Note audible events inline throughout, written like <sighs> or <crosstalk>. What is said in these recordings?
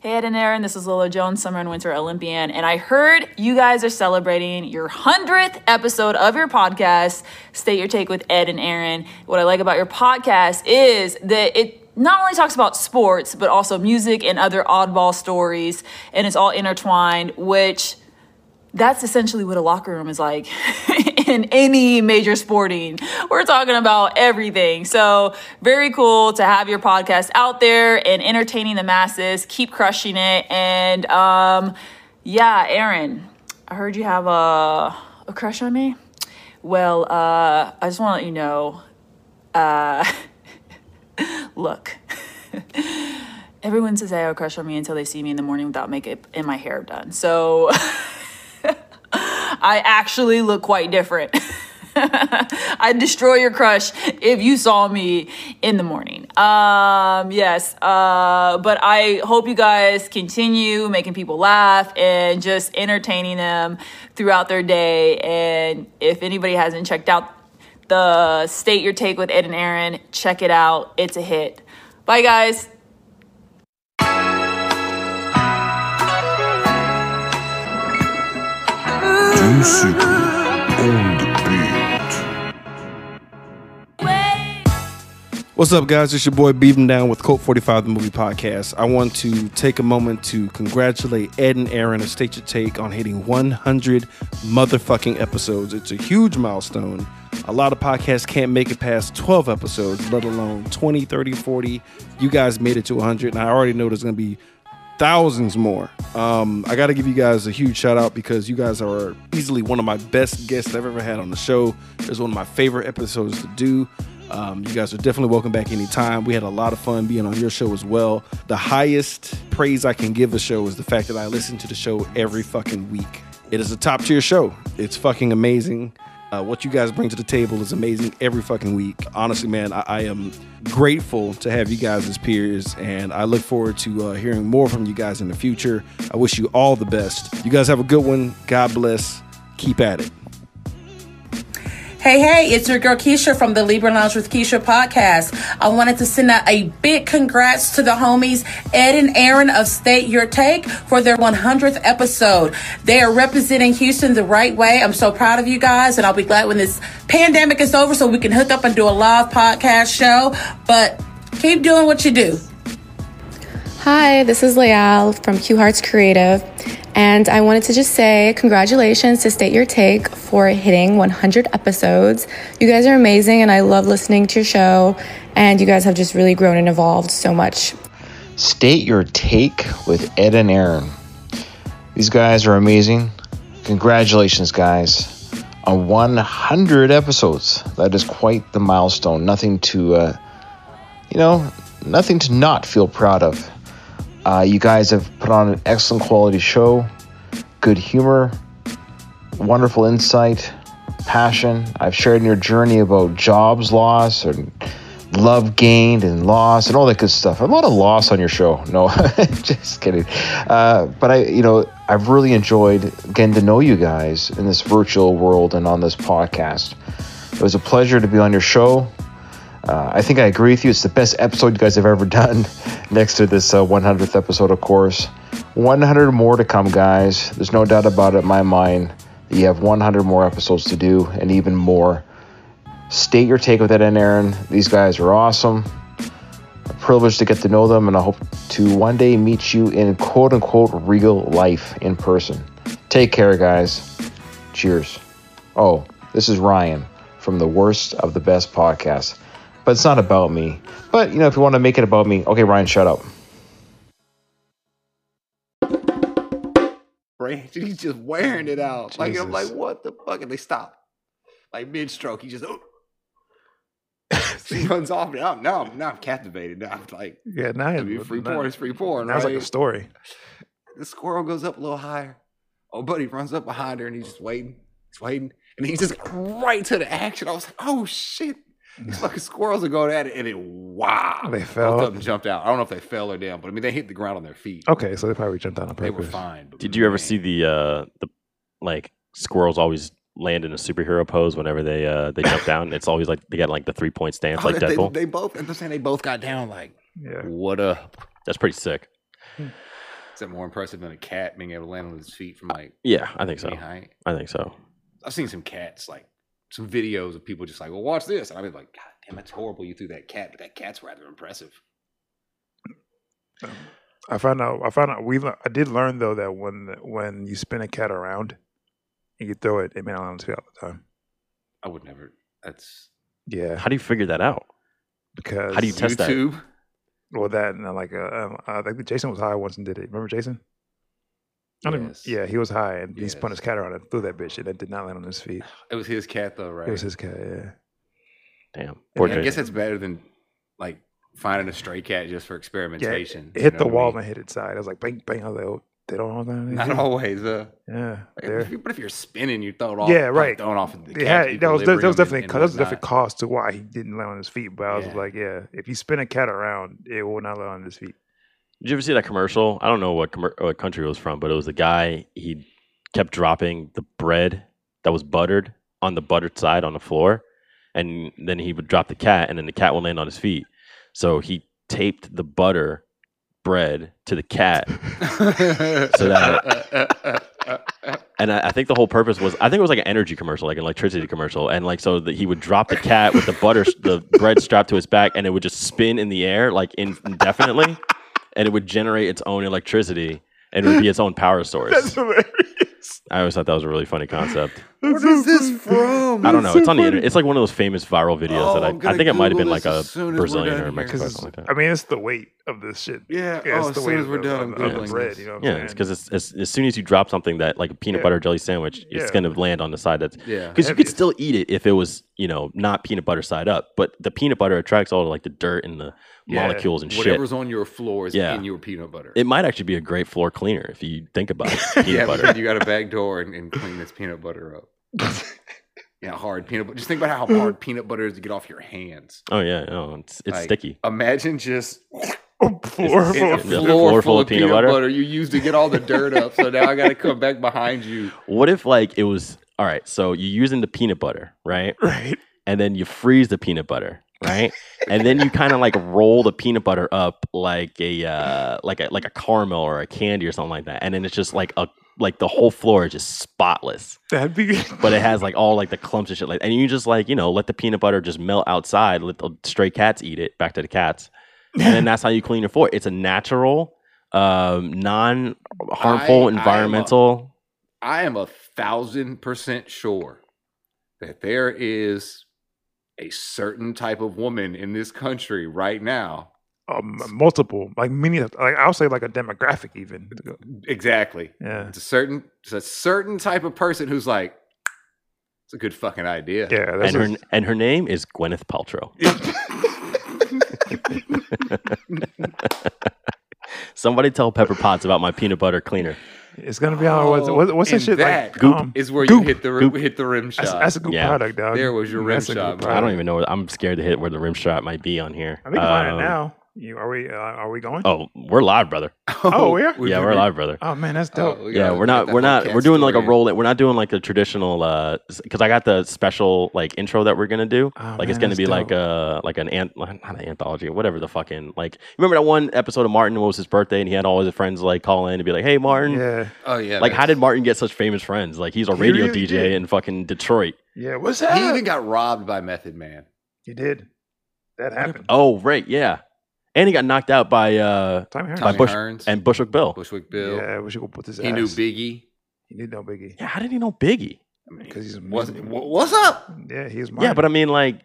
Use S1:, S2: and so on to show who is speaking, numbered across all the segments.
S1: Hey Ed and Aaron, this is Lola Jones, Summer and Winter Olympian, and I heard you guys are celebrating your 100th episode of your podcast, State Your Take with Ed and Aaron. What I like about your podcast is that it not only talks about sports, but also music and other oddball stories, and it's all intertwined, which that's essentially what a locker room is like <laughs> in any major sporting. We're talking about everything. So, very cool to have your podcast out there and entertaining the masses. Keep crushing it. And um, yeah, Aaron, I heard you have a, a crush on me. Well, uh, I just want to let you know uh, <laughs> look. <laughs> Everyone says I have a crush on me until they see me in the morning without makeup and my hair done. So <laughs> I actually look quite different. <laughs> I'd destroy your crush if you saw me in the morning. Um, yes, uh, but I hope you guys continue making people laugh and just entertaining them throughout their day. And if anybody hasn't checked out the State Your Take with Ed and Aaron, check it out. It's a hit. Bye, guys.
S2: Music on the
S3: What's up, guys? It's your boy Beaven Down with Colt 45, the movie podcast. I want to take a moment to congratulate Ed and Aaron of State Your Take on hitting 100 motherfucking episodes. It's a huge milestone. A lot of podcasts can't make it past 12 episodes, let alone 20, 30, 40. You guys made it to 100, and I already know there's going to be thousands more. Um, I got to give you guys a huge shout out because you guys are easily one of my best guests I've ever had on the show. It's one of my favorite episodes to do. Um, you guys are definitely welcome back anytime. We had a lot of fun being on your show as well. The highest praise I can give a show is the fact that I listen to the show every fucking week. It is a top tier show. It's fucking amazing. Uh, what you guys bring to the table is amazing every fucking week. Honestly, man, I, I am grateful to have you guys as peers, and I look forward to uh, hearing more from you guys in the future. I wish you all the best. You guys have a good one. God bless. Keep at it.
S4: Hey, hey, it's your girl Keisha from the Libra Lounge with Keisha podcast. I wanted to send out a big congrats to the homies Ed and Aaron of State Your Take for their 100th episode. They are representing Houston the right way. I'm so proud of you guys, and I'll be glad when this pandemic is over so we can hook up and do a live podcast show. But keep doing what you do.
S5: Hi, this is Leal from Q Hearts Creative, and I wanted to just say congratulations to State Your Take for hitting 100 episodes. You guys are amazing, and I love listening to your show, and you guys have just really grown and evolved so much.
S6: State Your Take with Ed and Aaron. These guys are amazing. Congratulations, guys, on 100 episodes. That is quite the milestone. Nothing to, uh, you know, nothing to not feel proud of. Uh, you guys have put on an excellent quality show, good humor, wonderful insight, passion. I've shared in your journey about jobs loss and love gained and loss and all that good stuff. A lot of loss on your show. No, <laughs> just kidding. Uh, but I, you know, I've really enjoyed getting to know you guys in this virtual world and on this podcast. It was a pleasure to be on your show. Uh, I think I agree with you. It's the best episode you guys have ever <laughs> done. Next to this uh, 100th episode, of course. 100 more to come, guys. There's no doubt about it in my mind that you have 100 more episodes to do and even more. State your take with Ed and Aaron. These guys are awesome. A privilege to get to know them, and I hope to one day meet you in quote unquote real life in person. Take care, guys. Cheers. Oh, this is Ryan from the Worst of the Best podcast. But it's not about me. But, you know, if you want to make it about me, okay, Ryan, shut up.
S7: Brandon, he's <laughs> just wearing it out. Like I'm like,
S3: Jesus.
S7: what the fuck? And they stop. Like mid stroke, he just
S8: <laughs>
S7: oh. See, runs off. Now, now, I'm, now I'm captivated. Now I'm like,
S8: Yeah, now
S7: I mean,
S8: it's
S7: free porn is free porn,
S8: Now it's
S7: right?
S8: like a story.
S7: the squirrel goes up a little higher. Oh, buddy runs up behind her and he's just waiting. He's waiting. And he's just right to the action. I was like, oh shit. These fucking squirrels are going at it. And then wow.
S8: They
S7: Both of
S8: fell.
S7: them jumped out. I don't know if they fell or down, but I mean, they hit the ground on their feet.
S8: Okay, so they probably jumped down on
S7: They were
S8: purpose.
S7: fine. but
S9: Did you ever
S7: man.
S9: see the uh the like squirrels always land in a superhero pose whenever they uh they jump down? It's always like they got like the three point stance
S7: Oh,
S9: like
S7: <laughs> they,
S9: Deadpool.
S7: they both, I'm just saying, they both got down like,
S8: Yeah.
S7: what up?
S9: That's pretty sick.
S7: Is that more impressive than a cat being able to land on his feet from like
S9: Yeah, I think so.
S7: any height?
S9: I think so.
S7: I've seen some cats like some videos of people just like, well, watch this, and I've been like, God damn, it's horrible. You threw that cat, but that cat's rather impressive.
S8: I found out. I found out. We. le- I did learn though that when when you spin a cat around, and you throw it, it may not land on its feet all the time.
S7: I would never. That's
S8: Yeah,
S9: How do you figure that out?
S8: because
S9: how do you tell- Test that.
S7: YouTube.
S8: Well, that and uh, like uh, um, I think Jason was high once and did it. Remember Jason? I don't
S7: Yes.
S8: even, yeah, he was high and he spun his
S7: Yes.
S8: cat around and threw that bitch, and it did not land on his feet.
S7: It was his cat though, right?
S8: It was his cat. Yeah.
S9: Damn.
S8: Yeah,
S9: Poor
S7: I guess
S9: Jason.
S7: that's better than like finding a stray cat just for experimentation.
S8: It
S7: you
S8: hit
S7: know
S8: the
S7: what I
S8: wall
S7: mean?
S8: and hit its side. I was like, bang, bang. I was like, oh, they don't hold
S7: <laughs>
S8: on.
S7: Not always. Uh,
S8: Yeah.
S7: like,
S8: they're-
S7: if you- but if you're spinning, you throw it off.
S8: Yeah,
S7: like,
S8: right.
S7: Throwing off. The
S8: Yeah, that was
S7: cat's
S8: that was
S7: equilibrium
S8: definitely
S7: and-
S8: that was
S7: and
S8: definitely
S7: whatnot.
S8: cost to why he didn't land on his feet. But I was
S7: Yeah.
S8: like, yeah, if you spin a cat around, it will not land on his
S7: <laughs>
S8: feet.
S9: Did you ever see that commercial? I don't know what, commer what country it was from, but it was a guy. He kept dropping the bread that was buttered on the buttered side on the floor, and then he would drop the cat, and then the cat would land on his feet. So he taped the butter bread to the cat, So
S7: <laughs>
S9: and I, I think the whole purpose was I think it was like an energy commercial, like an electricity commercial, and like so that he would drop the cat with the butter, the bread strapped to his back, and it would just spin in the air like in- indefinitely, and it would generate its own electricity. And it would be its own power source.
S8: That's hilarious.
S9: I always thought that was a really funny concept.
S7: What is this from?
S9: I don't know. It's on the internet. It's like one of those famous viral videos
S7: Oh,
S9: that I,
S7: I'm gonna
S9: I think it might have
S7: Google
S9: been like
S7: this
S9: a
S7: as soon as we're
S9: Brazilian
S7: done
S9: or
S7: here.
S9: Mexican or
S8: Because
S9: something like
S8: I
S9: that.
S8: mean, it's the weight of this shit.
S7: Yeah.
S8: Yeah,
S7: oh,
S8: it's
S7: as
S8: the
S7: soon
S8: weight
S7: as we're
S8: of the-
S7: done, I'm
S8: of the
S7: googling
S8: bread.
S7: this.
S8: You know what
S9: Yeah,
S8: I'm
S9: it's
S8: saying?
S9: because it's, it's, as soon as you drop something that like a peanut
S8: Yeah.
S9: butter jelly sandwich,
S8: Yeah.
S9: it's going to land on the side that's
S7: Yeah.
S9: because you could
S8: Heaviest.
S9: still eat it if it was you know not peanut butter side up, but the peanut butter attracts all like the dirt and the
S8: Yeah,
S9: molecules and
S7: Whatever's
S9: shit.
S7: on your floor is
S9: Yeah.
S7: in your peanut butter.
S9: It might actually be a great floor cleaner if you
S8: <laughs>
S9: think about it. Peanut
S7: yeah,
S9: butter.
S7: because you got a back door and, and clean this peanut butter
S9: <laughs>
S7: up. yeah, hard peanut butter. Just think about how hard peanut butter is to get off your hands.
S9: Oh yeah, no, it's it's
S7: Like,
S9: sticky.
S7: Imagine just
S8: Oh, floor, floor,
S7: It's <laughs> a
S9: it's- Yeah.
S8: floor.
S7: floor,
S9: Floor
S7: full, of peanut, butter. you used to get all the dirt up. So now I got to come back behind you.
S9: What if like it was all right? So you're using the peanut butter, right?
S8: <laughs> right?
S9: and then you freeze the
S7: <laughs>
S9: peanut butter, right? and then you kind of like roll the peanut butter up like a uh, like a like a caramel or a candy or something like that, and then it's just like a like the whole floor is just spotless,
S8: That'd be. <laughs>
S9: but it has like all like the clumps and shit like, and you just like you know let the peanut butter just melt outside, let the stray cats eat it. Back to the cats, and
S7: <laughs>
S9: then that's how you clean your floor. It's a natural, um, non
S7: I-
S9: harmful
S7: I am a-
S9: environmental.
S7: I am a thousand percent sure that there is a certain type of woman in this country right now.
S8: um, multiple, like many, like I'll say, like a demographic, even.
S7: Exactly.
S8: Yeah,
S7: It's a certain, it's a certain type of person who's like, it's a good fucking idea.
S8: yeah. That's
S9: and her
S8: just-
S9: and her name is Gwyneth Paltrow. Somebody tell Pepper Potts about my peanut butter cleaner.
S8: it's gonna be on what's what's, what's
S7: Oh, and
S8: that shit
S7: that
S8: like?
S7: goop
S8: um,
S7: is where
S8: goop.
S7: you hit the rim,
S9: Goop.
S7: hit the rim shot.
S8: That's, that's a good
S9: Yeah.
S8: product, dog.
S7: There was your rim
S8: That's a good
S7: shot, man.
S9: I don't
S8: product.
S9: even know. Where, I'm scared to hit where the rim shot might be on here.
S8: I think I'm on
S9: Um,
S8: it now. You are we? Uh, are we going?
S9: Oh, we're live, brother.
S8: Oh, we are?
S9: yeah, we're live, brother.
S8: Oh, man, that's
S7: Oh,
S8: dope.
S7: we
S9: yeah,
S7: gotta
S9: we're
S7: get
S9: not.
S7: that
S9: We're not.
S7: podcast
S9: We're doing like a
S7: story in.
S9: roll. We're not doing like a traditional. Uh, because I got the special like intro that we're gonna do.
S8: Oh,
S9: like it's
S8: man,
S9: gonna
S8: that's
S9: be like
S8: dope.
S9: a like an ant not an anthology, whatever the fucking like. Remember that one episode of Martin? What was his birthday? And he had all his friends like call in and be like, "Hey, Martin,
S8: Yeah,
S7: Oh yeah.
S9: Like, how
S7: that's-
S9: did Martin get such famous friends? Like, he's a
S8: He
S9: radio
S8: really
S9: DJ
S8: did.
S9: in fucking Detroit.
S8: yeah. What's that?
S7: he even got robbed by Method Man?
S8: you did. That happened.
S9: Oh, right, yeah. And he got knocked out by uh
S8: Tommy Hearns.
S9: by
S7: Tommy
S9: Bush
S7: Hearns.
S9: and Bushwick Bill.
S7: Bushwick Bill.
S8: Yeah, we should go put this.
S7: he
S8: ass.
S7: knew Biggie.
S8: He knew no biggie.
S9: Yeah, how did he know Biggie?
S8: Because he's
S7: Was
S8: amazing.
S7: wha- what's up?
S8: Yeah, he's
S9: Yeah, but um, I mean, like,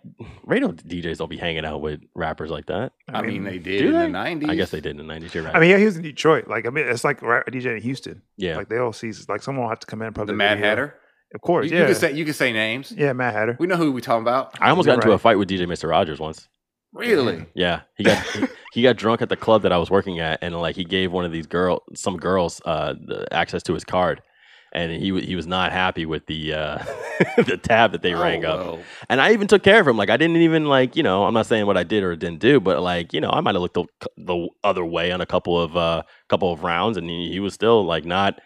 S9: radio DJs don't be hanging out with rappers like that.
S7: I mean, they did
S9: do
S7: in
S9: they?
S7: the nineties.
S9: I guess they did in the '90s. You're right.
S8: I mean, yeah, he was in Detroit. Like, I mean, it's like right, DJ in Houston.
S9: yeah,
S8: Like they all see, like someone will have to come in and probably uh,
S7: The Mad Hatter.
S8: Of
S7: You,
S8: course,
S7: you
S8: yeah,
S7: can say you can say names.
S8: yeah, Mad Hatter.
S7: We know who we talking about.
S9: I almost
S8: you're
S9: got into a
S8: right.
S9: fight with DJ Mister Rogers once.
S7: Really?
S9: Yeah, he got
S8: <laughs>
S9: he, he got drunk at the club that I was working at, and like he gave one of these girl, some girls, uh, the access to his card, and he wa- he was not happy with the uh, <laughs> the tab that they rang
S8: Oh,
S9: up.
S7: Oh, well.
S9: And I even took care of him. Like I didn't even like you know I'm not saying what I did or didn't do, but like you know I might have looked the, the other way on a couple of uh couple of rounds, and he, he was still like not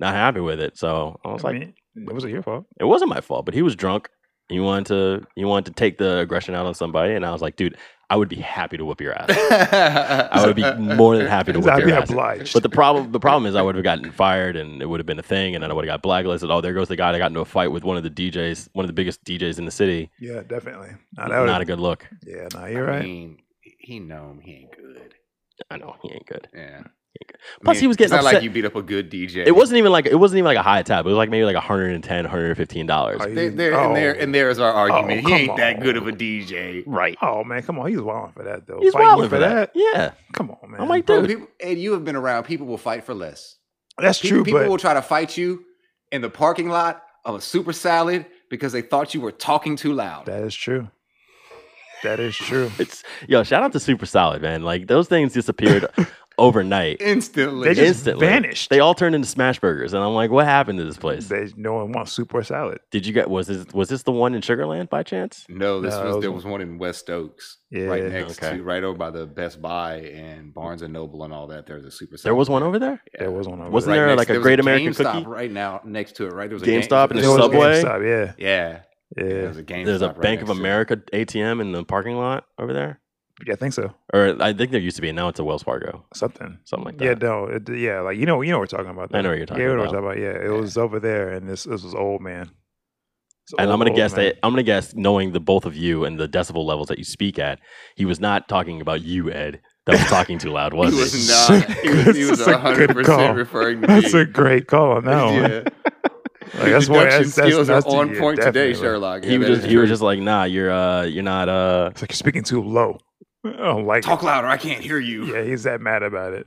S9: not happy with it. So I was
S8: I
S9: like,
S8: mean, it wasn't your fault.
S9: it wasn't my fault, but he was drunk. You want to you want to take the aggression out on somebody, and I was like, dude, I would be happy to whoop your ass. <laughs> I
S7: I
S9: would be more than
S7: <laughs>
S9: happy to whip
S8: I'd
S9: your
S8: be
S9: ass.
S8: obliged.
S9: But the problem, the problem is, I would have gotten fired, and it would have been a thing, and then I would have got blacklisted. Oh, there goes the guy that got into a fight with one of the DJs, one of the biggest DJs in the city.
S8: yeah, definitely. No, that
S9: Not,
S8: would,
S9: a good look.
S8: yeah, no, you're right.
S7: mean, he know him. He ain't good.
S9: I know he ain't good.
S7: Yeah.
S9: Plus, he was getting
S7: it's not
S9: upset.
S7: like you beat up a good DJ.
S9: It wasn't even like it wasn't even like a high tab. It was like maybe like 110 115 dollars.
S8: Are Oh, you-
S7: There, there, and, there, and there's our argument. he
S8: come
S7: ain't that
S8: on.
S7: good of a DJ.
S9: Right.
S8: Oh man, come on, he's wilding for that though.
S9: He's
S8: Fighting
S9: wilding for that. Yeah.
S8: Come on, man.
S9: I'm like,
S7: Bro,
S9: dude,
S7: people, and you have been around. People will fight for less.
S8: that's
S7: Pe-
S8: true,
S7: people
S8: but
S7: will try to fight you in the parking lot of a super salad because they thought you were talking too loud.
S8: that is true. That is true.
S9: it's yo. Shout out to Super Solid, man. Like those things
S8: <laughs>
S9: disappeared overnight,
S7: Instantly.
S8: They just
S9: instantly.
S8: vanished.
S9: They all turned into smash burgers, and I'm like, what happened to this place?
S8: They, no one wants soup or salad.
S9: Did you get was this was this the one in Sugarland by chance?
S7: no, this
S8: No,
S7: was,
S8: it
S7: there
S8: was-
S7: was one in West Oaks,
S8: Yeah,
S7: right next
S9: okay.
S7: to, right over by the Best Buy and Barnes and Noble and all that. There's a super.
S9: There
S7: salad.
S9: was one over there.
S8: There was one. over
S9: Wasn't
S8: there.
S9: there
S7: next-
S9: like a
S7: was
S9: Great American
S7: GameStop
S9: Cookie?
S7: right now next to it? Right, there was a
S9: GameStop and
S7: there
S9: a
S7: was
S8: was a
S9: Subway?
S8: GameStop,
S7: Yeah,
S8: Yeah,
S7: there
S8: yeah,
S7: was a GameStop.
S9: There's a
S7: right
S9: Bank of
S7: next to it.
S9: America ATM in the parking lot over there,
S8: yeah. I think so.
S9: or I think there used to be. and Now it's a Wells Fargo,
S8: Something.
S9: something like that.
S8: Yeah, no, it, yeah, like you know, you know, what we're talking about.
S9: Oh I know
S8: though.
S9: what you're talking
S8: yeah,
S9: about.
S8: Yeah, we're talking about. Yeah, it
S7: Yeah.
S8: was over there, and this this was old man. It's
S9: And
S8: old-
S9: I'm gonna
S8: old
S9: guess
S8: man.
S9: that I'm gonna guess, knowing the both of you and the decibel levels that you speak at, he was not talking about you, Ed. That was talking
S7: <laughs>
S9: too loud, was
S7: He
S9: he? <laughs>
S7: was not. He was, he
S8: This
S7: was
S8: is a good
S7: 100%
S8: call.
S7: referring to
S8: <laughs> That's
S7: me. <laughs>
S8: a great call on that one.
S7: yeah.
S8: Like, that's why
S7: Deduction
S8: that's, that's,
S7: skills
S8: that's,
S7: are on
S8: yeah,
S7: point today,
S8: definitely.
S7: Sherlock.
S9: He
S7: Yeah,
S9: was
S7: that
S9: just
S7: is
S9: he was
S7: true.
S9: just like, nah, you're uh you're not uh
S8: It's like you're speaking too low. <laughs> I don't like.
S7: talk
S8: it.
S7: louder. I can't hear you.
S8: Yeah, he's that mad about it.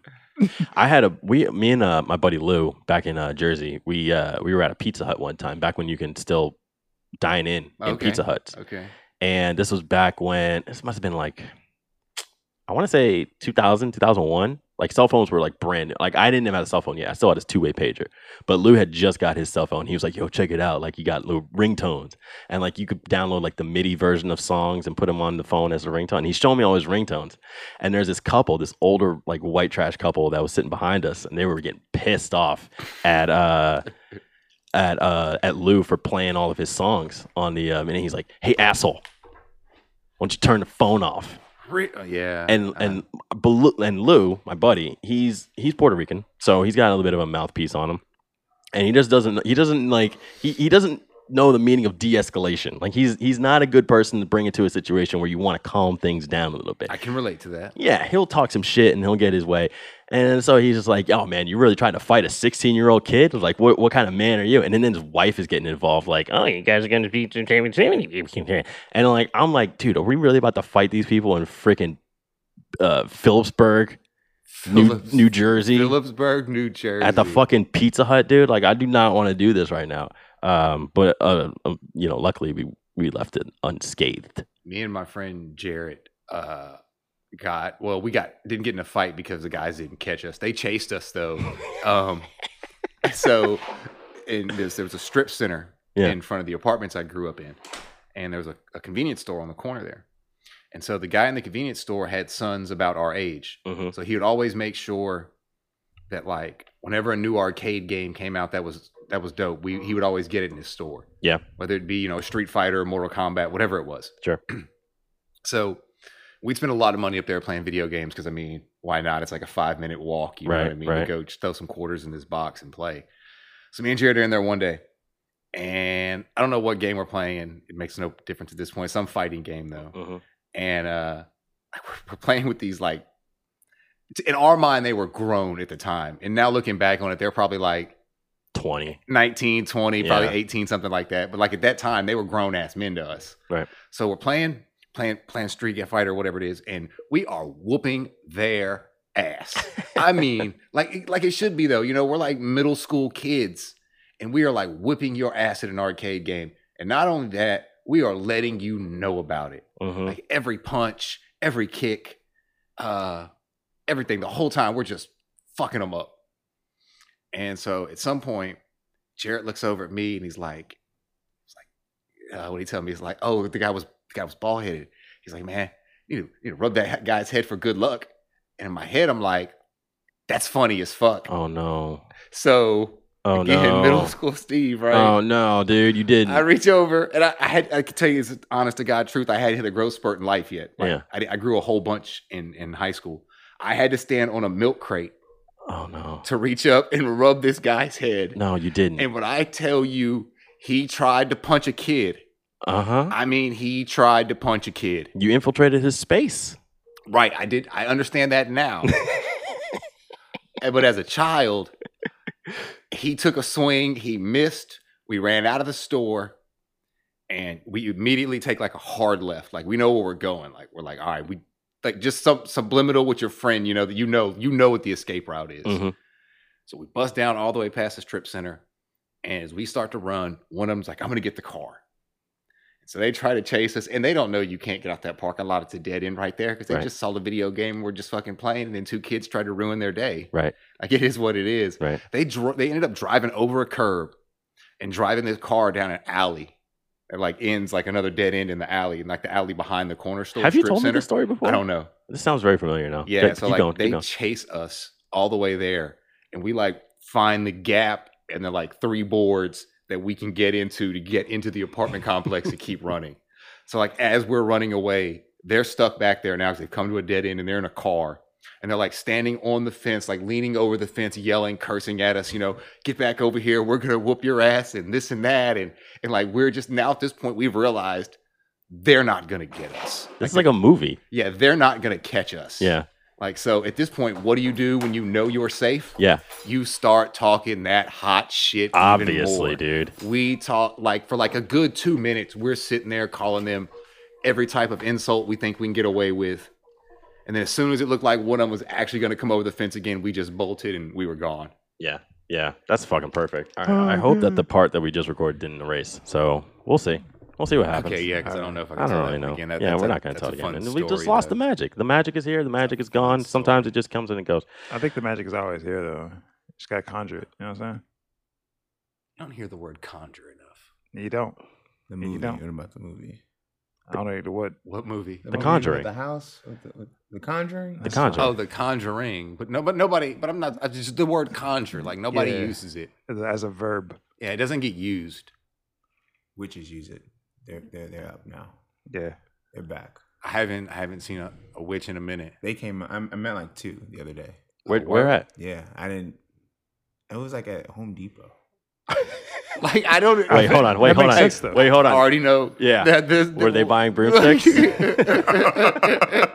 S9: I had a we me and uh, my buddy Lou back in uh, Jersey. We uh, we were at a Pizza Hut one time back when you can still dine in in
S7: Okay.
S9: Pizza Huts,
S7: Okay.
S9: and this was back when this must have been like I want to say 2000 2001. Like cell phones were like brand new. Like I didn't even have a cell phone yet. I still had his two way pager, but Lou had just got his cell phone. He was like, "Yo, check it out! Like you got little ringtones, and like you could download like the MIDI version of songs and put them on the phone as a ringtone." He's showing me all his ringtones, and there's this couple, this older like white trash couple that was sitting behind us, and they were getting pissed off at uh at uh at Lou for playing all of his songs on the um, and he's like, "Hey asshole, why don't you turn the phone off?"
S7: Re- oh, yeah.
S9: And and Blu- and Lou, my buddy, he's he's Puerto Rican, so he's got a little bit of a mouthpiece on him, and he just doesn't he doesn't like he, he doesn't know the meaning of de-escalation. Like he's he's not a good person to bring into a situation where you want to calm things down a little bit.
S7: I can relate to that.
S9: Yeah, he'll talk some shit and he'll get his way. And so he's just like, "Oh man, you really trying to fight a 16 year old kid? Like, what what kind of man are you?" And then his wife is getting involved, like, "Oh, you guys are gonna be and I'm like I'm like, dude, are we really about to fight these people in freaking uh, Phillipsburg,
S7: <laughs>
S9: New,
S7: Phillips-
S9: New Jersey,
S7: Phillipsburg, New Jersey.
S9: at the fucking Pizza Hut, dude? Like, I do not want to do this right now. Um, but uh, um, you know, luckily we we left it unscathed.
S7: Me and my friend Jarrett uh, got well. We got didn't get in a fight because the guys didn't catch us. They chased us
S9: <laughs>
S7: though. um, so and this, there was a strip center
S9: Yeah.
S7: in front of the apartments I grew up in, and there was a, a convenience store on the corner there. And so the guy in the convenience store had sons about our age.
S9: Mm-hmm.
S7: So he would always make sure that like whenever a new arcade game came out that was that was dope, we he would always get it in his store.
S9: Yeah.
S7: Whether it be, you know, Street Fighter or Mortal Kombat, whatever it was.
S9: Sure.
S7: so we'd spend a lot of money up there playing video games because I mean, why not? It's like a five minute walk. You know what I
S9: Right,
S7: mean?
S9: right.
S7: You go just throw some quarters in this box and play. So me and Jared are in there one day. And I don't know what game we're playing. It makes no difference at this point. Some fighting game though
S9: Mm-hmm.
S7: and uh we're playing with these like in our mind they were grown at the time and now looking back on it they're probably like
S9: Twenty,
S7: 19 20 probably
S9: Yeah.
S7: 18 something like that but like at that time they were grown ass men to us
S9: Right.
S7: so we're playing playing playing street fighter or whatever it is and we are whooping their ass
S9: <laughs>
S7: i mean like like it should be though you know we're like middle school kids and we are like whipping your ass at an arcade game and not only that we are letting you know about it
S9: mm-hmm.
S7: like every punch, every kick, uh, everything. The whole time we're just fucking them up. And so at some point, Jarrett looks over at me and he's like, he's like, uh, what he tell me? He's like, oh, the guy was the guy was bald headed. He's like, man, you need, to- you need to rub that guy's head for good luck. And in my head, I'm like, that's funny as fuck.
S9: Oh no.
S7: So
S9: Oh
S7: Again,
S9: no.
S7: middle <laughs> school Steve, right?
S9: Oh no, dude, you didn't.
S7: I reach over and I, I had I could tell you it's honest to God truth. I hadn't hit a growth spurt in life yet. Like,
S9: Yeah.
S7: I, I grew a whole bunch in, in high school. I had to stand on a milk crate
S9: oh no.
S7: to reach up and rub this guy's head.
S9: No, you didn't.
S7: And when I tell you he tried to punch a kid,
S9: Uh huh.
S7: I mean he tried to punch a kid.
S9: You infiltrated his space.
S7: Right. I did I understand that now. And- but as a child, he took a swing, he missed. We ran out of the store and we immediately take like a hard left. Like we know where we're going. Like we're like, all right, we like just some subliminal with your friend, you know, that you know, you know what the escape route is.
S9: Mhm.
S7: So we bust down all the way past the strip center. And as we start to run, one of them's like, I'm going to get the car. So they try to chase us, and they don't know you can't get out that parking lot. It's a dead end right there because they
S9: Right.
S7: just saw the video game. We're just fucking playing, and then two kids tried to ruin their day.
S9: Right.
S7: Like it is what it is.
S9: Right.
S7: They dro- they ended up driving over a curb and driving this car down an alley. It like ends like another dead end in the alley, and like the alley behind the corner store.
S9: Have you
S7: strip
S9: told me
S7: center.
S9: this story before?
S7: I don't know.
S9: This sounds very familiar now.
S7: Yeah,
S9: Okay,
S7: so
S9: keep
S7: like
S9: going, keep
S7: they
S9: going.
S7: chase us all the way there, and we like find the gap and the like three boards that we can get into to get into the apartment complex and keep
S9: <laughs>
S7: running. So like as we're running away, they're stuck back there now because they've come to a dead end and they're in a car. And they're like standing on the fence, like leaning over the fence, yelling, cursing at us, you know, get back over here. We're gonna whoop your ass and this and that. And and like we're just now at this point, we've realized they're not gonna get us.
S9: This is like a movie.
S7: Yeah, they're not gonna catch us.
S9: Yeah.
S7: Like, so at this point, what do you do when you know you're safe?
S9: Yeah.
S7: You start talking that hot shit. even more.
S9: Obviously, dude.
S7: We talk like for like a good two minutes, we're sitting there calling them every type of insult we think we can get away with. And then as soon as it looked like one of them was actually going to come over the fence again, we just bolted and we were gone.
S9: Yeah. Yeah. That's fucking perfect. I,
S7: Oh,
S9: I hope that the part that we just recorded didn't erase. So we'll see. We'll see what happens.
S7: Okay, yeah, because I don't know if I can
S9: I
S7: tell
S9: don't
S7: that
S9: really know.
S7: again. That-
S9: yeah,
S7: that's
S9: we're
S7: a-
S9: not going to
S7: that's
S9: tell
S7: a
S9: it
S7: fun
S9: again. And We've just
S7: story,
S9: lost
S7: though.
S9: the magic. The magic is here. The magic is gone. Sometimes it just comes and it goes.
S8: I think the magic is always here, though. Just got to conjure it. You know what I'm
S7: I don't hear the word conjure enough.
S8: saying? You don't.
S6: The
S8: you
S6: movie.
S8: don't.
S6: What about the movie?
S8: I don't know what.
S7: What movie?
S6: movie with
S9: Conjuring.
S6: The house. With the, with the Conjuring.
S9: The
S8: That's fine.
S9: Conjuring.
S7: Oh, The Conjuring. But no, but nobody. But I'm not. I just the word conjure. Like nobody
S8: Yeah.
S7: uses it.
S8: As a- As a verb.
S7: Yeah, it doesn't get used.
S6: Witches use it. They're they're they're up now.
S8: Yeah.
S6: They're back.
S7: I haven't. I haven't seen a, a witch in a minute.
S6: They came. I, I met like two the other day.
S9: Where, where at?
S6: Yeah, I didn't. It was like at Home Depot.
S7: <laughs> Like I don't.
S9: Wait,
S7: <laughs>
S9: hold on. Wait,
S8: That
S9: hold
S8: makes
S9: on.
S8: sense, though.
S9: Wait, hold
S7: I
S9: on.
S7: already know.
S9: Yeah.
S7: That this, <laughs>
S9: Were they buying broomsticks?
S6: Oh.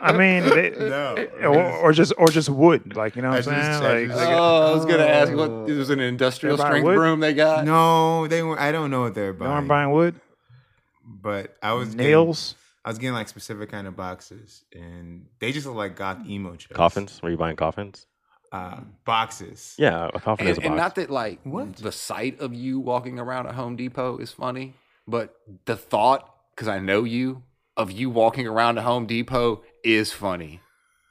S8: I mean, they,
S6: <laughs> No,
S8: or, or just or just wood, like you know
S6: I
S8: what
S6: was
S8: I'm
S6: just- I
S8: saying.
S6: was
S8: Like,
S6: just-
S7: oh, I was gonna ask what it was an industrial
S8: They're buying
S7: strength
S8: wood?
S7: broom they got.
S6: no, Oh, they were. I don't know what they're
S8: no one
S6: buying.
S8: buying wood,
S6: But I was getting-
S8: nails.
S6: I was getting like specific kind of boxes, and they just look like goth emo chips.
S9: Coffins? Were you buying coffins?
S6: Uh, boxes.
S9: Yeah, a coffin
S7: And,
S9: is a box.
S7: and not that like
S6: What?
S7: the sight of you walking around at Home Depot is funny, but the thought, because I know you, of you walking around at Home Depot is funny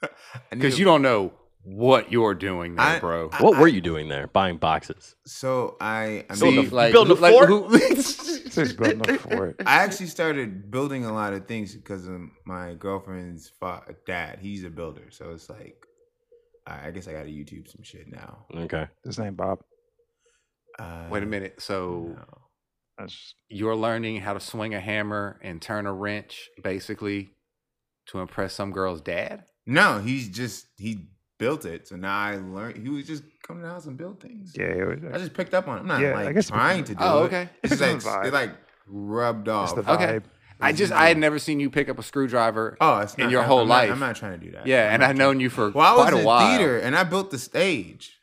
S6: I need
S7: because
S6: a-
S7: you don't know what you're doing there,
S6: I-
S7: bro.
S6: I-
S9: what were you doing there? Buying boxes.
S6: So I. I
S9: Building
S6: mean,
S9: a- building a
S7: <laughs>
S9: fort?
S7: who-
S8: Just building up for it.
S6: I actually started building a lot of things because of my girlfriend's fa- dad. He's a builder, so it's like, I I guess I got to YouTube some shit now.
S9: Okay.
S8: His name Bob.
S6: Uh,
S7: Wait a minute. So
S6: no.
S8: That's
S7: you're learning how to swing a hammer and turn a wrench, basically, to impress some girl's dad.
S6: No, he's just he built it. So now I learned he was just coming to the house and build things.
S8: yeah. it was-
S6: I just picked up on it. I'm not
S8: Yeah,
S6: like
S8: I guess-
S6: trying to do
S7: Oh,
S6: it.
S7: okay.
S6: It's
S8: It's
S6: just
S8: the
S6: like
S8: vibe.
S6: it like rubbed
S8: it's
S6: off.
S8: the vibe.
S7: okay. I just I had never seen you pick up a screwdriver. <laughs>
S6: Oh, it's
S7: In
S6: not-
S7: your
S6: I'm
S7: whole
S6: not-
S7: life.
S6: I'm not trying to do that.
S7: yeah,
S6: I'm
S7: and
S6: not
S7: I've
S6: trying-
S7: known you for
S6: Well, I was
S7: quite a
S6: in
S7: while.
S6: theater and I built the stage.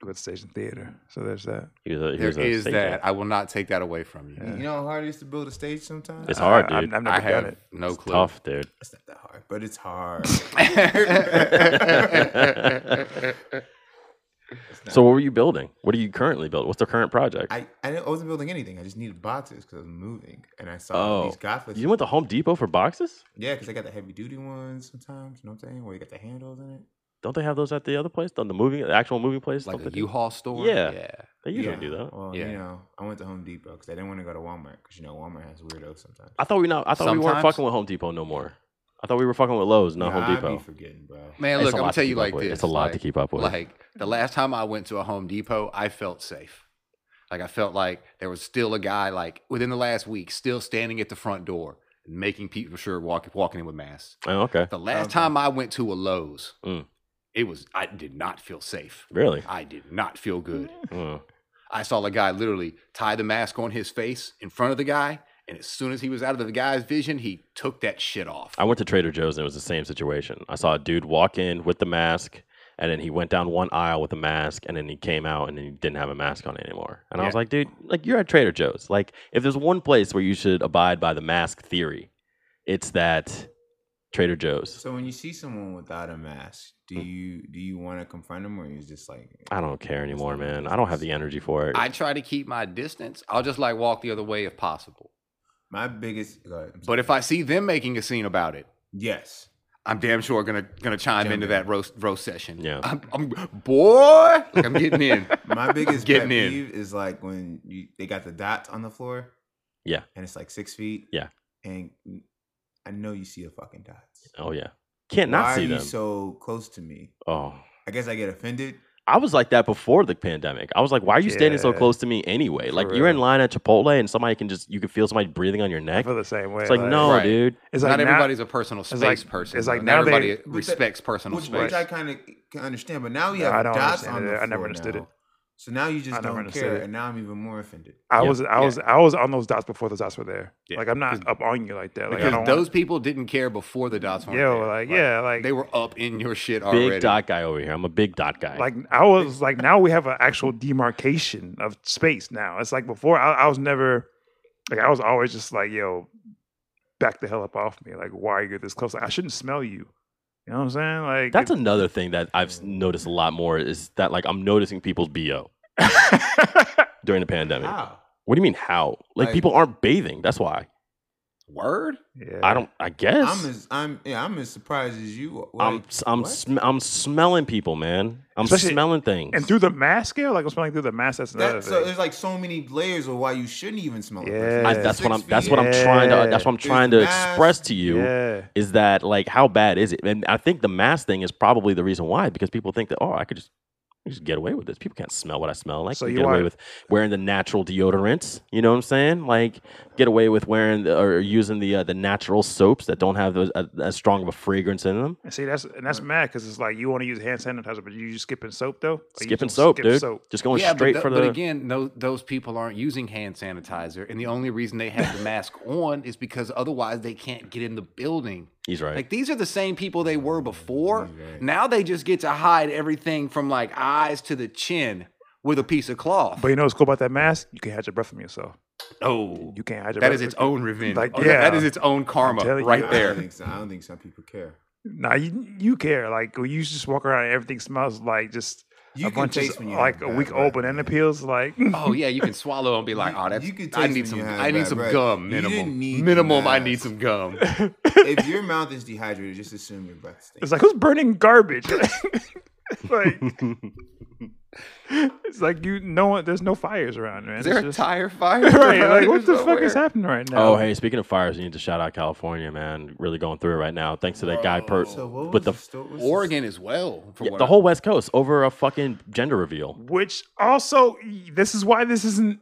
S8: Good station theater. So there's that.
S9: Here's a,
S7: There
S9: here's a
S7: is
S9: steak
S7: that.
S9: app.
S7: I will not take that away from you.
S6: You know how hard it is to build a stage sometimes.
S9: It's hard,
S8: I,
S9: dude.
S8: I've, I've never
S7: I
S8: done
S7: have
S8: it.
S7: no
S9: It's
S7: clue. <laughs>
S9: tough, dude. <laughs>
S6: It's not that hard, but it's hard.
S9: So what were you building? What are you currently building? What's the current project?
S6: I, I didn't- I wasn't building anything. I just needed boxes because I was moving, and I saw
S9: oh,
S6: these godless.
S9: you went to Home Depot for boxes?
S6: yeah, because they got the heavy duty ones sometimes. You know what I'm saying? Where you got the handles in it.
S9: Don't they have those at the other place? On the movie, the actual movie place?
S7: like
S9: Don't they
S7: a
S9: do-
S7: U-Haul store.
S9: Yeah.
S7: yeah.
S9: They usually
S6: Yeah.
S9: do that.
S6: Well,
S7: Yeah.
S6: you know, I went to Home Depot because I didn't want to go to Walmart because you know Walmart has weirdos sometimes.
S9: I thought we not. I thought we weren't
S7: Sometimes-
S9: fucking with Home Depot no more. I thought we were fucking with Lowe's, not
S6: Nah,
S9: Home
S6: I
S9: Depot.
S6: be forgetting, bro.
S7: Man,
S9: It's
S7: look,
S9: a
S7: I'm
S9: lot
S7: gonna
S9: to
S7: tell you
S9: keep
S7: like
S9: up with.
S7: this.
S9: It's a lot to
S7: like-
S9: keep up with.
S7: Like the last time I went to a Home Depot, I felt safe. Like I felt like there was still a guy like within the last week still standing at the front door and making people sure walk, walking in with masks.
S9: Oh, okay.
S7: The last
S6: Okay.
S7: time I went to a Lowe's,
S9: Mm.
S7: it was I did not feel safe. <laughs>
S9: Really?
S7: I did not feel good.
S9: Mm.
S7: I saw a guy literally tie the mask on his face in front of the guy, and as soon as he was out of the guy's vision, he took that shit off.
S9: I went to Trader Joe's and it was the same situation. I saw a dude walk in with the mask and then he went down one aisle with a mask and then he came out and then he didn't have a mask on anymore. And I was like, dude, like you're at Trader Joe's. Like if there's one place where you should abide by the mask theory, it's that Trader Joe's.
S6: So when you see someone without a mask, do you do you want to confront them or you just like
S9: Mm. I don't care anymore, man. I don't have the energy for it.
S7: I try to keep my distance. I'll just like walk the other way if possible.
S6: <laughs> My biggest go ahead, I'm
S7: But
S6: sorry.
S7: if I see them making a scene about it,
S6: yes,
S7: I'm damn sure gonna gonna chime
S6: Jump
S7: into
S6: in.
S7: that roast roast session.
S9: Yeah.
S7: I'm, I'm boy, like I'm getting in.
S6: my
S9: <laughs>
S6: biggest pet
S7: Getting in.
S6: peeve is like when you they got the dots on the floor.
S9: Yeah.
S6: and it's like six feet.
S9: Yeah.
S6: and I know you see the fucking dots.
S9: oh yeah. Can't not
S6: Why
S9: see
S6: are
S9: them.
S6: you so close to me?
S9: oh.
S6: I guess I get offended.
S9: I was like that before the pandemic. I was like, why are you standing so
S8: Yeah.
S9: close to me anyway?
S8: For
S9: Like you're in
S8: real.
S9: line at Chipotle and somebody can just you can feel somebody breathing on your
S8: I
S9: neck.
S8: feel the same way.
S9: It's like, no,
S7: Right.
S9: dude.
S8: <laughs> it's
S7: Not
S8: like now-
S7: everybody's a personal space
S8: like-
S7: person.
S8: it's like
S7: though.
S8: now
S7: Not
S8: they-
S7: everybody
S6: But that-
S7: respects personal
S6: which,
S7: space.
S6: which I kind of can understand, but now we
S8: No,
S6: have
S8: I don't
S6: dots
S8: understand
S6: oh, on
S8: it.
S6: the
S8: I
S6: floor
S8: never understood
S6: now.
S8: it.
S6: So now you
S8: I
S6: just
S8: never
S6: don't
S8: understood
S6: care,
S8: it.
S6: and now I'm even more offended.
S8: I
S9: Yeah.
S8: was I
S7: Yeah.
S8: was I was on those dots before those dots were there.
S7: Yeah.
S8: Like I'm not up on you like that. Like I
S7: because
S8: don't
S7: those people didn't care before the dots were
S8: Yeah, well, like, yeah, like-
S7: they were up in your shit
S9: Big
S7: already.
S9: dot guy over here. I'm a big dot
S8: <laughs>
S9: guy.
S8: like I was like now we have an
S6: <laughs>
S8: actual demarcation of space now. It's like before I, I was never like I was always just like yo, back the hell up off me. Like why are you this close? Like, I shouldn't smell you. You know what I'm saying? Like <laughs>
S6: <laughs>
S9: That's another thing that I've s- noticed a lot more is that like I'm noticing people's bo during the pandemic.
S6: Wow.
S9: What do you mean how? Like,
S6: Like-
S9: people aren't bathing. That's why
S7: Word.
S8: yeah.
S9: I don't. I guess
S6: I'm as I'm yeah I'm as surprised as you. are.
S9: I'm
S6: Like,
S9: s- I'm
S6: what?
S9: sm- I'm smelling people, man. I'm
S8: Especially-
S9: smelling things.
S8: and through the mask, yeah, like I'm smelling through the mask. That's another
S6: That, so
S8: thing.
S6: there's like so many layers of why you shouldn't even smell. a person.
S8: Yeah.
S9: I,
S6: It's
S9: that's what
S6: six
S9: I'm. That's
S6: feet.
S9: what I'm trying to. That's what I'm
S6: There's
S9: trying to
S6: masks.
S9: express to you.
S8: yeah.
S9: Is that like how bad is it? And I think the mask thing is probably the reason why, because people think that oh, I could just I could just get away with this. People can't smell what I smell. Like
S8: So
S9: you
S8: you
S9: get away
S8: are-
S9: with wearing the natural deodorants. You know what I'm saying? Like get away with wearing the, or using the uh, the natural soaps that don't have those, uh, as strong of a fragrance in them.
S8: And see that's and that's mad because it's like you want to use hand sanitizer, but you just skipping soap though. Like, Oh, you
S9: Skipping
S8: just
S9: soap,
S8: skip
S9: dude.
S8: soap.
S9: Just going
S7: yeah,
S9: straight
S7: but, tho-
S9: for the.
S7: but again, no, those people aren't using hand sanitizer, and the only reason they have
S9: <laughs>
S7: the mask on is because otherwise they can't get in the building.
S9: he's right.
S7: Like these are the same people they were before. Now they just get to hide everything from like eyes to the chin with a piece of cloth.
S8: But you know what's cool about that mask? You can hide your breath from yourself.
S7: oh,
S8: You can't hide your
S7: that
S8: breath.
S7: is its
S8: from-
S7: own revenge.
S8: Like,
S7: Oh, that- that
S8: yeah.
S7: is its own karma
S8: telling you,
S7: right
S6: I
S7: there.
S8: <laughs>
S6: don't, think so. I don't think some people care.
S8: Nah, you, you care. Like when you just walk around, and everything smells like just
S6: You
S8: a
S6: can
S8: bunch
S6: taste
S8: of
S6: when you
S8: like
S6: have
S8: a
S6: bad
S8: week
S6: breath,
S8: old banana
S6: man.
S8: peels. Like
S7: Oh yeah, you can swallow and be like,
S6: You-
S7: "Oh, that's
S6: you can
S7: I
S6: taste
S7: need
S6: when
S7: some
S6: you have
S7: I need
S6: bad
S7: some
S6: breath.
S7: gum
S6: You
S7: minimum.
S6: didn't need the
S7: minimum I need
S6: mask.
S8: <laughs>
S7: some gum."
S6: if your mouth is dehydrated, just assume your breath
S8: <laughs>
S6: stinks.
S9: <laughs>
S8: it's like who's burning garbage? <laughs> like it's like you no one. There's no fires around, man.
S7: Is there
S8: It's
S7: a
S8: just-
S7: tire fire?
S8: <laughs> Right, like
S7: There's
S8: what the fuck
S7: nowhere.
S8: is happening right now?
S9: Oh, hey, speaking of fires, you need to shout out California, man. Really going through it right now. Thanks to that guy per-
S6: So what was
S9: with
S6: the,
S9: the,
S6: sto- what's the
S7: Oregon as well. For
S9: yeah,
S7: what
S9: the
S7: I-
S9: whole West Coast over a fucking gender reveal.
S8: Which also, this is why this isn't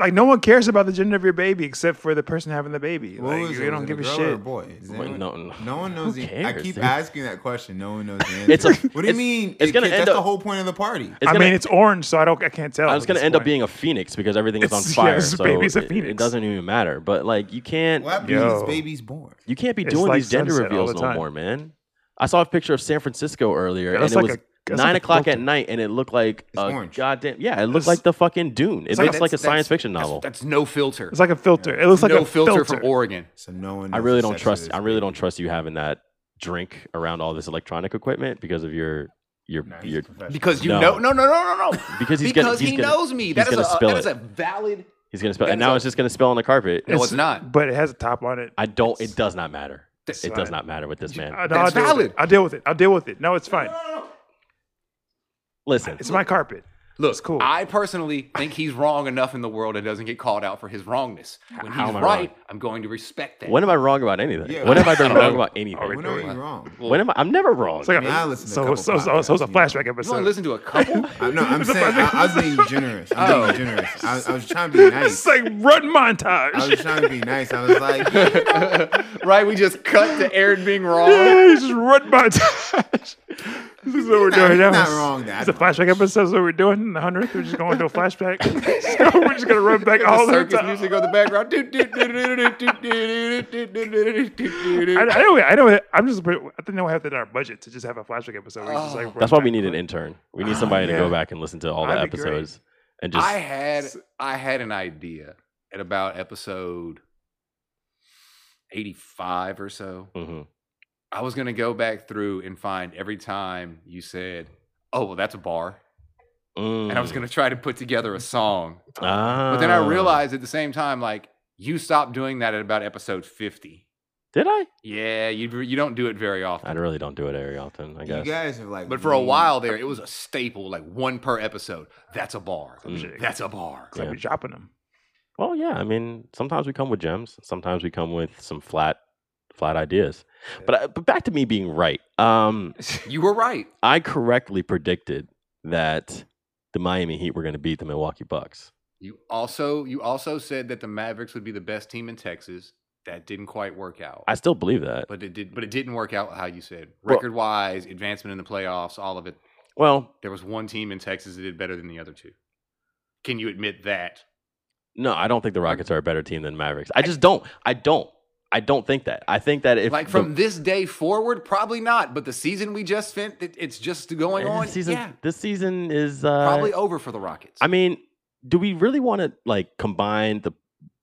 S8: like no one cares about the gender of your baby except for the person having the baby.
S6: What
S8: like
S6: was
S8: you
S6: it?
S8: don't
S6: Was it
S8: give a
S6: girl or
S8: shit.
S6: boy? Is
S9: Wait,
S6: anyone-
S9: no, no.
S6: one knows.
S9: Who
S6: the- I
S9: cares,
S6: keep
S9: dude?
S6: asking that question. No one knows the answer.
S9: <laughs> It's a-
S6: what do you
S9: it's-
S6: mean?
S9: it's
S6: it
S9: gonna
S6: can't-
S9: end
S6: That's the
S9: up-
S6: whole point of the party.
S9: It's
S8: I
S9: gonna-
S8: mean, it's orange, so I don't, I can't tell.
S9: I was
S8: at
S9: going to
S8: this
S9: end up
S8: point.
S9: being a phoenix because everything is on
S8: Oh, It's- <laughs> yeah,
S9: fire.
S8: this
S9: so
S8: baby's a
S9: it- It,
S8: phoenix.
S9: doesn't even matter. But like, you can't
S6: What happens
S8: Yo.
S6: when this baby's born?
S9: you can't be
S8: It's
S9: doing
S8: like
S9: these gender
S8: sunset all
S9: reveals
S8: the
S9: no
S8: time.
S9: more, man. I saw a picture of San Francisco earlier,
S8: Yeah,
S9: and
S8: that's
S9: it
S8: like
S9: was
S8: a- that's
S9: nine
S8: like a
S9: o'clock at
S8: quilted-
S9: night, and it looked like
S6: It's
S9: a
S6: orange.
S9: goddamn yeah, it looked
S8: It's-
S9: like the fucking Dune. It
S8: like-
S9: looks like
S7: that's-
S9: a science
S7: that's-
S9: fiction
S7: that's-
S9: novel.
S7: That's, no filter.
S8: It's like a filter. It looks like
S7: no
S8: a
S7: filter,
S8: filter,
S7: from Oregon.
S6: So no one.
S9: I
S6: knows
S9: really
S6: the
S9: don't
S6: sex of
S9: trust.
S6: this
S9: I really
S6: baby.
S9: don't trust you having that drink around all this electronic equipment because of your your
S6: Nah, he's a
S9: your
S6: professional.
S7: Because you
S9: No.
S7: know, no, no, no,
S8: <laughs>
S7: no, no.
S9: Because he's gonna-
S7: because
S9: he's
S7: he
S9: gonna-
S7: knows me.
S9: he's
S7: That is
S9: gonna
S7: a
S9: spill
S7: that is
S9: it.
S7: a valid.
S9: he's gonna spill, and
S7: That is
S9: now
S7: a-
S9: it's just gonna spill on the carpet.
S7: No, it's not.
S8: But it has a top on it.
S9: I don't. It does not matter.
S7: That's
S9: It does
S8: fine.
S9: not matter with this
S8: I,
S9: man.
S8: no, I'll
S7: That's
S8: deal with
S7: valid.
S8: it. I'll deal with it. I'll deal with it. No, it's fine.
S9: Listen,
S8: It's my carpet.
S7: Look,
S8: It's cool.
S7: I personally think he's wrong enough in the world that doesn't get called out for his wrongness. When
S9: How
S7: he's
S9: am I
S7: right,
S9: wrong?
S7: I'm going to respect that.
S9: When am I wrong about anything?
S6: Yeah.
S9: when have
S6: <laughs>
S9: I been
S6: Alright.
S9: wrong about anything?
S6: When are you wrong?
S9: When am I? I'm never wrong.
S8: It's like
S6: I
S8: a,
S6: listened to a
S8: so,
S6: couple
S8: so, so, so it's a
S6: podcasts, you know.
S8: flashback
S7: you want to
S8: episode.
S7: listen to a
S9: <laughs>
S7: couple?
S6: I, no, I'm saying I, I was being generous. I'm being generous. I, I was trying to be nice.
S8: It's like run
S6: I
S8: montage.
S6: was trying to be nice. I was like, yeah,
S7: right? We just cut to Aaron being
S9: <laughs>
S7: wrong.
S8: It's just run
S7: <laughs>
S8: montage. This is what we're
S6: he's
S8: doing now.
S6: not wrong. That
S8: It's a flashback episode. So we're doing the hundredth. We're just going to a flashback. <laughs> so we're just gonna run back all
S7: the
S8: the
S7: circus
S8: time.
S7: music on the background. Doot, doot, doot, doot, doot, doot, doot, doot, doot, doot, doot,
S8: I, I
S7: doot.
S8: know. I know. I'm just. I think we have that in our budget to just have a flashback episode. Where it's just
S7: Oh.
S8: like
S9: That's why
S8: run
S9: we
S8: back.
S9: need an intern. We need somebody to go
S6: yeah.
S9: back and listen to all the
S8: That'd be great.
S9: episodes and just
S7: I had I had an idea at about episode eighty five or so.
S9: Mhm.
S7: I was gonna go back through and find every time you said, "Oh, well, that's a bar," and I was
S9: Mm.
S7: gonna try to put together a song.
S9: Ah.
S7: But then I realized at the same time, like you stopped doing that at about episode fifty.
S9: Did I?
S7: Yeah, you you don't do it very
S9: I
S7: often.
S9: really don't Mm. do it very often. I
S6: you
S9: guess.
S6: guys are like.
S7: But for a
S6: mean.
S7: while there, it was a staple, like one per episode. That's a bar.
S9: Mm.
S8: Shit.
S7: That's a bar.
S8: So we're dropping them.
S9: Well, yeah. I mean, sometimes we come with gems. Sometimes we come with some flat, flat ideas. But I, but back to me being right.
S7: <laughs>
S9: Um,
S7: You were right.
S9: I correctly predicted that the Miami Heat were going to beat the Milwaukee Bucks.
S7: You also you also said that the Mavericks would be the best team in Texas. That didn't quite work out.
S9: I still believe that.
S7: but it did but it didn't work out how you said.
S9: Well-
S7: Record wise, advancement in the playoffs, all of it.
S9: Well,
S7: There was one team in Texas that did better than the other two. Can you admit that?
S9: no, I don't think the Rockets are a better team than the Mavericks. I just don't. I don't. I don't think that. I think that if
S7: like
S9: the-
S7: from this day forward, probably not. But the season we just spent, it, it's just going
S9: eh,
S7: on.
S9: season,
S7: yeah,
S9: this season is uh,
S7: probably over for the Rockets.
S9: I mean, do we really want to like combine the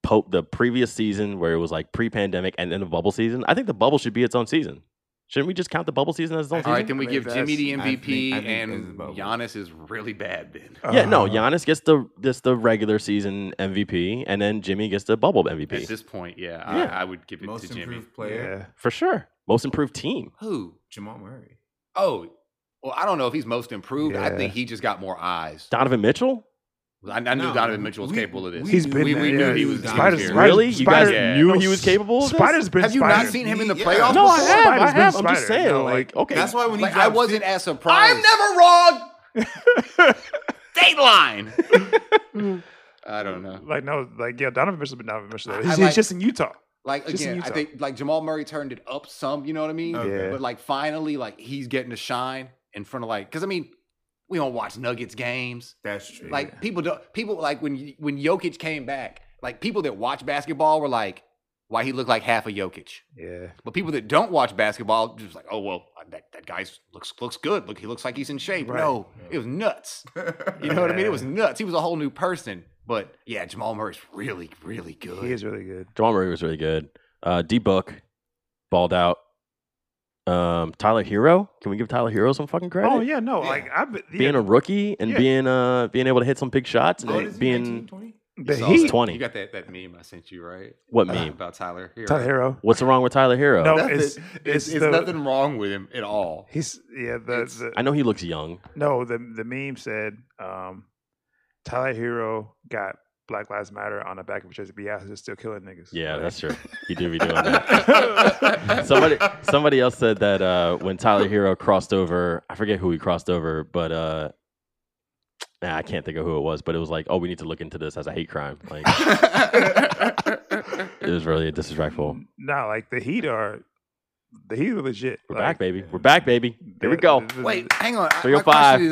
S9: po- the previous season where it was like pre-pandemic and then the bubble season? I think the bubble should be its own season. Shouldn't we just count the bubble season as its own
S7: all
S9: season?
S7: right, then we
S6: I
S7: give
S6: think
S7: Jimmy the
S6: that's- I
S7: MVP,
S6: think- I think it's
S7: and
S6: about-
S7: Giannis is really bad. Then
S9: yeah, no,
S8: Uh,
S9: Giannis gets the this the regular season MVP, and then Jimmy gets the bubble MVP
S7: at this point, yeah,
S9: Yeah.
S7: I, I would give it
S6: Most
S7: to Jimmy.
S6: improved player,
S9: for sure. Most improved team.
S7: Who?
S6: Jamal Murray.
S7: Oh, well, I don't know if he's most improved. I
S8: Yeah.
S7: think he just got more eyes.
S9: Donovan Mitchell.
S7: I, I knew
S6: No,
S7: Donovan Mitchell was
S6: we-
S7: capable of this.
S6: we
S8: He's
S6: knew-
S8: been
S7: we,
S8: there,
S7: we
S8: yeah.
S7: knew he was. he was
S8: Spiders-
S7: here.
S8: Spiders-
S9: Really, you guys
S7: Yeah.
S9: knew
S8: No,
S9: he was capable of this?
S8: Spider's been.
S7: Have you
S8: spider.
S7: not seen him in the
S6: Yeah.
S7: playoffs?
S9: No, I
S7: before?
S9: have. I
S8: Spider's been
S9: have. I'm just
S8: Spider,
S9: saying.
S8: you know,
S9: like,
S8: like,
S9: okay,
S6: That's why when he
S7: Like, I
S6: dropped
S7: wasn't
S6: fif-
S7: as surprised.
S6: I'm
S7: never wrong. Dateline.
S6: <laughs>
S7: <laughs> I don't know.
S8: Like no, like yeah, Donovan Mitchell's been Donovan Mitchell.
S7: I- I
S8: He's,
S7: like-
S8: he's just in Utah.
S7: Like
S8: Just in
S7: again, I
S8: Utah.
S7: think like Jamal Murray turned it up some, you know what I mean?
S6: Okay.
S7: But like finally, like he's getting to shine in front of like because I mean, we don't watch Nuggets games.
S6: That's true.
S7: Like people don't people like when y- when Jokic came back, like people that watch basketball were like, why he looked like half a Jokic.
S8: Yeah,
S7: But people that don't watch basketball just like, oh well, that that guy looks looks good. Look, he looks like he's in shape.
S8: Right.
S7: No, it was nuts. You know what I mean? It was nuts. He was a whole new person. But yeah, Jamal Murray's really, really good.
S8: he is really good.
S9: Jamal Murray was really good. Uh, D Book balled out. Um, Tyler Hero. Can we give Tyler Hero some fucking credit?
S8: Oh yeah, no,
S6: Yeah.
S8: like I've been, yeah,
S9: Being a rookie and
S8: Yeah.
S9: being uh being able to hit some big shots and
S8: Oh,
S6: How old is he,
S9: being
S6: 19, 20?
S8: the
S7: So,
S8: Heat.
S9: 20.
S7: You got that, that meme I sent you, right?
S9: what
S7: Uh,
S9: meme?
S7: About Tyler
S8: <laughs>
S7: Hero.
S8: Tyler Hero.
S9: What's wrong with Tyler Hero?
S8: No,
S7: Nothing,
S8: it's
S7: it's,
S8: it's,
S7: it's
S8: the,
S7: nothing wrong with him at all. <laughs>
S8: He's yeah the,
S7: It's-
S8: the
S9: I know he looks young.
S8: no the the meme said um, Tyler Hero got Black Lives Matter on the back of his jersey. Beyonce is still killing niggas.
S9: Yeah,
S8: Like,
S9: that's true. He do be doing that. somebody somebody else said that uh, when Tyler Hero crossed over, I forget who he crossed over, but uh, nah, I can't think of who it was. But it was like, oh, we need to look into this as a hate crime. Like it was really disrespectful.
S8: No, like the Heat are the Heat are legit.
S9: We're
S8: like, uh,
S9: back, baby. We're back, baby. Here we
S8: the-
S9: go.
S8: the-
S7: <laughs> Wait, hang on. I- my
S9: 305.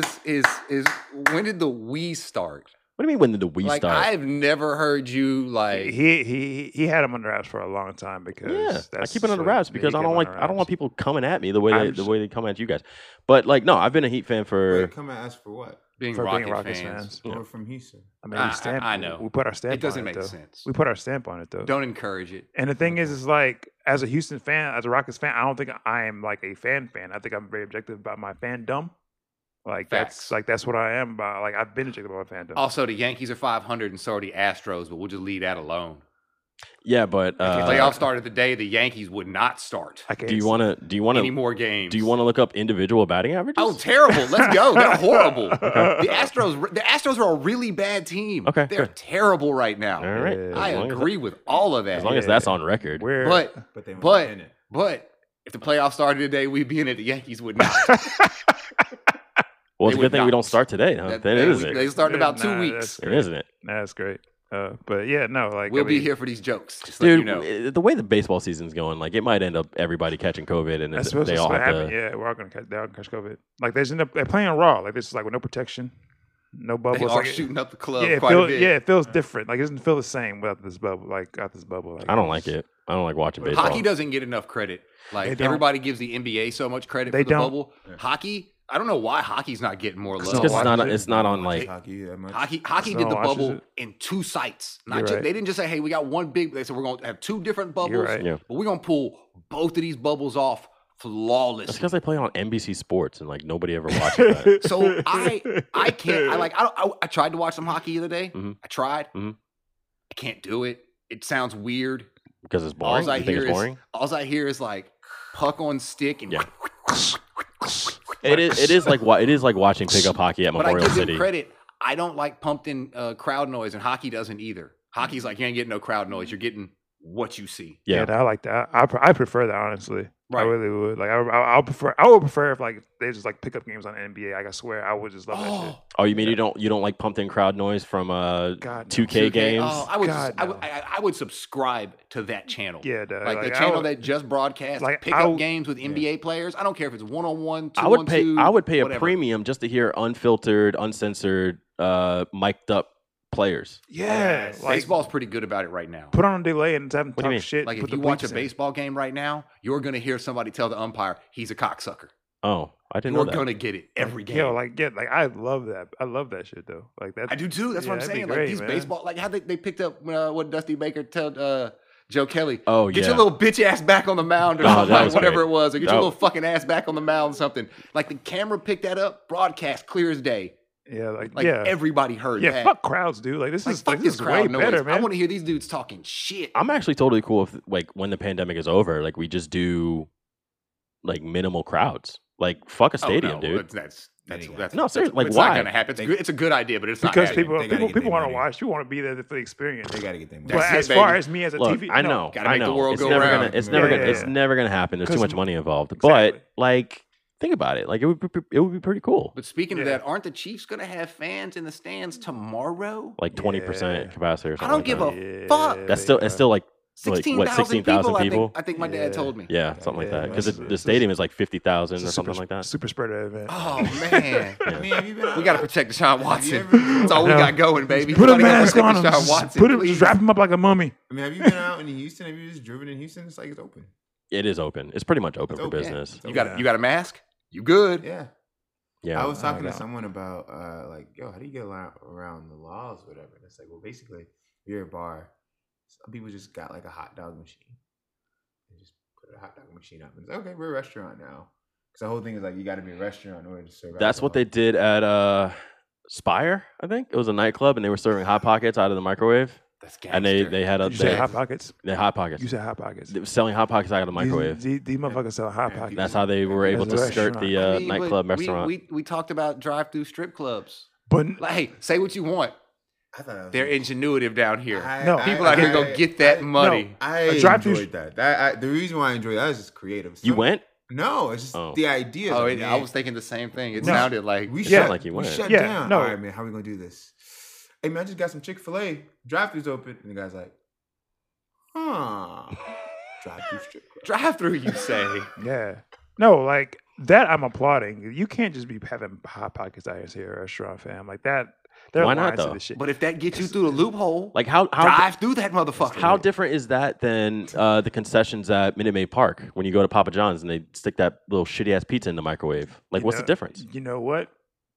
S7: question Is, is is when did the we start?
S9: What do you mean? When did the we
S7: like
S9: start?
S7: I've never heard you like
S8: he he he had him under wraps for a long time because
S9: yeah, I
S8: that's
S9: keep it under
S8: so-
S9: wraps
S8: yeah,
S9: because
S8: he
S9: I
S8: kept
S9: don't
S8: it
S9: like
S8: under
S9: I don't want
S8: wraps.
S9: people coming at me the way
S8: I'm
S9: they, the
S8: just-
S9: way they come at you guys. But like, no, I've been a Heat fan for
S6: Wait, come and ask for what?
S7: being
S8: for
S7: Rocket
S8: being Rockets
S7: fans.
S8: fans.
S6: We're from Houston.
S8: I mean,
S7: I- I-
S8: we stamp,
S7: I know.
S8: We put our stamp.
S7: It doesn't
S8: on
S7: make
S8: it, though.
S7: sense.
S8: We put our stamp on it though.
S7: Don't encourage it.
S8: And the thing is,
S7: Mm-hmm.
S8: is like as a Houston fan, as a Rockets fan, I don't think I am like a fan fan. I think I'm very objective about my fandom. Like
S7: Facts.
S8: that's like that's what I am about. Like I've been objective about my fandom.
S7: Also, the Yankees are 500 and so are the Astros, but we'll just leave that alone.
S9: Yeah, but
S7: if
S9: uh,
S7: the playoffs started today, the Yankees would not start
S8: I can't
S9: do you
S8: <laughs>
S9: want to? Do you want
S7: any
S9: to?
S7: more games.
S9: Do you want to look up individual batting averages?
S7: Oh, terrible! Let's go.
S9: <laughs>
S7: They're horrible. The Astros, the Astros are a really bad team.
S9: Okay,
S7: they're
S9: good.
S7: terrible right now.
S9: all right.
S8: Yeah.
S9: As
S7: I
S9: long as
S7: agree with all of
S9: that-
S7: that.
S9: As long as that's on record.
S8: Where?
S7: but
S6: But they
S7: But-
S6: weren't in it.
S7: but if the playoffs started today, we'd be in it. The Yankees would
S9: <laughs>
S7: not.
S9: Well, it's
S7: They
S9: a
S7: would
S9: good thing
S7: not.
S9: we don't start today, huh?
S7: That-
S9: That
S7: they,
S9: is
S7: we-
S9: it.
S7: they start in about two
S8: Nah,
S7: weeks.
S9: It isn't it,
S8: That's great. Uh, but yeah, no, like I
S7: We'll be
S8: mean,
S7: here for these jokes. Just let
S9: dude.
S7: you know.
S9: w- The way the baseball season's going, like it might end up everybody catching COVID, and
S8: That's
S9: it's-
S8: supposed
S9: they
S8: to
S9: all
S8: what
S9: have
S8: happened.
S9: to.
S8: Yeah, we're all gonna catch, they're all gonna catch COVID. Like there's no, they're playing raw. Like this is like with no protection, no bubble.
S7: they
S8: It's
S7: are
S8: like-
S7: shooting up the
S8: Yeah,
S7: club
S8: it
S7: quite
S8: feel,
S7: a bit.
S8: yeah, it feels different. Like it doesn't feel the same without this bubble. Like out this bubble. Like,
S9: I don't like it. I don't like watching baseball.
S7: Hockey doesn't get enough credit.
S8: They
S7: Like
S8: don't.
S7: everybody gives the NBA so much credit
S8: They
S7: for the
S8: don't.
S7: bubble. Hockey, I don't know why hockey's not getting more
S9: It's
S7: love.
S9: 'cause it's
S8: watch
S9: not.
S8: it.
S9: It's not on like.
S6: Hockey that much.
S7: Hockey, hockey
S8: No
S7: did the
S8: one watches
S7: bubble
S8: it.
S7: in two sites. Not
S8: You're
S7: just,
S8: right.
S7: they didn't just say, "Hey, we got one big." They said we're going to have two different bubbles,
S8: right.
S9: Yeah.
S7: but we're going to pull both of these bubbles off
S9: It's
S7: flawlessly.
S9: because they play on NBC Sports, and like nobody
S7: <laughs>
S9: ever watches that.
S7: So I, I can't.
S8: <laughs>
S7: I like. I, don't, I, I tried to watch some hockey the other day.
S9: Mhm.
S7: I tried.
S9: Mhm.
S7: I can't do it. It sounds weird.
S9: Because it's
S7: All
S9: boring.
S7: I
S9: You think
S7: hear
S9: it's
S7: is <laughs>
S9: boring?
S7: all I hear is like puck on stick and.
S9: Yeah. It is. It is like wa- it is like watching
S7: <laughs>
S9: pickup hockey at
S7: But I
S9: Memorial
S7: give
S9: City.
S7: them credit. I don't like pumped in uh, crowd noise, and hockey doesn't either. Hockey's like you ain't getting no crowd noise. You're getting what you see.
S8: Yeah,
S9: Yeah,
S8: no, I like that. I, I, pre- I prefer that honestly.
S7: Right.
S8: I really would. Like I, I, I'll prefer. I would prefer if like they just like pick up games on NBA. Like I swear, I would just love that shit.
S7: Oh,
S9: Oh, you mean you don't you don't like pumped in crowd noise from uh
S8: God, no.
S9: 2K,
S7: 2K.
S9: games?
S7: Oh, I would.
S8: God,
S7: I, would
S8: no.
S7: I, I- I would subscribe to that channel.
S8: Yeah, duh,
S7: like,
S8: like,
S7: the
S8: I
S7: channel
S8: would-
S7: that just broadcasts
S8: like, I
S7: pickup
S8: would-
S7: games with NBA players. I don't care if it's one on one.
S9: I would pay I would pay
S7: whatever.
S9: a premium just to hear unfiltered, uncensored, uh mic'd up players.
S8: Yeah,
S6: Yes.
S8: like
S7: Baseball's pretty good about it right now.
S8: put on a delay and have them
S9: What do
S8: talk
S9: you mean?
S8: shit.
S7: Like
S8: put
S7: if
S8: the
S7: you watch a
S8: bleeps in.
S7: baseball game right now, you're gonna hear somebody tell the umpire he's a cocksucker.
S9: Oh, I didn't
S7: You're
S9: know that.
S7: gonna get it every game.
S8: Yo, like yeah, like I love that. I love that shit though. Like that.
S7: I do too. That's
S8: Yeah,
S7: what I'm
S8: that'd be
S7: saying. like
S8: great,
S7: these
S8: man.
S7: baseball, like how they, they picked up uh, what Dusty Baker told uh, Joe Kelly.
S9: Oh,
S7: get
S9: yeah.
S7: your little bitch ass back on the mound or
S9: Oh,
S7: something,
S9: that
S7: like,
S9: was
S7: whatever
S9: great.
S7: it was, or get
S9: That-
S7: your little fucking ass back on the mound or something. Like the camera picked that up, broadcast clear as day.
S8: Yeah, like,
S7: Like
S8: yeah,
S7: everybody heard
S8: yeah.
S7: that.
S8: Fuck crowds, dude. Like this
S7: Like,
S8: is
S7: fuck
S8: like,
S7: this
S8: this is way
S7: crowd noise.
S8: better, man.
S7: I want to hear these dudes talking shit.
S9: I'm actually totally cool if like when the pandemic is over, like we just do like minimal crowds. Like fuck a
S7: Oh,
S9: stadium,
S7: no,
S9: dude.
S7: That's that's that's,
S6: Yeah.
S7: that's
S9: No, seriously, like,
S7: it's
S9: why?
S7: not gonna happen. It's,
S6: They-
S7: good, it's a good idea, but it's
S8: because
S7: not
S8: people
S6: they gotta
S8: people,
S6: get
S8: people
S6: their
S8: want to
S6: money.
S8: watch. You want to be there for the experience.
S6: They got to get them.
S8: But
S7: That's it,
S8: as far
S7: baby.
S8: as me as a
S9: Look,
S8: TV,
S9: I
S8: no.
S9: know,
S7: gotta
S9: I
S7: make the
S9: know.
S7: world
S9: it's
S7: go
S9: never
S7: round.
S9: gonna, it's never
S8: Yeah,
S9: gonna,
S8: yeah,
S9: it's
S8: yeah.
S9: never gonna happen. There's too
S8: 'Cause
S9: much
S8: m-
S9: money involved.
S8: Exactly.
S9: But like, think about it. Like it would, be, it would be pretty cool.
S7: But speaking of
S8: Yeah.
S7: that, aren't the Chiefs gonna have fans in the stands tomorrow?
S9: Like twenty percent
S8: Yeah.
S9: capacity or something.
S7: I don't
S9: like
S7: give
S9: that.
S7: a fuck.
S8: Yeah,
S9: That's still,
S8: yeah.
S9: that's still like Like,
S7: Sixteen
S9: what,
S7: thousand
S9: 16,000
S7: people, I think,
S9: people?
S7: I think my
S8: Yeah.
S7: dad told me.
S9: Yeah, something
S8: yeah,
S9: like that. Because
S8: that's-
S9: the
S8: that's-
S9: stadium is like fifty thousand
S8: It's
S9: or
S8: a
S9: something
S8: super,
S9: like that.
S8: Super spreader event.
S7: Oh
S9: <laughs>
S7: man,
S9: Yeah.
S6: Man, have you been out-
S7: we gotta protect Deshaun Watson.
S6: ever-
S7: That's all we
S8: I know.
S7: got going, baby.
S8: Put a
S7: Somebody gotta
S8: mask
S7: protect
S8: on him.
S7: Deshaun
S8: Just
S7: Watson,
S8: put him,
S7: please.
S8: just wrap him up like a mummy.
S6: I mean, have you been out in Houston? Have you just driven in Houston? It's like it's open.
S9: It is open. It's pretty much open
S6: It's
S9: for
S6: open.
S9: business.
S6: It's
S7: You
S6: open.
S7: got you got a mask. You good?
S6: Yeah.
S9: Yeah.
S6: I was
S8: I
S6: talking to
S8: got-
S6: someone about uh, like, yo, how do you get around, around the laws, or whatever? And it's like, well, basically, if you're at a bar. Some people just got like a hot dog machine. They just put a hot dog machine up. And it's like, okay, we're a restaurant now. Because the whole thing is like, you got to be a restaurant in order to serve.
S9: That's what they
S6: alcohol.
S9: did at uh, Spire. I think it was a nightclub, and they were serving hot pockets out of the microwave,
S7: That's
S9: and they they had a
S8: Did you say
S9: they,
S8: hot pockets?
S9: they hot
S8: You
S9: pockets.
S8: said hot pockets.
S9: They were selling hot pockets out of the
S8: These-
S9: microwave.
S8: These, these motherfuckers sell hot
S6: Yeah,
S8: pockets.
S9: That's how they were able to
S8: That's a
S9: skirt
S8: restaurant.
S9: the uh,
S7: I mean, but
S9: nightclub
S7: we-
S9: restaurant.
S7: We, we talked about drive-through strip clubs.
S8: But
S7: Like, hey, say what you want.
S6: I thought I was-
S7: They're ingenuitive down here.
S6: I-
S8: No.
S7: People out here
S6: I-
S7: go get that
S6: I-
S7: money.
S6: I
S8: A drive-thru-
S6: enjoyed that. That I, the reason why I enjoyed that is just creative.
S9: you
S6: Some-
S9: went?
S6: No, it's just
S9: Oh.
S6: the idea.
S7: Oh,
S6: like,
S7: it, I
S6: man,
S7: was thinking the same thing. It
S8: No.
S7: sounded like
S6: we
S9: It
S6: shut,
S9: sounded like you
S6: we
S9: went.
S6: shut
S8: Yeah,
S6: down.
S8: no.
S6: All right, man, how we gonna do this? Hey man, I just got some Chick Fil A drive-throughs open, and the guy's like,
S9: <laughs>
S6: "Huh." Drive-through strip club.
S7: drive-through. You say
S8: yeah, no, like that. I'm applauding. You can't just be having hot pockets out here, at a restaurant fam. Like that. There are
S9: Why not,
S8: lines to
S9: though?
S8: this shit.
S7: But if that gets you through the loophole,
S9: Like how how
S7: drive through that motherfucker.
S9: how different is that than uh, the concessions at Minute Maid Park when you go to Papa John's and they stick that little shitty ass pizza in the microwave? Like,
S8: You
S9: what's
S8: know-
S9: the difference?
S8: You know what?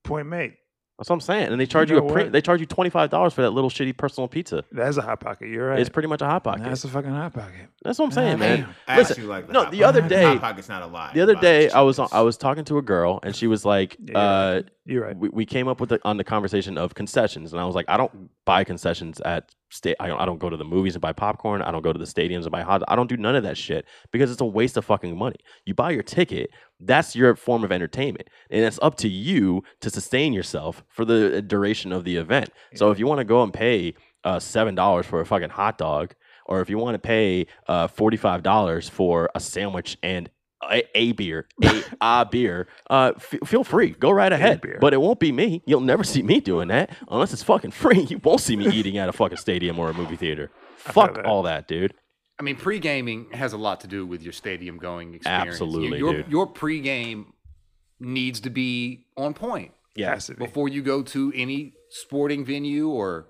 S8: Point made.
S9: That's what I'm saying. And they charge you,
S8: know
S9: a pre-
S8: what?
S9: they charge you twenty five dollars for that little shitty personal pizza.
S8: That's a hot pocket. You're right.
S9: It's pretty much a hot pocket.
S8: That's a fucking hot pocket.
S9: That's what I'm saying, man.
S6: I
S9: Listen,
S6: actually like
S9: no,
S6: Hot
S9: the other
S6: Pockets.
S9: day-
S6: Hot Pockets not a lie.
S9: The other
S6: Hot
S9: day, I was
S6: Pockets.
S9: I was talking to a girl, and she was like,
S8: Yeah, you're
S9: uh,
S8: You're right.
S9: we, we came up with the, on the conversation of concessions, and I was like, I don't buy concessions at state. I don't, I don't go to the movies and buy popcorn. I don't go to the stadiums and buy hot. I don't do none of that shit because it's a waste of fucking money. You buy your ticket. That's your form of entertainment, and it's up to you to sustain yourself for the uh, duration of the event. So if you want to go and pay uh, seven dollars for a fucking hot dog, or if you want to pay uh, forty five dollars for a sandwich and a, a beer,
S8: <laughs>
S9: a, a beer, uh, f- feel free, go right ahead.
S8: beer.
S9: But it won't be me. You'll never see me doing that unless it's fucking free. You won't see me eating at a fucking stadium or a movie theater. Fuck
S8: that.
S9: all that, dude.
S7: I mean, pre gaming has a lot to do with your stadium going experience.
S9: Absolutely,
S7: your, your,
S9: dude.
S7: your pre game needs to be on point
S9: Yeah,
S8: Has to be.
S7: before you go to any sporting venue or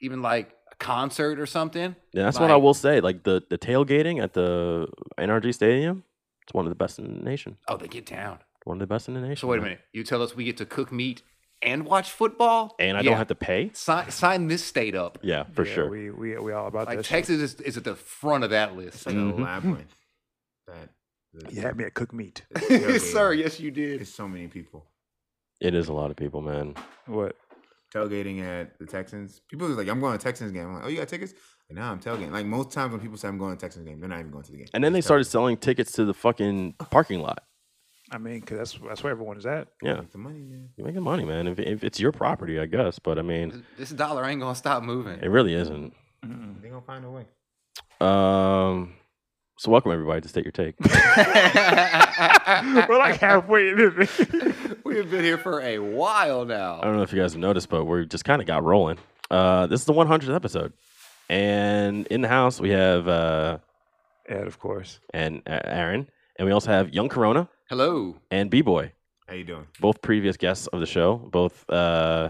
S7: even like a concert or something.
S9: yeah that's what I
S7: Like-
S9: will say. Like the the tailgating at the NRG Stadium, it's one of the best in the nation.
S7: Oh, they get down.
S9: One of the best in the nation.
S7: So wait a
S9: man.
S7: minute. You tell us we get to cook meat and watch football,
S9: And I
S7: Yeah.
S9: don't have to pay.
S7: sign, sign this state up.
S9: Yeah, for
S8: Yeah,
S9: sure.
S8: We we we all about
S7: Like
S8: that. shit.
S7: Texas is, is at the front of that list.
S6: Like
S9: Mhm.
S6: a
S8: Hmm.
S6: labyrinth. That the,
S8: You had me at cooked meat.
S6: the tailgating.
S7: <laughs> Sir, yes, you did.
S6: It's so many people
S9: It is a lot of people, man.
S8: What?
S6: tailgating at the Texans. People was like, "I'm going to Texans game." I'm like, "Oh, you got tickets?" Like, no, I'm tailgating. Like most times when people say I'm going to Texans game, they're not even going to the game.
S9: And then they
S6: Just
S9: started selling tickets to the fucking parking lot.
S8: I mean, 'cause that's that's where everyone is at.
S9: Yeah,
S6: Make the money, man.
S9: you're making money, man. If, if it's your property, I guess. But I mean,
S7: This dollar ain't gonna stop moving.
S9: it really isn't.
S6: They're gonna find a way.
S9: Um, so welcome everybody to state your take.
S7: <laughs>
S8: We're like halfway in it.
S7: We have been here for a while
S9: I
S7: now.
S9: don't know if you guys have noticed, but we just kind of got rolling. Uh, this is the 100th episode, and in the house we have uh
S8: <laughs> Ed, of course.
S9: and uh, Aaron, and we also have Young Corona
S7: Hello.
S9: and B Boy,
S6: How you doing?
S9: both previous guests of the show, both uh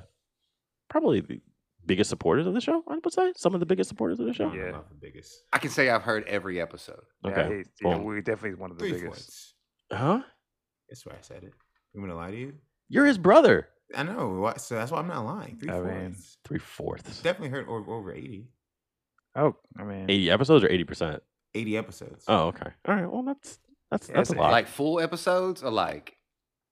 S9: probably the biggest supporters of the show. I would say some of the biggest supporters of the show.
S6: I'm
S8: Yeah.
S6: not the biggest.
S7: I can say I've heard every episode.
S8: Yeah,
S9: Okay.
S8: he- yeah,
S9: boom.
S8: we're definitely one of the
S6: Three
S8: biggest.
S6: fourths.
S9: Huh?
S6: That's why I said it. You want me to lie to you?
S9: You're his brother.
S6: I know. why- So that's why I'm not lying. Three
S8: I
S6: fourths.
S8: mean-
S9: Three fourths.
S6: Definitely heard over, over 80.
S8: Oh, I mean,
S9: 80 episodes or 80%?
S6: 80 episodes.
S9: Oh, okay. All right. Well, that's that's
S8: Yeah,
S9: that's a
S8: it's
S9: lot.
S7: Like full episodes or like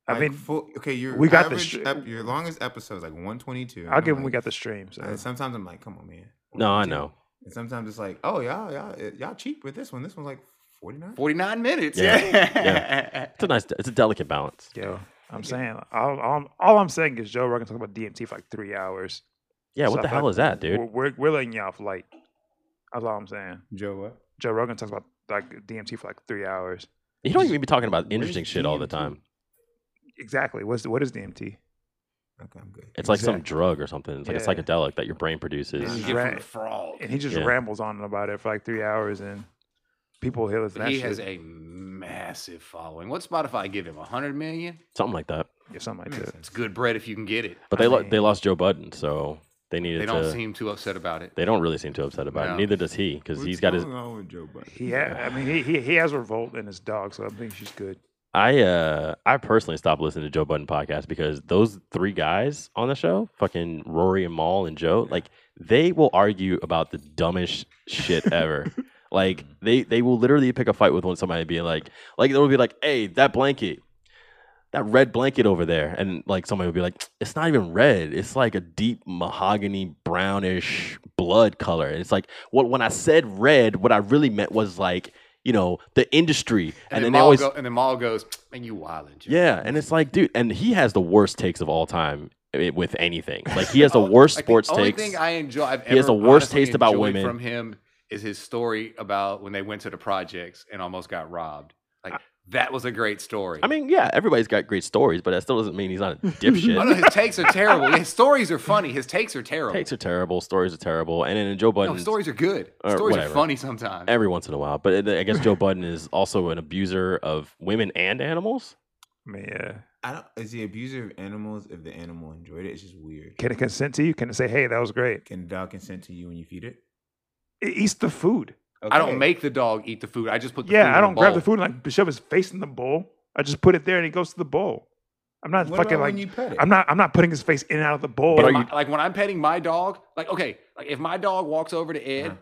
S8: I
S6: Like,
S8: mean,
S6: full, okay, your
S8: we got the
S6: average
S8: str-
S6: ep- your longest episode is like 122.
S8: I'll
S6: and
S8: give
S6: I'm
S8: him we
S6: like-
S8: got the stream. So
S6: and sometimes I'm like, come on, man.
S9: no, I
S6: 122.
S9: know.
S6: And sometimes it's like, oh, y'all, y'all, y'all cheap with this one. This one's like 49.
S7: 49 minutes.
S9: Yeah.
S7: <laughs> Yeah.
S9: It's a nice, it's a delicate balance.
S8: yo, I'm saying all, all, I'm- all I'm saying is Joe Rogan talking about DMT for like three hours.
S9: Yeah.
S8: So
S9: What
S8: I
S9: the
S8: feel
S9: hell
S8: like
S9: is that, dude?
S8: We're, we're we're letting you off light. That's all I'm saying.
S6: Joe, what?
S8: Joe Rogan talks about like DMT for like three hours.
S9: You don't even be talking about interesting
S6: Where's
S9: shit all the
S6: DMT?
S9: time.
S8: Exactly. What's what is DMT?
S6: Okay, I'm good.
S9: It's like some
S8: Exactly.
S9: drug or something. It's like
S8: Yeah.
S9: a psychedelic that your brain produces.
S8: Yeah.
S7: You get from
S8: Right.
S7: the frog.
S8: And he just
S9: Yeah.
S8: rambles on about it for like three hours, and people hear this.
S7: But
S8: that
S7: he has
S8: shit.
S7: a massive following. What Spotify give him? 100 million?
S9: Something like that.
S8: yeah, something like
S6: Makes
S8: that.
S6: sense.
S7: It's good bread if you can get it.
S9: But
S8: I
S9: they lo-
S8: mean-
S9: they lost Joe Budden, so they needed
S7: They don't
S9: to.
S7: seem too upset about it.
S9: they don't really seem too upset about it.
S7: No.
S9: Neither does he, because
S6: What's
S9: he's got his.
S6: going on with Joe Budden?
S8: He, ha- I mean, he, he he has revolt in his dog, so I think she's good.
S9: I uh I personally stopped listening to Joe Budden podcast because those three guys on the show, fucking Rory and Maul and Joe, like they will argue about the dumbest shit
S7: <laughs>
S9: ever. like
S7: Mm.
S9: they they will literally pick a fight with one somebody and be like like they'll be like, "Hey, that blanket that red blanket over there and like somebody would be like it's not even red it's like a deep mahogany brownish blood color and it's like what when i said red what i really meant was like you know the industry
S7: And,
S9: and,
S7: then,
S9: then they
S7: Maul
S9: always
S7: go, and then Maul goes, man, you wildin', Joe."
S9: yeah, and it's like, dude, and he has the worst takes of all time i- with anything. Like he has
S7: <laughs>
S9: the
S7: Oh,
S9: worst
S7: like,
S9: sports
S7: the only
S9: takes.
S7: thing I enjoy, I've ever
S9: He has the worst
S7: honestly
S9: taste about
S7: enjoyed
S9: women.
S7: from him is his story about when they went to the projects and almost got robbed. Like that was a great story.
S9: I mean, yeah, everybody's got great stories, but that still doesn't mean he's not a
S7: oh, no,
S9: dipshit.
S7: his takes are terrible. His stories are funny. His takes are terrible.
S9: takes are terrible, stories are terrible, and then Joe
S7: no,
S9: Budden.
S7: stories are good.
S9: or
S7: stories
S9: whatever.
S7: are funny sometimes.
S9: Every once in a while, but uh, I I guess Joe Budden is also an abuser of women and animals.
S8: I mean, yeah.
S6: I don't. Is the abuser of animals if the animal enjoyed it? It's just weird.
S8: Can it consent to you? Can it say, "Hey, that was great"?
S6: Can the dog consent to you when you feed it?
S8: It eats the food.
S7: I don't
S6: Okay.
S7: make the dog eat the food. I just put the food
S8: yeah,
S7: in
S8: I don't
S7: the
S8: grab the
S7: bowl.
S8: food and like shove his face in the bowl. I just put it there and he goes to the bowl. I'm not
S6: What
S8: fucking
S6: about
S8: like
S6: when you pet it?
S8: I'm not I'm not putting his face in and out of the bowl.
S9: But are
S7: My-
S9: you-
S7: like when I'm petting my dog, like okay, like if my dog walks over to Ed
S9: Uh-huh.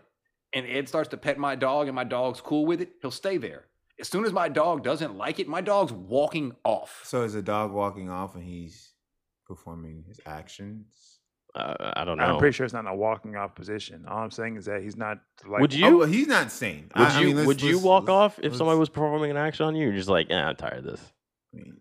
S7: and Ed starts to pet my dog and my dog's cool with it, he'll stay there. As soon as
S9: <laughs>
S7: my dog doesn't like it, my dog's walking off. <laughs>
S6: So is a dog walking off and he's performing his actions?
S9: Uh, I don't know.
S8: I'm pretty sure it's not in a walking off position. All I'm saying is that he's not like.
S9: Would
S6: oh,
S9: you-
S6: well, he's not sane.
S9: Would
S6: I- I
S9: you
S6: mean, let's-
S9: would you
S6: let's-
S9: walk
S6: let's-
S9: off if
S6: let's-
S9: somebody was performing an action on you? You're just like, eh, I'm tired of this.
S6: I mean,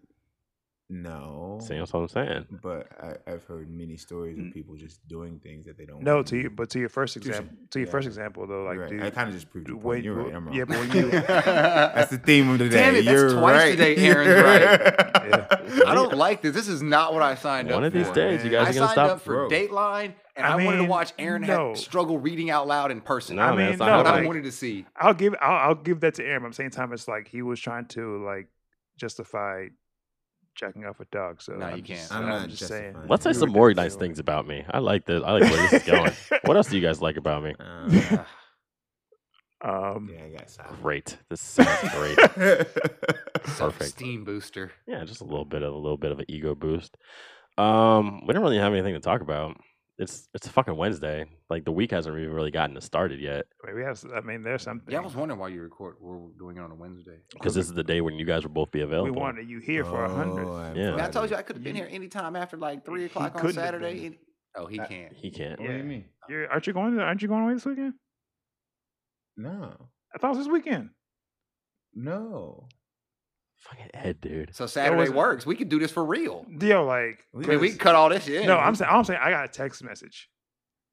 S6: no.
S9: See, that's what I'm saying.
S6: But I, I've heard many stories of people just doing things that they don't.
S8: No,
S6: wanna
S8: to
S6: do.
S8: you, but to your first
S6: Touche.
S8: example, to your
S6: Yeah.
S8: first example though, like,
S6: You're right.
S8: dude,
S6: I kind of just proved your
S8: dude,
S6: point.
S8: wait,
S6: You're right.
S8: well,
S6: I'm wrong.
S8: yeah, but when you-
S6: <laughs> That's the
S7: <laughs>
S6: theme of the day.
S7: Damn it, that's
S6: You're
S7: twice
S6: right.
S9: <laughs>
S8: <laughs>
S7: today Aaron's right.
S6: <laughs> Yeah.
S7: I don't like this. This is not what I signed up
S9: One of these
S7: for.
S9: days, you
S6: man.
S9: guys
S7: I
S9: are gonna
S7: signed
S9: stop.
S7: up for
S6: Bro.
S7: Dateline, and I,
S8: I
S7: wanted to
S8: mean,
S7: watch Aaron
S8: no.
S7: have struggle reading out loud in person.
S9: no,
S8: I
S9: man,
S8: mean,
S9: it's
S8: no,
S9: not
S7: what I
S9: happening.
S8: like-
S7: wanted to
S9: <sighs>
S7: see.
S8: I'll give I'll, I'll give that to Aaron. But at the same time, it's like he was trying to like justify jacking off a dog. So
S7: No,
S8: I'm
S7: you
S8: just-
S7: can't.
S6: I'm
S8: I'm,
S6: not
S8: just saying.
S6: justifying
S9: Let's say
S6: You
S9: some
S8: were
S9: more
S8: definitely
S9: nice
S8: right.
S9: things about me. I like this. I like where this is
S7: <laughs>
S9: going.
S8: <laughs>
S9: what else do you guys like about me?
S7: Uh,
S6: Um,
S9: <laughs>
S8: Um,
S6: yeah, I got silent.
S9: Great. This sounds
S7: <laughs>
S9: great. Perfect.
S7: Steam booster.
S9: Yeah, just a little bit of a little bit of an ego boost. Um, we don't really have anything to talk about. It's it's fucking Wednesday. Like the week hasn't even really gotten it started yet
S8: I mean, we have. I mean, there's something.
S7: Yeah, I was wondering why you record. We're doing it on a Wednesday.
S9: because this is the day when you guys will both be
S8: we
S9: available.
S8: wanted you here for a hundred.
S6: Oh, I'm
S7: I,
S9: Yeah.
S6: glad
S7: mean, I told you
S6: that-
S7: I could have been here anytime after like three o'clock on
S8: couldn't have
S7: Saturday.
S8: been.
S7: and- Oh, he
S8: Uh,
S6: I-
S7: can't.
S9: He can't.
S6: What do you mean?
S8: You're, aren't you going? Aren't you going away this weekend?
S6: No,
S8: I thought it was this weekend.
S6: no.
S9: Fucking Ed, dude.
S7: So Saturday
S8: wasn't-
S7: works. We could do this for real.
S8: Deal like
S6: We-
S7: I mean, we
S6: Yes.
S7: can cut all this in.
S8: no. I'm saying. I'm saying I got a text message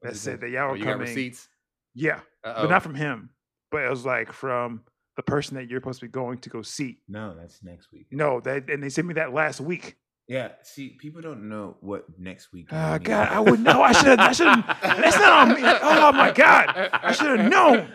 S6: What'd
S8: that
S6: you
S8: said
S6: say?
S8: that y'all
S7: Oh,
S8: were
S7: you got
S8: coming.
S7: receipts.
S8: Yeah,
S7: Uh-oh.
S6: Oh.
S8: but not from him. But it was like from the person that you're supposed to be going to go see.
S6: No, that's next week.
S8: No, that and they sent me that last week.
S6: Yeah, see, people don't know what next week.
S8: Oh
S6: means.
S8: God, I would know. I should
S6: <laughs>
S8: have. I should have. That's not
S7: <laughs>
S8: on me. Oh my God, I should have known.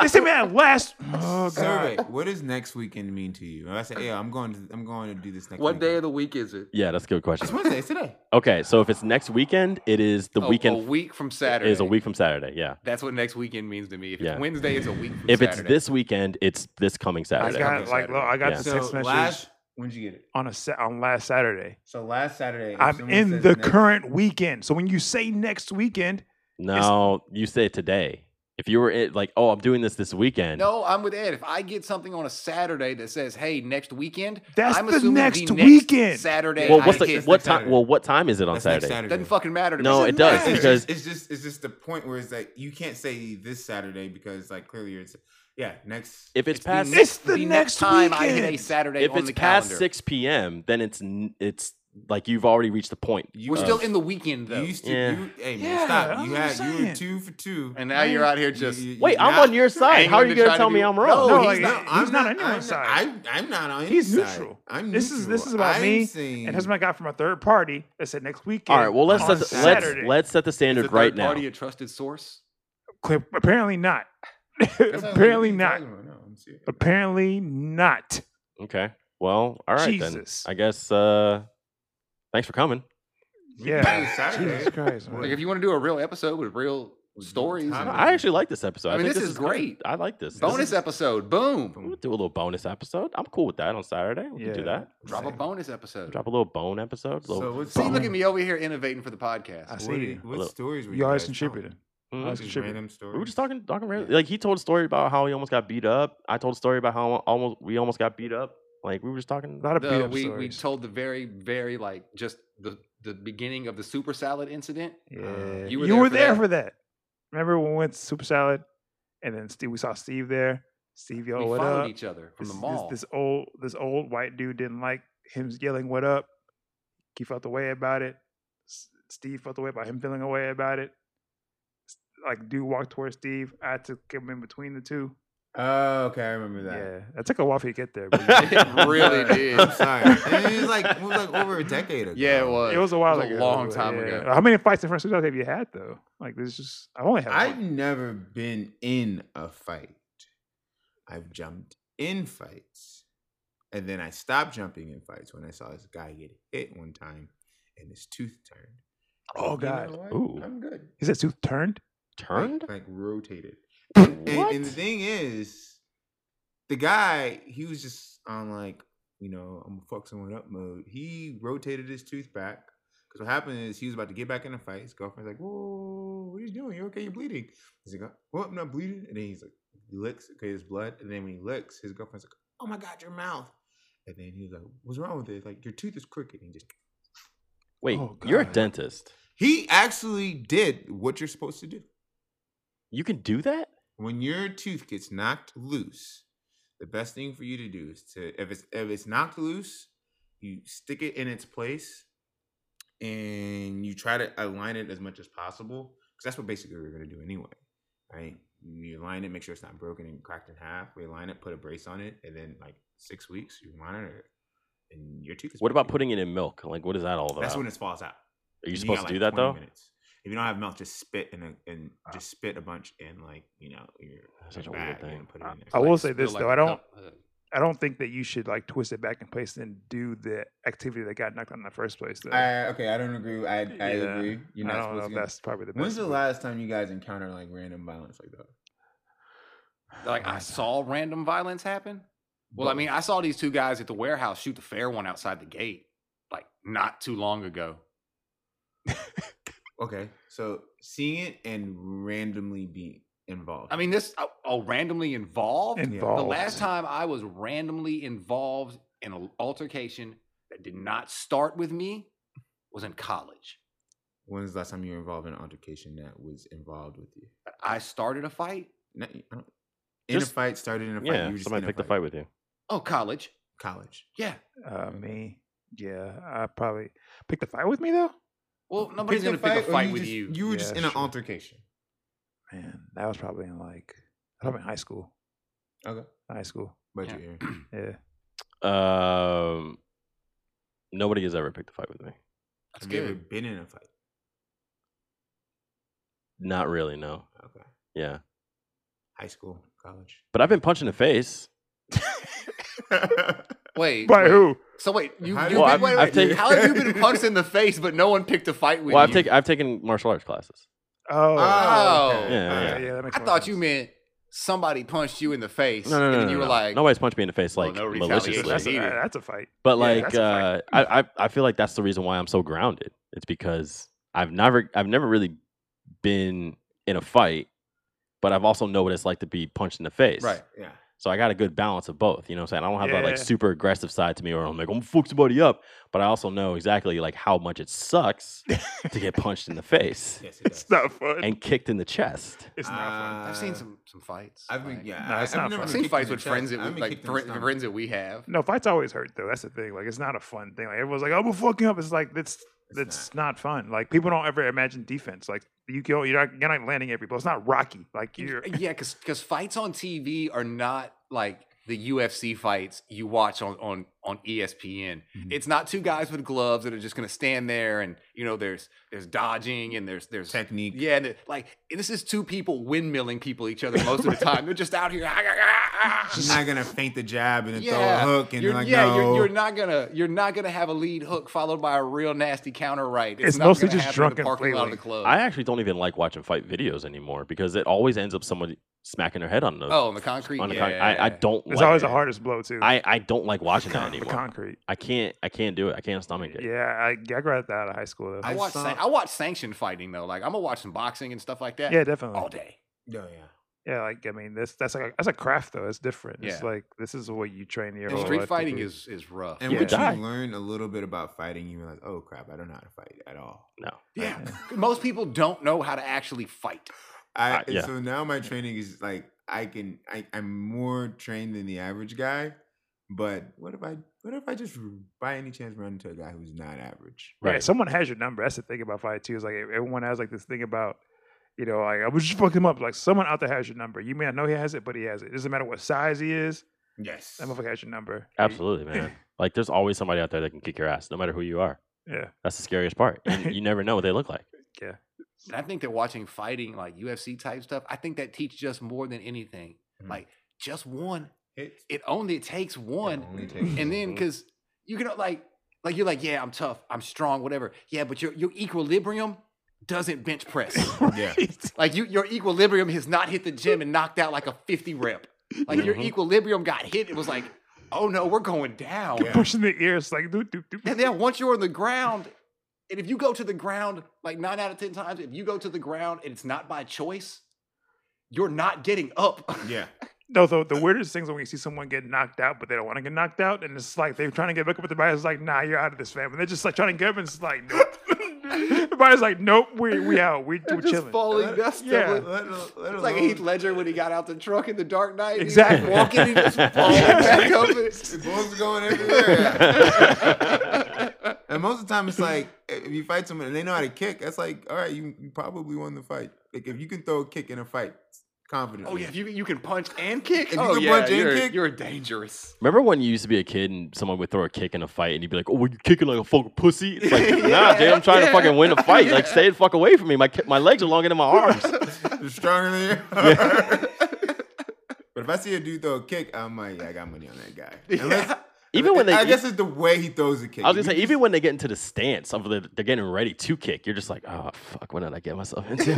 S8: They sent me that
S6: <laughs>
S8: last. Oh
S6: Survey.
S8: God.
S6: What does next weekend mean to you? And I say, yeah, I'm going to, I'm going to do this next.
S7: What
S6: weekend."
S7: day of the week is it?
S9: Yeah, that's a good
S6: It's
S9: question.
S6: Wednesday. It's today.
S9: Okay, so if it's next weekend, it is the
S7: Oh,
S9: weekend
S7: A week from Saturday.
S9: is a week from Saturday. Yeah.
S7: That's what next weekend means to me. If
S9: Yeah.
S7: it's Wednesday, it's a week from
S9: If it's
S7: Saturday.
S9: this weekend, it's this
S8: I
S9: coming Saturday.
S8: got like look, I got
S9: Yeah.
S8: the text
S6: So
S8: message
S6: last, when'd you get it?
S8: on a set on last Saturday.
S6: So last Saturday. if
S8: I'm
S6: someone
S8: in
S6: says
S8: the
S6: next-
S8: current weekend. So when you say next weekend,
S9: No, you say today. If you were it, like, oh, I'm doing this this weekend.
S7: No, I'm with Ed. If I get something on a Saturday that says, "Hey, next weekend,"
S8: That's
S7: I'm
S8: the
S7: assuming
S8: next
S7: the
S8: weekend.
S7: Saturday.
S9: well,
S7: I
S9: what's the,
S7: hit.
S6: That's
S9: what
S6: next
S9: time?
S6: Saturday.
S9: Well, what time is it on
S6: That's next
S9: Saturday?
S6: Saturday.
S7: Doesn't fucking matter to
S9: No,
S7: me.
S9: it does,
S6: It's
S9: because-
S6: just- it's just it's just the point where it's like you can't say this Saturday because like clearly it's yeah next
S9: If it's,
S7: the
S9: past,
S7: next-
S8: It's the next
S7: time I hit a
S8: weekend.
S7: Saturday
S9: if
S7: on
S9: it's
S7: the
S9: past
S7: calendar.
S9: six p.m., then it's n- it's like you've already reached the point.
S6: you
S7: We're
S6: uh,
S7: still in the weekend though,
S6: you used to
S9: Yeah.
S6: you hey man
S8: Yeah,
S6: stop
S8: I'm
S6: you had you were
S8: saying.
S6: two for two
S7: and now you're out here
S6: You-
S7: just.
S6: you- you-
S9: Wait, I'm
S6: nah,
S9: on your side. How are
S7: angling
S9: you
S7: to
S9: going to
S7: try to
S9: tell me
S7: be-
S9: I'm wrong?
S8: No,
S6: he's
S8: like,
S6: not-
S8: he's
S6: I'm
S8: not on anyone's
S6: I'm
S8: side.
S6: Not, I, I'm not on.
S8: He's
S6: his
S8: neutral.
S6: Side. I'm
S8: This is- this
S6: neutral.
S8: is about
S6: I'm
S8: me,
S6: Saying,
S8: and that's my guy from a third party that said next weekend.
S9: All right. Well, let's
S8: on
S9: set the, let's
S8: Saturday.
S9: let's set the standard
S6: third
S9: right now.
S7: Party a trusted source.
S8: Clip- Apparently not. <laughs>
S6: That's not what
S8: Apparently
S6: he's
S8: not.
S6: talking about. No, I'm serious.
S8: Apparently not.
S9: Okay. Well, all right
S8: Jesus.
S9: then. I guess. uh Thanks for coming.
S8: Yeah.
S6: Saturday.
S8: Jesus Christ. man.
S7: Like if you want to do a real episode with real stories,
S6: Time
S7: and-
S9: I actually like this episode.
S7: I mean,
S9: think
S7: this is
S9: good.
S7: great.
S9: I like this. This
S7: bonus
S9: is-
S7: episode, boom,
S9: We'll do a little bonus episode. I'm cool with that on Saturday. We can do
S8: Yeah.
S9: that.
S7: drop a bonus episode.
S9: Drop a little bone episode.
S6: So
S9: little-
S6: what's
S7: See,
S6: what,
S7: look at me over here innovating for the podcast.
S8: I
S6: what,
S8: see.
S6: did- what
S9: Look,
S6: stories were
S8: You always
S6: guys
S8: contributed.
S9: Mhm.
S6: telling?
S8: always
S6: Just
S8: contributed.
S6: Random
S9: We were
S6: stories?
S9: just talking, talking random.
S6: Yeah.
S9: Like he told a story about how he almost got beat up. I told a story about how almost we almost got beat up. Like we were just talking.
S8: A
S6: <laughs>
S8: lot of beat
S7: the,
S8: up
S7: we, we
S8: stories.
S7: told the very very like just the the beginning of the super salad incident
S8: yeah.
S7: uh, you
S8: You
S7: were
S8: were,
S7: there
S8: there, for
S7: for that.
S8: that. Remember when we went to Super Salad, and then Steve, we saw Steve there. Steve, yo,
S7: we
S8: what
S7: followed
S8: up?
S7: each other from
S8: this,
S7: the
S8: this-
S7: mall
S8: This, old this old white dude didn't like him yelling "What up." He felt the way about it. S- Steve felt the way about him feeling a way about it. S- Like dude walked towards Steve. I took him in between the two.
S6: Oh, okay, I remember that.
S8: Yeah, it took a while for you to get
S7: <laughs>
S8: there. But
S7: it
S9: <laughs>
S7: really did
S6: I'm sorry. And it was like it was like over a decade ago.
S7: yeah it was
S8: it was a while
S7: Um, It was a
S8: ago.
S7: long
S8: but
S7: time
S8: yeah.
S7: ago.
S8: How many fights in front of Suicide have you had though? Like this is just I've only had
S6: I've
S8: one.
S6: never been in a fight. I've jumped in fights. And then I stopped jumping in fights when I saw this guy get hit one time and his tooth turned.
S8: Oh,
S6: You know
S8: God.
S6: what?
S9: Ooh.
S6: I'm good.
S8: Is that tooth turned?
S9: Turned?
S6: Like, like rotated.
S9: What?
S6: <laughs> And, and the thing is, the guy, he was just on like, you know, I'm gonna fuck someone up mode. He rotated his tooth back. Because what happened is he was about to get back in a fight. His girlfriend's like, Whoa, what are you doing? You're okay, you're bleeding. He's like, "Uh, Well, I'm not bleeding. And then he's like, he licks, okay, there's blood. And then when he licks, his girlfriend's like, Oh my god, your mouth. And then he was like, What's wrong with it? Like, your tooth is crooked. And he just
S9: Wait,
S8: Oh,
S9: you're a
S8: God.
S9: dentist.
S6: He actually did what you're supposed to do.
S9: You can do that?
S6: When your tooth gets knocked loose, the best thing for you to do is to if it's if it's knocked loose, you stick it in its place and you try to align it as much as possible because that's what basically we're going to do anyway right you align it make sure it's not broken and cracked in half we align it put a brace on it and then like six weeks you monitor it and your tooth is
S9: What about
S6: perfect.
S9: putting it in milk? Like, what is that all about?
S6: that's when it falls out
S9: Are you
S6: and
S9: supposed
S6: got,
S9: to do
S6: like,
S9: that
S6: 20
S9: though?
S6: minutes. If you don't have milk, just spit in a, and just spit a bunch in like you know your,
S9: That's
S6: your
S9: such a weird
S6: bag and
S9: thing.
S6: put it in there.
S8: I
S6: Like,
S8: will say
S6: spit
S8: this
S6: like
S8: though,
S6: a
S8: I don't,
S6: cup.
S7: uh,
S8: I don't think that you should like twist it back in place and do the activity that got knocked on in the first place. Though.
S6: I, okay, I don't agree. I I
S8: Yeah,
S6: agree. You're not
S8: I don't know. if
S6: supposed to. Get,
S8: That's probably the best.
S6: when's the
S8: move.
S6: last time you guys encountered like random violence like that?
S7: Like I saw random violence happen. Well, I mean, I saw these two guys at the warehouse shoot the fair one outside the gate, like not too long ago.
S6: Okay, so seeing it and randomly be involved.
S7: I mean, this oh, oh randomly involved.
S8: Involved.
S7: The last time I was randomly involved in an altercation that did not start with me was in college.
S6: when's the last time you were involved in an altercation that was involved with you?
S7: I started a fight.
S6: Not, I don't, in
S9: Just-
S6: a fight, started in a fight.
S9: Yeah,
S6: you were just
S9: somebody
S6: in
S9: picked a fight with you.
S7: Oh, college.
S6: College.
S7: Yeah.
S8: Uh, me, yeah, I probably picked a fight with me though.
S7: Well, nobody's
S6: Picked
S7: gonna
S6: a
S7: pick a
S6: or
S7: fight
S6: you
S7: with
S6: just-
S7: you.
S6: You were
S8: Yeah,
S6: just in an
S8: sure.
S6: altercation.
S8: Man, that was probably in like probably in high school.
S6: Okay.
S8: High school.
S6: But
S7: Yeah. <clears throat>
S6: you're here.
S8: Yeah.
S9: Um, nobody has ever picked a fight with me.
S7: That's
S6: Have you ever
S7: good.
S6: been in a fight?
S9: Not really, no.
S6: Okay.
S9: Yeah,
S6: High school,
S8: <laughs>
S6: college.
S9: but I've been punched in the face.
S7: Wait.
S8: By
S7: wait.
S8: who?
S7: So wait, you,
S6: How
S7: you've
S6: did
S7: been,
S9: Well, I've-
S7: wait, wait,
S9: I've taken-
S7: how have you
S6: <laughs>
S7: <laughs> been punched in the face, but no one picked a fight with
S9: Well, I've
S7: you?
S9: taken I've taken martial arts classes.
S8: Oh,
S6: okay.
S7: Oh,
S9: Yeah,
S6: All
S9: yeah.
S6: right.
S8: yeah. That makes
S7: I
S8: more
S7: thought
S8: sense.
S7: you meant somebody punched you in the face,
S9: No, no, no,
S7: and
S9: no,
S7: then
S9: no,
S7: you were
S9: no.
S7: like,
S9: nobody's punched me in the face like
S7: no retaliation.
S9: maliciously.
S8: That's, a,
S7: Either.
S8: that's a fight.
S9: But
S8: Yeah,
S9: like,
S8: that's a
S9: uh, I, I I feel like that's the reason why I'm so grounded. It's because I've never I've never really been in a fight, but I've also know what it's like to be punched in the face.
S7: right.
S6: Yeah.
S9: So I got a good balance of both. You know what I'm saying? I don't have that like
S8: Yeah.
S9: super aggressive side to me, or I'm like I'm gonna fuck somebody up. But I also know exactly like how much it sucks
S8: <laughs>
S9: to get punched in the face
S6: Yes, it
S8: It's
S6: does.
S8: not fun.
S9: and kicked in the chest.
S8: it's not fun.
S7: I've seen
S6: Uh,
S7: some some fights.
S6: I've been,
S7: like-
S6: yeah.
S8: No,
S6: I-
S8: it's
S6: I've
S8: not
S6: never
S8: fun.
S7: I've
S6: been
S7: seen
S6: kicked
S7: fights
S6: in the
S7: with
S6: chest.
S7: friends that
S6: I've
S7: we,
S6: been
S7: like
S6: kicked in the
S7: fri-
S6: stomach.
S7: friends that we
S6: <laughs>
S7: have.
S8: No, fights always hurt though. That's the thing. Like, it's not a fun thing. Like, everyone's like, "Oh, we're fucking up." It's like that's
S6: It's
S8: that's not. fun. Like, people don't ever imagine defense. Like, you go, you're not, you're not landing every blow. It's not Rocky. Like, you're
S7: yeah, because fights on TV are not like the UFC fights you watch on on on E ESPN.
S6: Mm-hmm.
S8: Mhm.
S7: It's not two guys with gloves that are just gonna stand there and you know there's there's dodging and there's there's
S6: Technique.
S7: yeah and it- like this is two people windmilling people each other most of the time. They're just out here. <laughs> "Ah, ah, ah, ah."
S6: She's not gonna faint the jab and then
S7: Yeah,
S6: throw a hook and
S7: you're,
S6: you're like,
S7: yeah,
S6: no.
S7: you're, you're not gonna you're not gonna have a lead hook followed by a real nasty counter right.
S8: It's
S7: not
S8: mostly
S7: gonna
S8: just
S7: happen in the
S8: drunken
S7: parking lot of the
S8: flailing.
S7: club.
S9: I actually don't even like watching fight videos anymore because it always ends up someone smacking their head on the
S7: oh, on the concrete.
S9: on the
S7: yeah.
S9: con- I, I don't.
S8: it's
S9: like
S8: always
S9: it.
S8: the hardest blow too.
S9: I I don't
S8: <laughs>
S9: like
S8: The
S9: watching that
S8: con- the
S9: anymore.
S8: concrete.
S9: I can't I can't do it. I can't stomach it.
S8: Yeah, I, I grabbed that out of high school though.
S7: I
S6: I
S7: watch
S6: saw-
S7: san- I watch sanctioned fighting though. Like I'm gonna watch some boxing and stuff like that.
S8: yeah, definitely.
S7: all day.
S6: No, Oh, yeah.
S8: Yeah, like I mean, this that's like a, that's a craft though. It's different. It's
S7: Yeah.
S8: like this is what you train your
S6: And
S8: whole
S6: street
S8: life to
S7: Street fighting
S8: do.
S7: is is rough.
S6: And
S8: Yeah.
S6: once
S9: Die.
S6: you learn a little bit about fighting, you realize, oh crap, I don't know how to fight at all.
S9: No.
S6: <laughs>
S7: yeah, most people don't know how to actually fight.
S6: I
S9: Uh, yeah.
S6: so now my training is like I can I, I'm more trained than the average guy, but what if I what if I just r- by any chance run into a guy who's not average?
S8: Right.
S9: Right.
S8: someone has your number. That's the thing about fight too. Is like e, everyone has like this thing about, you know, like I was just fucking him up. Like someone out there has your number. You may not know he has it, but he has it. It doesn't matter what size he is.
S6: Yes.
S8: That motherfucker has your number. You-
S9: Absolutely, man. Like there's always somebody out there that can kick your ass, no matter who you are.
S8: <laughs> Yeah.
S9: That's the scariest part.
S8: <laughs>
S9: And you never know what they look like.
S7: And I think that watching fighting like UFC type stuff, I think that teaches us more than anything.
S6: Mhm.
S7: Like just one.
S6: Hits.
S7: It only takes one.
S6: only takes
S7: and then
S6: one.
S7: because you can like like you're like yeah i'm tough i'm strong whatever yeah but your your equilibrium doesn't bench press
S6: yeah.
S7: like you your equilibrium has not hit the gym and knocked out like a 50 rep like your
S9: Mhm.
S7: equilibrium got hit it was like oh no we're going down
S6: Yeah.
S8: Pushing the ears like doop doop doop.
S7: and then once you're on the ground and if you go to the ground like nine out of ten times if you go to the ground and it's not by choice you're not getting up <laughs>
S6: Yeah.
S8: No, the, the weirdest things when you see someone get knocked out, but they don't want to get knocked out, and it's like they're trying to get back up with the body. It's like, nah, you're out of this, fam. And they're just like trying to get up, and it's like, nope. Everybody's like, nope, we we out. We
S7: They're
S8: we
S7: just
S8: chilling.
S7: falling dust
S8: yeah.
S7: yeah.
S6: Let, let, let
S7: It's like
S6: alone-
S7: Heath Ledger when he got out the truck in the Dark Knight.
S8: Exactly.
S7: Exactly. walking, he
S6: <laughs>
S7: just falling back up.
S6: The bugs are
S7: <laughs>
S6: going everywhere.
S9: <laughs>
S6: and most of the time, it's like if you fight someone and they know how to kick, that's like, all right, you, you probably won the fight. Like if you can throw a kick in a fight confidently.
S7: Oh yeah, if you you can punch and kick.
S6: If you
S7: oh
S6: can
S7: yeah,
S6: punch and
S7: you're,
S6: kick-
S7: you're dangerous.
S9: Remember when you used to be a kid and someone would throw a kick in a fight and you'd be like, "Oh, well, you kicking like a fucking pussy." It's like, nah, dude, I'm trying to fucking win a fight. Like, stay the fuck away from me. My ki- my legs are longer than my arms.
S6: They're stronger than you.
S9: <laughs>
S6: but if I see a dude throw a kick, I'm like, yeah, I got money on that guy. Unless,
S9: Even when they, e
S6: I guess it's the way he throws the kick.
S9: I was gonna say, even when they get into the stance, of the, they're getting ready to kick. You're just like, oh fuck, what did I get myself into?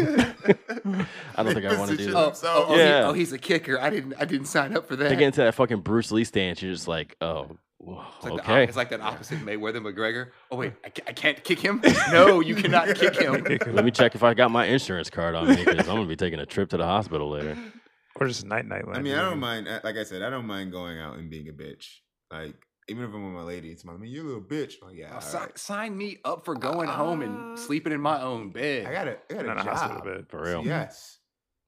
S9: I don't think I want to do that.
S6: Oh, so,
S7: oh, he-
S9: Yeah.
S7: oh, he's a kicker. I didn't I didn't sign up for that.
S9: They get into that fucking Bruce Lee stance. You're just like, oh, whoa,
S7: It's like, the,
S9: okay.
S7: op- it's like that opposite Mayweather McGregor. Oh wait, I, ca- I can't kick
S6: <laughs>
S7: him. No, you cannot kick him.
S9: Let me check if I got my insurance card on me because I'm gonna be taking a trip to the hospital later.
S8: Or just night night.
S6: I mean, I don't mind. I- Like I said, I don't mind going out and being a bitch. Like even if I'm with my lady, it's my. I mean, you're a little bitch. I'm like, yeah,
S7: Oh,
S6: all
S7: si-
S6: right.
S7: Sign me up for going home and sleeping in my own bed.
S6: Uh, I got a, I got
S8: Not
S6: a
S8: a hospital
S6: job.
S8: bed.
S9: For real.
S6: Yes.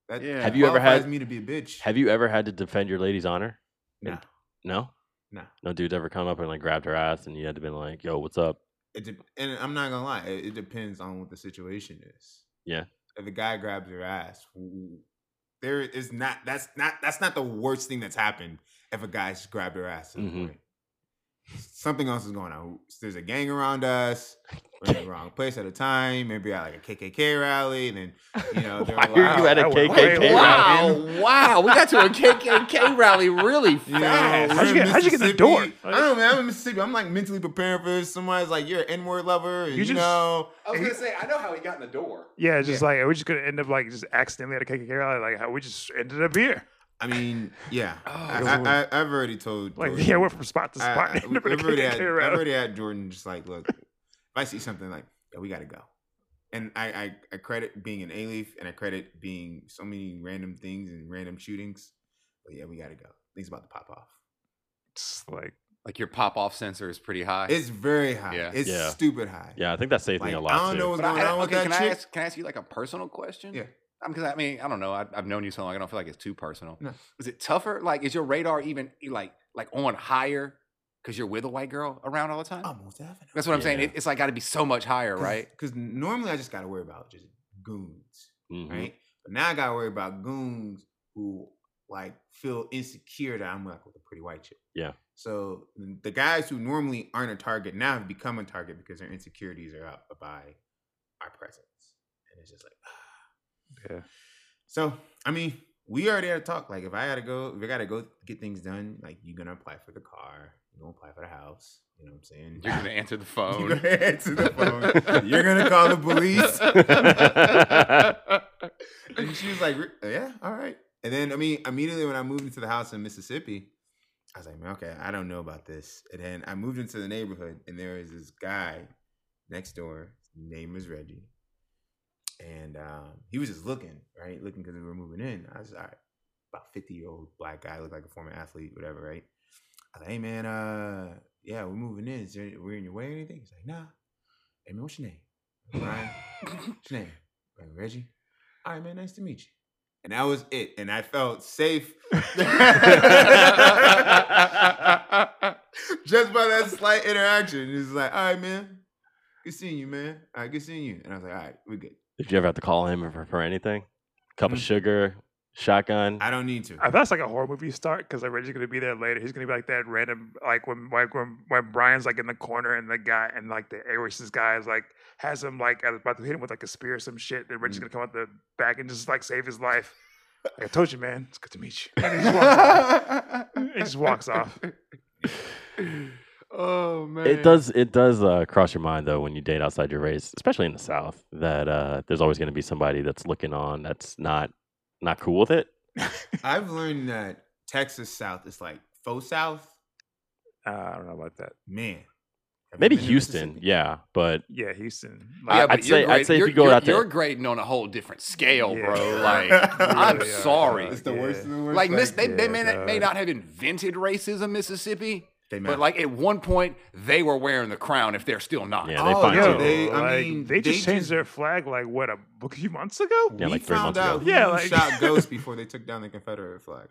S6: That
S7: Yeah.
S9: Have you ever
S6: qualifies
S9: had-
S6: me to be a bitch?
S9: Have you ever had to defend your lady's honor?
S6: No.
S9: No.
S6: No.
S9: No dude's ever come up and like grabbed her ass, and you had to be like, "Yo, what's up?"
S6: It de- and I'm not gonna lie, it, it depends on what the situation is.
S9: Yeah.
S6: If a guy grabs your ass, w- there is not that's not that's not the worst thing that's happened. If a guy's grabbed your ass, at that
S9: Mhm.
S6: point. something else is going on. There's a gang around us. We're in the wrong place at a time. Maybe at like a KKK rally, and then
S9: <laughs>
S6: you know they're "Oh,
S9: Why are you
S6: allowed-
S9: at a
S8: Wow.
S9: KKK?
S8: Wow.
S9: rally?
S7: Wow, Oh, wow, we got to a KKK rally really
S6: <laughs> You know,
S7: fast.
S6: we're
S8: How'd you get-
S6: in
S8: how'd you get in the door?
S6: Mississippi. I don't know, man. I'm in Mississippi. I'm like mentally preparing for this. Somebody's like, you're an N-word lover, and
S8: You
S6: you,
S8: just-
S6: know.
S7: I was gonna say, I know how he got in the door.
S8: Yeah, it's just like we're just gonna end up like just accidentally at a KKK rally, like how we just ended up here.
S6: I mean, yeah.
S8: Lord.
S6: I, I, I, I've already told.
S8: Oh, Like
S6: Jordan.
S8: <laughs> yeah, we're from spot to
S6: Oh, I-
S8: spot. <laughs>
S6: I-
S8: and ended up
S6: I've,
S8: at a
S6: already had,
S8: KKK
S6: I've
S8: rally.
S6: already had Jordan just like, look, if I see something like, yeah, we got to go. And I, I, I credit being an A Leaf and I credit being so many random things and random shootings. But yeah, we got to go. Things about to pop off.
S8: It's like
S7: Like your pop off sensor is pretty high.
S6: It's very high.
S7: Yeah.
S6: It's
S9: Yeah.
S6: stupid high.
S9: Yeah, I think that saved
S6: Like,
S9: me
S6: I
S9: a lot.
S6: don't
S9: too.
S6: know what's
S7: But I-
S6: going
S7: I-
S6: on with
S7: okay,
S6: that
S7: can
S6: chick.
S7: I ask? Can I ask you like a personal question?
S6: Yeah.
S7: Because I mean, I don't know. I, I've known you so long. I don't feel like it's too personal.
S6: No.
S7: Is it tougher? Like, is your radar even e, like like on higher? Because you're with a white girl around all the time.
S6: Almost definitely.
S7: That's what I'm saying.
S9: Yeah.
S7: It, it's like got to be so much higher, right?
S6: Because normally I just got to worry about just goons.
S9: Mhm.
S7: Mm-hmm.
S6: right? But now I gotta worry about goons who like feel insecure that I'm like with a pretty white chick.
S9: Yeah.
S6: So the guys who normally aren't a target now have become a target because their insecurities are up by our presence, and it's just like. <sighs>
S8: yeah.
S6: So I mean, we already had a talk. Like, if I gotta go, if I gotta go get things done, like you're gonna apply for the car, you're gonna apply for the house. You know what I'm saying?
S7: You're gonna
S6: <laughs>
S7: answer the phone.
S6: You're gonna answer the
S7: <laughs>
S9: <laughs>
S6: phone. You're gonna call the police. And she was like, "Re- "Yeah, all right." And then I mean, immediately when I moved into the house in Mississippi, I was like, "Man, okay, I don't know about this." And then I moved into the neighborhood, and there was this guy next door. His name was Reggie, and um, he was just looking, right, looking because we were moving in. I was like, all right, about fifty year old black guy, looked like a former athlete, whatever, right? I was like, "Hey, man, uh, yeah, we're moving in. Is there, we're in your way or anything?" He's like, "Nah." Hey, man, what's your name? Ryan. what's your name? Like, Reggie. All right, man. Nice to meet you. And that was it. And I felt safe. <laughs> Just by that slight interaction. It's like, all right, man. Good seeing you, man. All right, good seeing you. And I was like, all right, we're good.
S9: Did you ever have to call him for, for anything? Cup of sugar, shotgun.
S6: Mm. I don't need to.
S8: I, that's like a horror movie start because like Reggie's gonna be there later. He's gonna be like that random like when like when, when Brian's like in the corner and the guy and like the racist guy is like has him like about to hit him with like a spear or some shit. And
S6: Mm.
S8: Reggie's gonna come out the back and just like save his life. Like, I told you, man. It's good to meet
S6: <laughs>
S8: you. <laughs> And he just walks off. He just walks off.
S7: oh man.
S9: it does. It does uh, cross your mind though when you date outside your race, especially in the South, that uh, there's always going to be somebody that's looking on that's not not cool
S6: <laughs>
S9: with it.
S6: <laughs> I've learned that Texas South is like faux South.
S8: Uh, I don't know about that.
S6: Man. Have you
S9: Maybe
S6: been to
S9: Houston,
S6: Mississippi?
S9: yeah,
S6: <laughs>
S9: but <laughs>
S8: Yeah, Houston.
S7: <laughs>
S9: I-
S7: Yeah,
S9: I'd
S7: but you're
S9: say- I'd
S7: grade-
S9: say if
S7: you're-
S9: you go
S7: you're-
S9: out there-
S7: You're grading on a whole different scale,
S8: Yeah.
S6: <laughs>
S7: bro. Like I'm
S8: Really are,
S7: sorry.
S6: It's the
S8: Yeah.
S6: worst of the worst.
S7: Like, miss, they, they may,
S8: yeah,
S7: not, may
S8: dog.
S7: not have invented racism, Mississippi,
S6: They match.
S7: But like at one point, they were wearing the crown. If they're still not,
S9: Yeah, they
S6: Oh,
S9: find
S6: yeah,
S9: you.
S6: they- I
S8: like,
S6: mean,
S8: they just
S6: they
S8: changed
S6: just-
S8: their flag like what a, a few months ago.
S9: Yeah,
S6: we
S9: like three
S6: found
S9: months ago.
S6: out who
S8: Yeah, like- <laughs>
S6: shot ghosts before they took down the Confederate flag.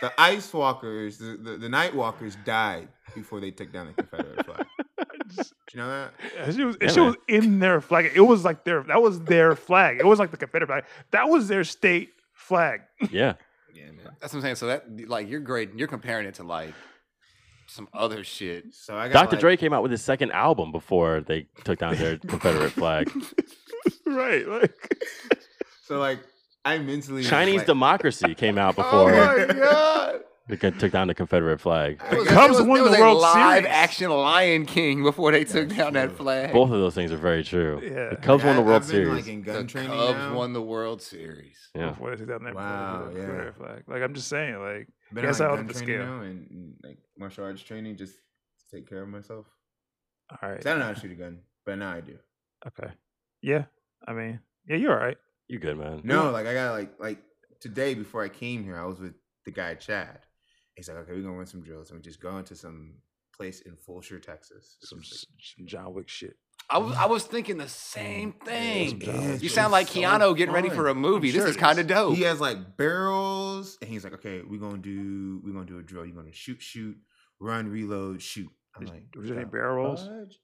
S6: The Ice Walkers, the, the, the Night Walkers died before they took down the Confederate flag.
S8: <laughs> Just-
S6: Did you know that?
S8: And she was,
S9: Yeah,
S8: and she was in their flag. It was like their that was their flag. It was like the Confederate flag. That was their state flag. <laughs>
S9: Yeah.
S6: Yeah, man.
S7: that's what I'm saying. So that like you're great. You're comparing it to like some other shit.
S6: So I got
S9: Dr.
S6: like,
S9: Dre came out with his second album before they took down their Confederate flag.
S8: right. Like
S6: So like, I mentally was
S9: Chinese
S6: like,
S9: <laughs> democracy came out before
S7: my god!
S9: they co- took down the Confederate flag.
S6: I got-
S8: Cubs won the World
S7: live
S8: Series.
S7: action Lion King before they took down that flag.
S9: Both of those things are very true.
S8: Yeah.
S9: The Cubs won the
S6: I've
S9: World
S6: been,
S9: Series.
S6: Like in
S7: the
S6: gun
S7: Cubs
S6: training now.
S7: won the World Series.
S9: yeah.
S8: before they took down their
S6: Wow,
S8: Confederate
S6: yeah.
S8: Confederate flag. Like I'm just saying, like
S6: Been in,
S8: Guess
S6: like,
S8: I'll
S6: gun
S8: up the
S6: training
S8: scale.
S6: now and, and like martial arts training just to take care of myself.
S8: all
S6: 'Cause
S8: right.
S6: I don't know how to shoot a gun, but now I do.
S8: Okay. Yeah. I mean, yeah, you're all right.
S9: You good, man.
S6: No, like I got like like today before I came here, I was with the guy Chad. He's like, okay, we're gonna run some drills, and we just go into some place in Fulshire, Texas. It's
S8: Some,
S6: just
S8: some John Wick shit.
S7: I
S6: <sighs>
S7: was I was thinking the same thing.
S6: like, yeah, it's
S7: You
S6: been
S7: sound like
S6: so
S7: Keanu getting ready
S6: fun.
S7: for a movie.
S6: I'm
S7: This
S6: sure
S7: is
S6: it is.
S7: kind of
S8: Oh.
S7: dope.
S6: He has like barrels, and he's like, okay, we're gonna do we're gonna do a drill. You're gonna shoot, shoot, run, reload, shoot. I'm
S8: Is-
S6: like,
S8: was there any
S6: "The
S8: barrel rolls?"
S6: fudge?"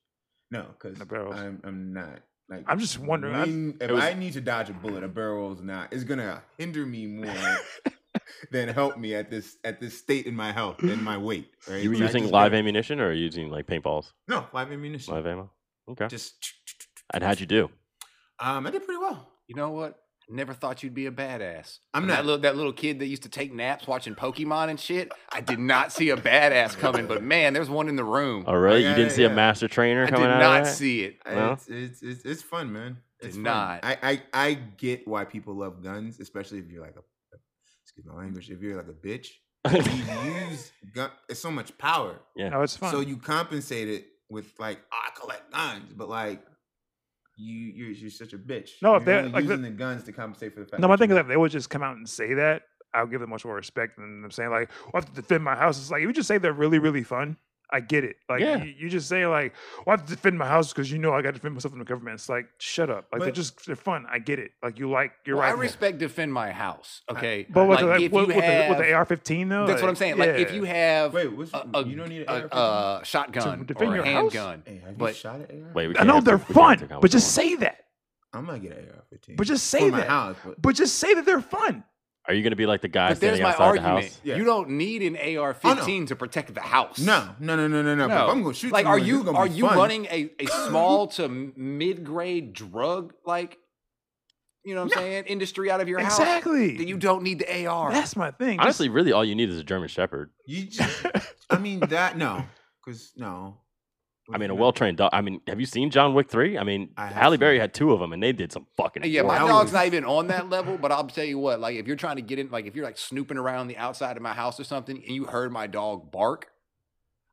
S6: No, because
S8: No barrel rolls.
S6: I'm I'm not. Like,
S8: I'm just wondering, I-
S6: when- if
S9: was-
S6: I need to dodge a bullet, a barrel roll's not. It's gonna hinder
S8: <laughs>
S6: me more than help me at this at this state in my health and my weight. Right?
S9: You were
S6: So I
S9: using
S6: just
S9: live
S6: gotta-
S9: ammunition or you using like paintballs?
S6: No, live ammunition.
S9: Live ammo? Okay.
S6: Just
S9: And how'd you do?
S6: um, I did pretty well.
S7: You know what? Never thought you'd be a badass.
S6: I'm
S7: And
S6: not.
S7: that little that little kid that used to take naps watching Pokemon and shit. I did not see a badass coming, but man, there's one in the room.
S9: Oh, really?
S6: Yeah,
S9: you didn't see a
S6: yeah.
S9: master trainer
S7: I did
S9: coming out
S7: not
S9: of <laughs> that?
S7: see it.
S9: No?
S6: It's, it's it's it's fun, man. It's
S7: Did
S6: fun.
S7: not.
S6: I, I I get why people love guns, especially if you're like a excuse my language. If you're like a bitch, you use gun. It's so much power,
S8: Oh, it's fun.
S6: so you compensate it with like "Oh, I collect guns, but like you you're, you're such a bitch.
S8: No, if
S6: You're
S8: they're-
S6: only
S8: like, the-
S6: using the, guns to compensate for the fact.
S8: No, my thing is
S6: you-
S8: that if they would just come out and say that, I'll give them much more respect than them saying like, "Well, "I have to defend my house." It's like if you just say they're really, really fun. I get it. Like
S9: Yeah.
S8: you, you just say like, "Well, I have to defend my house because you know I got to defend myself from the government." It's like, shut up. Like they're
S6: But-
S8: just they're fun. I get it. Like you like you're
S7: Well, I
S8: right.
S7: respect defend my house. Okay,
S8: but with, the-
S7: Like,
S8: like,
S7: if
S8: with,
S7: you
S8: with the, with
S7: have-
S8: the AR-15 though,
S7: that's what I'm saying. Like if
S8: yeah.
S7: you have
S6: Wait, what's,
S7: a, a-
S6: you don't need an
S7: a-
S6: AR-15?
S7: a shotgun
S8: defend
S7: or
S8: your
S7: a
S8: house?
S7: handgun.
S6: hey, have you
S7: but-
S6: shot an AR?
S9: Wait, we
S8: I
S9: can't
S8: know
S9: have
S8: they're
S9: two- we can't have
S8: fun,
S9: two
S8: but
S9: conversations
S8: just
S9: at once.
S8: say that.
S6: I'm gonna get an AR-15.
S8: But just
S6: For
S8: say
S6: my
S8: that.
S6: house, but-
S8: But just say that they're fun.
S9: Are you going to be like the guy
S7: But there's
S9: standing
S7: my
S9: outside the
S7: argument.
S9: house?
S6: Yeah.
S7: You don't need an AR-15 to protect the house.
S6: No, no, no, no, no, no. But if I'm gonna shoot.
S7: Like,
S6: someone,
S7: are
S6: this is
S7: you
S6: gonna
S7: are
S6: be
S7: you
S6: fun.
S7: running a,
S8: <laughs>
S7: a small to mid grade drug like, you know what I'm saying, industry out of your house?
S8: Exactly.
S7: That you don't need the AR.
S8: That's my thing. Just-
S9: Honestly, really, all you need is a German Shepherd.
S6: You just, I mean that no, because no.
S9: I mean, a well trained dog. I mean, have you seen John Wick 3? I mean,
S6: I have
S9: Halle Berry
S6: seen it.
S9: had two of them and they did some fucking.
S7: yeah,
S9: work.
S7: my
S6: That
S7: dog's
S6: was-
S7: not even on that level, but I'll tell you what, like if you're trying to get in, like if you're like snooping around the outside of my house or something and you heard my dog bark,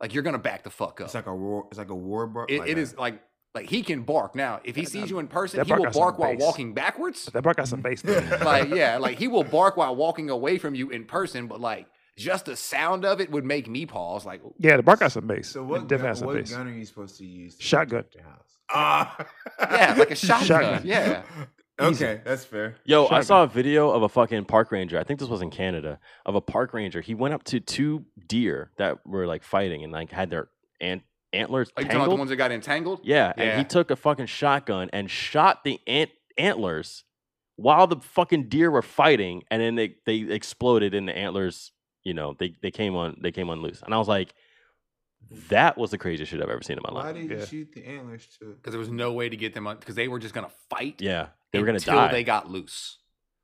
S7: like you're gonna back the fuck up.
S6: It's like a war. It's like a war bar.
S7: It-
S6: like
S7: it
S6: a-
S7: is like like he can bark now. If he sees you in person,
S8: that
S7: he
S8: bark
S7: will
S8: got some
S7: bark while
S8: bass.
S7: walking backwards.
S8: that part got
S7: <laughs>
S8: some bass. though.
S7: like
S9: <laughs>
S7: yeah, like he will bark while walking away from you in person, but like just the sound of it would make me pause. Like ooh.
S8: yeah, the bark got some bass.
S6: <laughs> So
S8: It
S6: what?
S8: Definitely
S6: Gun,
S8: has some
S6: what
S8: bass.
S6: gun are you supposed to use? to
S8: Shotgun.
S6: protect Your house. Ah.
S7: <laughs> yeah, like a shotgun.
S8: Shotgun.
S7: Yeah,
S6: <laughs> okay, that's fair.
S9: Yo, I
S8: Shotgun.
S9: saw a video of a fucking park ranger. I think this was in Canada. Of a park ranger, he went up to two deer that were like fighting and like had their ant- antlers
S7: like Oh, you talking about the
S9: tangled.
S7: ones that got entangled.
S9: Yeah, and
S7: Yeah.
S9: he took a fucking shotgun and shot the ant antlers while the fucking deer were fighting, and then they they exploded and the antlers. You know, they they came on they came on loose, and I was like, that was the craziest shit I've ever seen in my
S6: Why
S9: life.
S6: did
S8: Yeah.
S6: you shoot the antlers too?
S7: because there was no way to get them on because they were just gonna fight.
S9: Yeah, they were gonna
S7: until
S9: die.
S7: They got loose.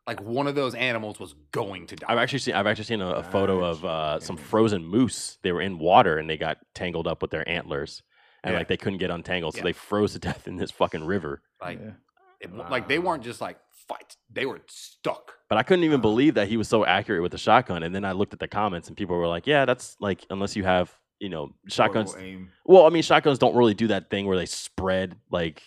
S7: Like one of those animals was going to die.
S9: I've actually seen I've actually seen a, a photo of uh, some
S6: Gotcha.
S9: frozen moose. They were in water and they got tangled up with their antlers, and
S6: Yeah.
S9: like they couldn't get untangled, so
S7: Yeah.
S9: they froze to death in this fucking river.
S7: like
S8: Yeah.
S7: it- like they
S6: Wow.
S7: weren't just like fight. They were stuck.
S9: But I couldn't even believe that he was so accurate with the shotgun. And then I looked at the comments, and people were like, "Yeah, that's like unless you have you know shotguns.
S6: Horrible aim.
S9: Well, I mean, shotguns don't really do that thing where they spread like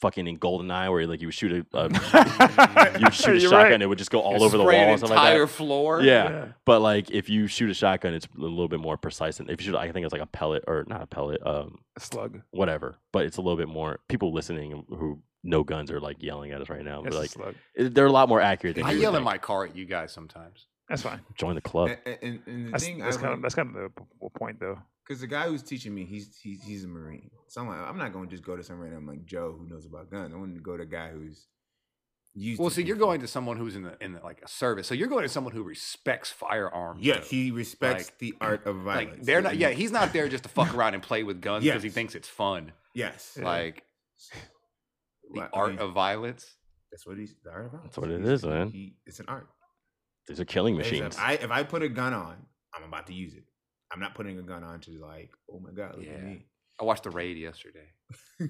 S9: fucking in GoldenEye where like you would shoot a, a you
S8: <laughs> you
S9: would shoot a shotgun it would just go all over the wall
S7: Spray an
S9: and something like
S7: entire
S9: that.
S7: floor.
S9: Yeah. But like if you shoot a shotgun, it's a little bit more precise. And if you shoot, I think it's like a pellet or not a pellet, um,
S8: slug.
S9: whatever. But it's a little bit more. People listening who know guns are like yelling at us right now. But
S8: It's a
S9: like
S8: slug.
S9: it- they're a lot more accurate than
S7: I
S9: you would
S7: yell in Eh,
S9: think.
S7: my car at you guys sometimes.
S8: That's fine.
S9: Join the club.
S6: And, and, and the
S8: That's,
S6: thing
S8: that's
S6: I
S8: kind
S6: like-
S8: of that's kind of the p- point
S7: <laughs>
S8: though.
S6: Because the guy who's teaching me, he's he's he's a marine. So I'm like, I'm not going to just go to some random like Joe who knows about guns. I want to go to a guy who's used.
S7: Well,
S6: to
S7: so you're
S6: things.
S7: going to someone who's in the in the, like a service. So you're going to someone who respects firearms.
S6: Yeah,
S7: though.
S6: he respects
S7: <clears throat> Like-
S6: the art of violence.
S7: like they're not.
S6: And-
S7: Yeah, he's not there just to
S6: <laughs>
S7: fuck around and play with guns because he
S6: Yes.
S7: thinks it's fun.
S6: yes.
S7: <laughs> Like the
S6: Well, I
S7: art
S6: mean,
S7: of violence.
S6: that's what he's the art of violence.
S9: That's what it
S6: He's-
S9: is, man.
S6: He, it's an art.
S9: These are killing
S6: Like I said,
S9: machines.
S6: If I if I put a gun on, I'm about to use it. I'm not putting a gun on to like, oh my god, look
S7: Yeah.
S6: at me.
S7: I watched the raid yesterday,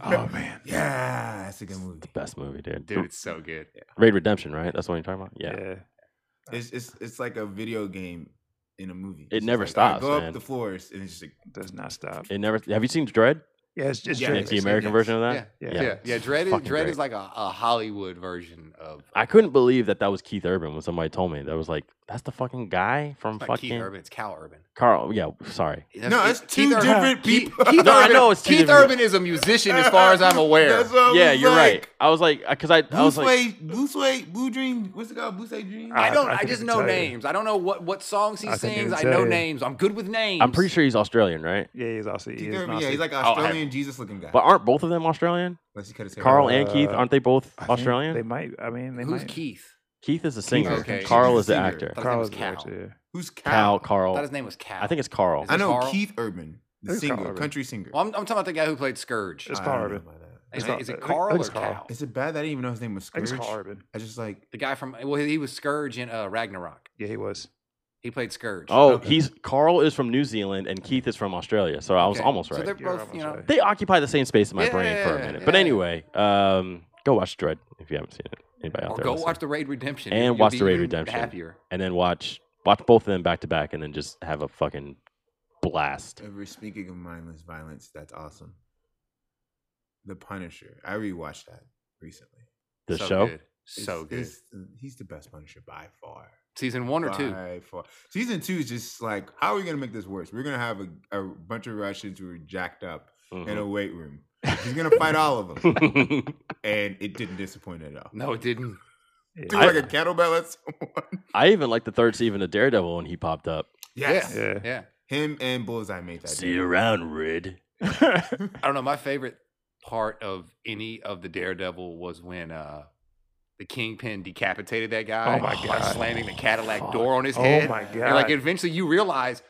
S8: Oh man.
S6: Yeah, that's a good movie.
S9: Best movie, dude.
S7: dude. It's so good.
S9: Raid Redemption, right? That's what you're talking about. Yeah.
S6: It's it's it's like a video game in a movie.
S9: It
S6: It's
S9: never
S6: just like, all right,
S9: stops,
S6: Go
S9: man.
S6: up the floors, and it's just like
S8: Does not stop.
S9: It never. Have you seen Dread?
S8: yeah, it's just
S6: Yeah,
S8: Drake.
S9: Like, the
S6: yes,
S9: American
S6: yes.
S9: version of that.
S7: Yeah,
S8: Yeah.
S7: yeah, yeah. Dread, is,
S9: fucking
S7: Dread
S9: great.
S7: is like a, a Hollywood version of
S9: I couldn't believe that that was Keith Urban when somebody told me that was like that's the fucking guy from
S7: it's not
S9: fucking
S7: Keith Urban. It's Cal Urban.
S9: Carl. Yeah, sorry.
S6: No, it's two different
S7: <laughs> Keith-
S6: people.
S7: Keith
S9: <laughs> No, I
S7: Urban-
S9: know it's two
S7: Keith
S9: different-
S7: Urban is a musician, as far as I'm aware.
S6: <laughs> That's what I
S9: yeah,
S6: was
S9: you're right.
S6: like.
S9: I was like, because I, I
S6: Blue
S9: was like,
S6: Sway, Blue Sway, Blue Dream. What's it called? Blue Sway Dream.
S8: I-
S7: I don't.
S8: I
S7: I,
S8: couldn't
S7: just
S8: even
S7: know
S8: tell you.
S7: names. I don't know what what songs he
S8: I couldn't
S7: sings.
S8: even
S7: I
S8: tell
S7: know
S8: you.
S7: names. I'm good with names.
S9: I'm pretty sure he's Australian, right?
S8: Yeah, he's also he
S6: Keith
S8: is
S6: Urban,
S8: Nazi.
S6: yeah, he's like an
S7: Oh, I have-
S6: Australian Jesus-looking guy.
S9: But aren't both of them Australian?
S6: Unless he cut his hair.
S9: Carl and Keith,
S8: Uh,
S9: aren't they both
S8: I think
S9: Australian?
S8: They might. I mean, they
S7: Who's
S8: might.
S7: Keith?
S9: Keith is the singer.
S7: Okay.
S9: Carl is the
S6: Singer.
S9: actor.
S7: I thought
S8: Carl
S7: his
S8: is
S7: name
S8: the
S7: was Cal.
S8: actor.
S6: Who's Cal?
S9: Cal,
S7: I
S9: Carl.
S7: thought his name was Cal.
S9: Oh. I think it's Carl.
S7: Is
S6: I know
S7: Carl?
S6: Keith Urban, the
S8: Who's Carl
S6: singer,
S8: Urban?
S6: country singer.
S7: Well, I'm, I'm talking about the guy who played Scourge.
S8: It's
S6: I
S8: Carl
S6: don't know
S8: Urban.
S6: about that.
S7: Is,
S8: Carl-
S7: it- is
S8: I
S7: it
S8: think
S7: Carl
S8: it's
S7: or
S8: Carl.
S7: Cal?
S6: Is it bad that I didn't even know his name was
S8: I think
S6: Scourge?
S8: it's Carl Urban.
S6: I just like
S7: The guy from well, he was Scourge in uh, Ragnarok.
S8: Yeah, he was.
S7: He played Scourge.
S9: Oh,
S6: Okay.
S9: he's Carl is from New Zealand and Keith is from Australia. So I was
S7: Okay.
S9: almost
S7: So
S9: right.
S7: they're
S8: You're
S7: both, you
S8: almost
S7: know,
S8: right.
S9: they occupy the same space in my brain for a
S7: Yeah,
S9: minute. But
S7: yeah.
S9: anyway, um, go watch Dread if you haven't seen it. Anybody out
S7: or
S9: there?
S7: go
S9: listening.
S7: watch the Raid Redemption
S9: And
S7: You'll
S9: watch
S7: be
S9: The Raid
S7: even
S9: Redemption.
S7: Happier.
S9: and then watch watch both of them back to back, and then just have a fucking blast.
S6: ever speaking of mindless violence. That's awesome. The Punisher. I rewatched that recently.
S9: The
S7: so
S9: show.
S7: good. so
S6: It's-
S7: good.
S6: it's- he's the best Punisher by far.
S7: Season one or two.
S6: By far. Season two is just like, how are we gonna make this worse? We're gonna have a, a bunch of Russians who are jacked up
S9: Mm-hmm.
S6: in a weight room. He's gonna fight all of
S9: <laughs>
S6: them,
S9: Mhm.
S6: and it didn't disappoint at all.
S7: No, it didn't.
S8: Yeah.
S6: Threw
S9: I-
S6: like a kettlebell <laughs> at someone.
S9: I even liked the third season of Daredevil when he popped up.
S6: Yes,
S8: Yeah.
S7: Yeah.
S6: him and Bullseye made that.
S9: See you around,
S7: <laughs>
S9: Rid.
S7: I don't know. My favorite part of any of the Daredevil was when uh the Kingpin decapitated that guy
S8: Oh my
S7: by
S8: God.
S7: slamming the Cadillac
S9: Fuck.
S7: door on his
S8: Oh
S7: head.
S8: my
S7: And like
S8: god.
S7: eventually you realize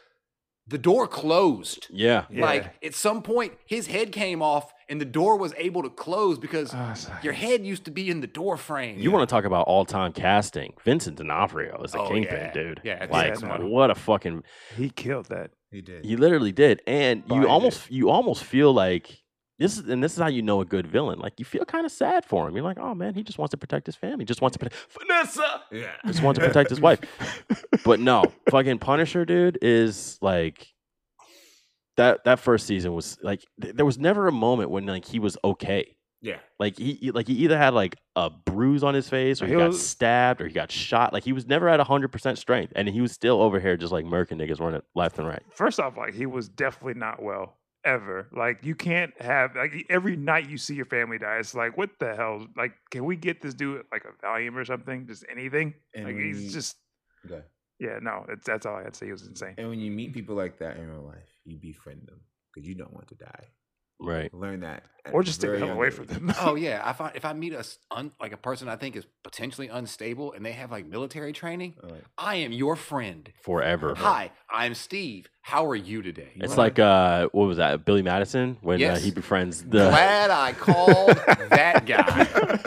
S7: the door closed.
S9: Yeah.
S8: Yeah.
S7: Like at some point his head came off and the door was able to close because
S8: <sighs> Oh, it's like-
S7: your head used to be in the door frame.
S9: You want to talk about all time casting? Vincent D'Onofrio is a
S7: Oh,
S9: kingpin,
S7: yeah.
S9: dude.
S7: Yeah, that's-
S9: like
S8: that's one.
S9: what a fucking
S8: he killed that.
S6: He did.
S9: he literally did, and
S8: Bodied
S9: you almost you almost feel like this is and this is how you know a good villain. Like you feel kind of sad for him. You're like, oh man, he just wants to protect his family. Just wants to protect Vanessa.
S6: yeah. <laughs>
S9: Just wants to protect his wife. But
S7: <laughs>
S9: no, fucking Punisher, dude, is like that. That first season was like th- there was never a moment when like he was okay.
S6: Yeah.
S9: Like he he- like he either had like a bruise on his face, or he,
S8: He
S9: got
S8: was-
S9: stabbed, or he got shot. Like he was never at hundred percent strength, and he was still over here just like murking niggas running left and right.
S8: First off, like he was definitely not well ever. Like you can't have like e, every night you see your family die. It's like what the hell? Like can we get this dude like a Valium or something? Just anything?
S6: And
S8: like
S6: when
S8: he's
S6: you-
S8: just
S6: Okay.
S8: yeah. No, it's, that's all I had to say. He was insane.
S6: And when you meet people like that in real life, you befriend them because you don't want to die.
S9: Right.
S6: Learn that. at
S8: Or
S6: a
S8: just stay the
S6: very
S8: hell
S6: young
S8: away
S6: age.
S8: from them.
S7: <laughs>
S8: <laughs>
S7: Oh yeah, I find if I meet a s- un, like a person I think is potentially unstable and they have like military training,
S6: All right.
S7: I am your friend.
S9: Forever.
S7: Hi, I'm Steve. How are you today?
S6: You
S9: It's
S6: wanna-
S9: like uh, what was that? Billy Madison when uh,
S7: Yes.
S9: he befriends
S8: <laughs>
S9: the.
S7: Glad I
S9: <laughs>
S7: called that guy.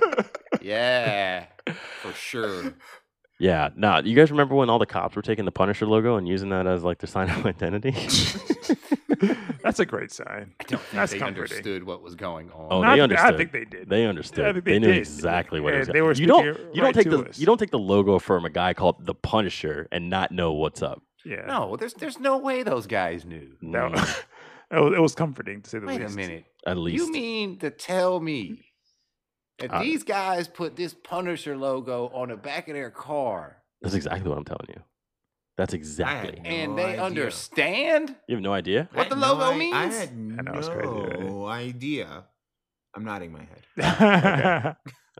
S7: Yeah, for sure.
S9: Yeah, nah. You guys remember when all the cops were taking the Punisher logo and using that as like their <laughs> sign of identity?
S8: That's a great sign.
S7: I don't think
S8: That's
S7: they
S8: comforting.
S7: understood what was going on.
S9: Oh,
S8: No, I think-
S9: they
S8: I
S9: understood.
S8: think they did.
S9: They understood.
S8: I think
S9: they,
S8: they
S9: knew
S8: did.
S9: exactly what it
S8: And
S9: was.
S8: they were
S9: you don't.
S8: speaking
S9: You don't
S8: right
S9: take
S8: to
S9: the.
S8: us.
S9: You don't take the logo from a guy called the Punisher and not know what's up.
S8: Yeah.
S7: No, there's there's no way those guys knew.
S8: No. <laughs>
S9: Mm,
S8: it, was, it was comforting to say the <laughs>
S7: Wait
S8: least.
S7: a minute.
S9: At least.
S7: You mean to tell me If
S9: Uh,
S7: these guys put this Punisher logo on the back of their car
S9: That's exactly what I'm telling you. That's exactly.
S6: no
S7: and they
S6: idea.
S7: understand,
S9: You have no idea.
S6: I
S7: What the
S6: had no
S7: logo
S6: i- I
S7: means?
S6: had
S8: know, it's crazy, right?
S6: no idea. I'm nodding my head.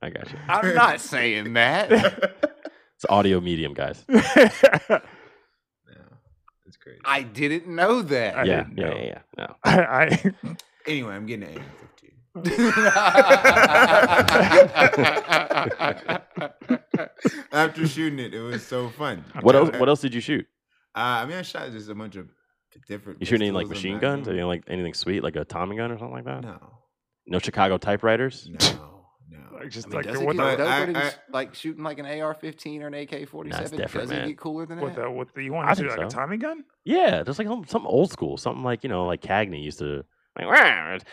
S9: I got you.
S7: I'm not saying that.
S9: It's audio
S8: <laughs>
S9: medium, guys.
S6: No, it's crazy.
S7: I didn't
S8: I
S7: know <laughs> that.
S9: yeah,
S8: didn't
S9: yeah,
S8: know. <laughs>
S9: yeah, yeah. No.
S8: I,
S6: anyway, I'm getting an AM15.
S8: <laughs>
S6: After shooting it, it was so fun.
S9: What else? What else did you shoot?
S6: Uh, I mean, I shot just a bunch of different.
S9: You shoot any like
S6: pistols and
S9: machine guns or
S6: magnums.
S9: you know, like anything sweet, like a Tommy gun or something like that?
S6: No,
S8: <laughs>
S9: No Chicago typewriters.
S6: no, no.
S8: like, just
S7: I mean,
S8: like
S7: does it
S8: what
S7: get
S6: the-
S7: dope
S6: I-
S7: when
S6: I-
S7: he's, like shooting like an AR-15 or an AK-47?
S9: Nah, it's different,
S7: does it
S9: man.
S7: get cooler than
S8: the, what
S7: that?
S8: the, what the, you
S9: I
S8: want to do
S9: think
S8: like a
S9: so.
S8: Tommy gun?
S9: Yeah, just like some, something old school, something like you know, like Cagney used to like. "Rah, it's-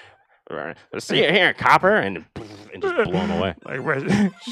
S9: rah, See you here, copper, and <laughs>
S8: <laughs>
S9: and just blow him away.
S8: Like, where-
S9: <laughs>
S8: <laughs>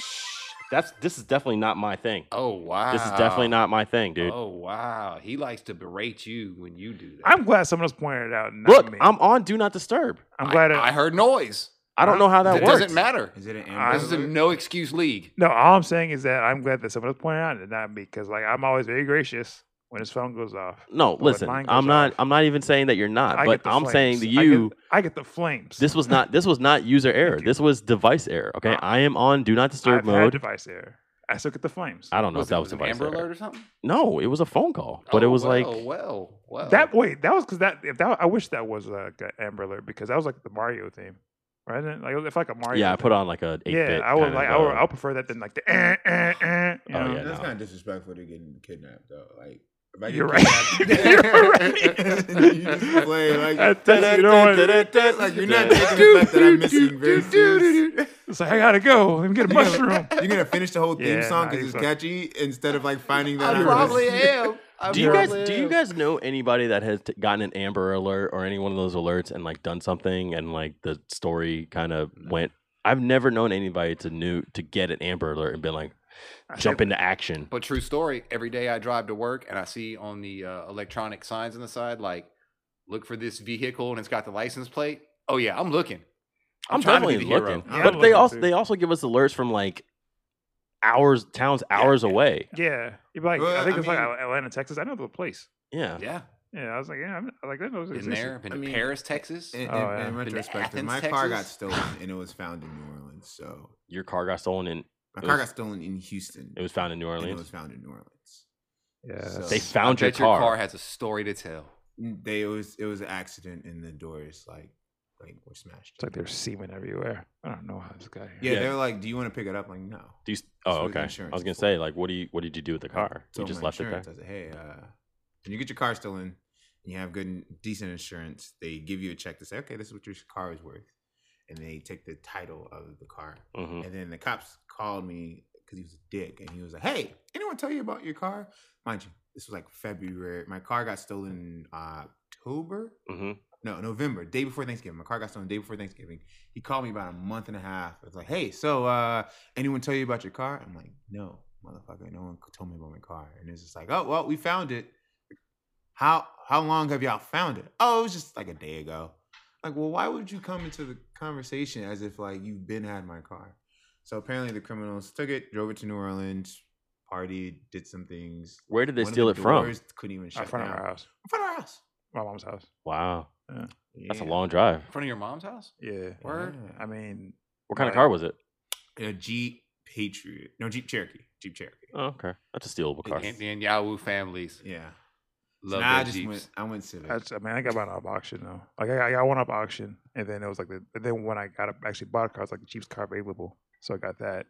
S9: That's this is definitely not my thing.
S7: Oh wow!
S9: This is definitely not my thing, dude.
S7: Oh wow! He likes to berate you when you do that.
S8: I'm glad someone else pointed it out. Not
S9: Look,
S8: me.
S9: I'm on Do Not Disturb.
S8: I'm glad. it-
S7: I heard noise.
S9: I don't know how that
S7: it
S9: works.
S7: doesn't matter.
S6: Is it an
S8: I-
S6: amber?
S7: This is a
S6: alert?
S7: no excuse league.
S8: no, all I'm saying is that I'm glad that someone else pointed it out and not me, because like I'm always very gracious when his phone goes off.
S9: No,
S8: when
S9: listen.
S8: Oh, mine goes
S9: I'm not.
S8: off,
S9: I'm not even saying that you're not.
S8: I
S9: Uh, but
S8: get the
S9: I'm saying to
S8: flames. I get-
S9: you,
S8: I get the flames.
S9: this
S8: <laughs>
S9: was not. This was not user error.
S8: you.
S9: This was device error. Okay,
S8: Uh,
S9: I am on Do Not Disturb
S8: I've had
S9: mode.
S8: device error. I still get the flames.
S9: I don't know
S7: Was
S9: if
S7: it-
S9: that
S7: it
S9: was
S7: an
S9: device
S7: Amber
S9: error.
S7: Alert or something?
S9: No, it was a phone call, but it
S7: Oh,
S9: was like
S7: well, well, well.
S8: That wait, that was because that if that I wish that was uh, like an Amber Alert because that was like the Mario theme, right? And, Like if like a Mario.
S9: yeah. I
S8: theme.
S9: put on like a eight
S8: Yeah,
S9: bit.
S8: I would like I would I would prefer that than like the. Eh, eh, eh, you
S9: Oh,
S8: know?
S9: yeah,
S6: That's
S9: no.
S6: kind of disrespectful to getting kidnapped though. Like, if I get
S8: You're right. <laughs>
S6: kidnapped-
S8: You're right.
S6: <laughs> you just play like
S8: That- that's- you know what?
S6: <laughs> like you're not taking the fact that I'm
S8: <laughs>
S6: missing very serious.
S8: It's like I gotta go. Let me
S9: <laughs>
S8: get a
S6: You're gonna-
S8: mushroom.
S6: <laughs> You're gonna finish the whole theme
S8: Yeah,
S6: song
S8: nah,
S6: because
S8: you
S6: it's
S8: suck.
S6: catchy instead of like finding
S7: <laughs>
S6: that.
S7: I
S6: out.
S7: probably am. I
S9: do you guys
S7: probably
S9: do you
S7: am.
S9: guys know anybody that has t- gotten an Amber Alert or any one of those alerts and like done something and like the story kind of went? I've never known anybody to new to get an Amber Alert and been like jump into action.
S7: But true story. Every day I drive to work and I see on the uh, electronic signs on the side like, look for this vehicle and it's got the license plate. Oh yeah, I'm looking.
S9: I'm,
S7: trying to be
S9: definitely
S7: the hero.
S9: looking,
S8: Yeah,
S9: but
S8: I'm
S9: they
S8: looking
S9: also
S8: too.
S9: they also give us alerts from like hours towns hours away.
S8: Yeah, you'd be like
S6: Well,
S8: I think
S6: I
S8: it's like
S6: mean-
S8: Al- Atlanta, Texas. I know the place.
S9: Yeah,
S7: Yeah,
S8: Yeah, I was like, yeah, I'm, like that knows
S7: been
S8: existed.
S7: there. Been to
S6: I mean,
S7: Paris, Texas.
S6: In, in,
S8: Oh, yeah.
S6: in
S7: Been to
S6: retrospect,
S7: Athens,
S6: my car got
S7: Texas?
S6: stolen
S9: <laughs>
S6: and it was found in New Orleans. So
S9: your car got stolen and
S6: my
S9: It
S6: car
S9: was-
S6: got stolen in Houston.
S9: it was found in New
S6: and it was
S9: Orleans.
S6: found in New Orleans.
S8: Yeah,
S6: So- I
S9: They
S7: I
S9: found your
S7: bet your
S9: car.
S7: car has a story to tell.
S6: Mm, They it was it was an accident and the doors like like were smashed.
S8: it's like there's semen everywhere. I don't know how this got here.
S6: yeah,
S9: Yeah.
S6: they were like, "Do you want to pick it up?" I'm like, no.
S9: Do you s-
S6: So
S9: oh,
S6: it was
S9: okay. I
S6: insurance
S9: was gonna
S6: for-
S9: say like, what do you what did you do with the car? You
S6: Told
S9: just
S6: my
S9: left it there.
S6: insurance, I said, "Hey, uh, when you get your car stolen and you have good and decent insurance, they give you a check to say, okay, this is what your car is worth,' and they take the title of the car.
S8: Mm-hmm.
S9: hmm
S6: And then the cops called me because he was a dick, and he was like, "Hey, anyone tell you about your car?" Mind you, this was like February. My car got stolen in October.
S9: hmm
S8: Mm-hmm.
S6: no, November, day before Thanksgiving. My car got stolen the day before Thanksgiving. He called me about a month and a half. It's like, hey, so uh, anyone tell you about your car? I'm like, no, motherfucker, no one told me about my car. And it's just like, oh well, we found it. How how long have y'all found it? Oh, it was just like a day ago. Like, well, why would you come into the conversation as if like you've been had my car? So apparently the criminals took it, drove it to New Orleans, partied, did some things.
S9: Where did they
S6: One of
S9: steal
S6: the
S9: it from? Oh,
S6: doors Couldn't even
S8: Out
S6: shut
S8: front
S6: down.
S8: of our house,
S6: In front of our house.
S8: my mom's house.
S9: Wow, that's
S6: Yeah.
S9: a long drive.
S7: In front of your mom's house.
S8: Yeah,
S7: Word.
S9: Ah.
S6: Yeah.
S8: I mean,
S9: What kind of
S8: Right.
S9: car was it?
S6: a Jeep Patriot. No, Jeep Cherokee. Jeep Cherokee.
S9: Oh, okay, that's a stealable car.
S6: Yes.
S7: Indian Yahoo families
S6: Yeah. So
S7: love
S6: now I
S7: their
S6: just
S7: Jeeps.
S6: went. I went civic.
S8: that's, I mean, I got mine off auction though. Like I, I got one off auction, and then it was like the, and then when I got a, actually bought a car, it was like the cheapest car available, so I got that,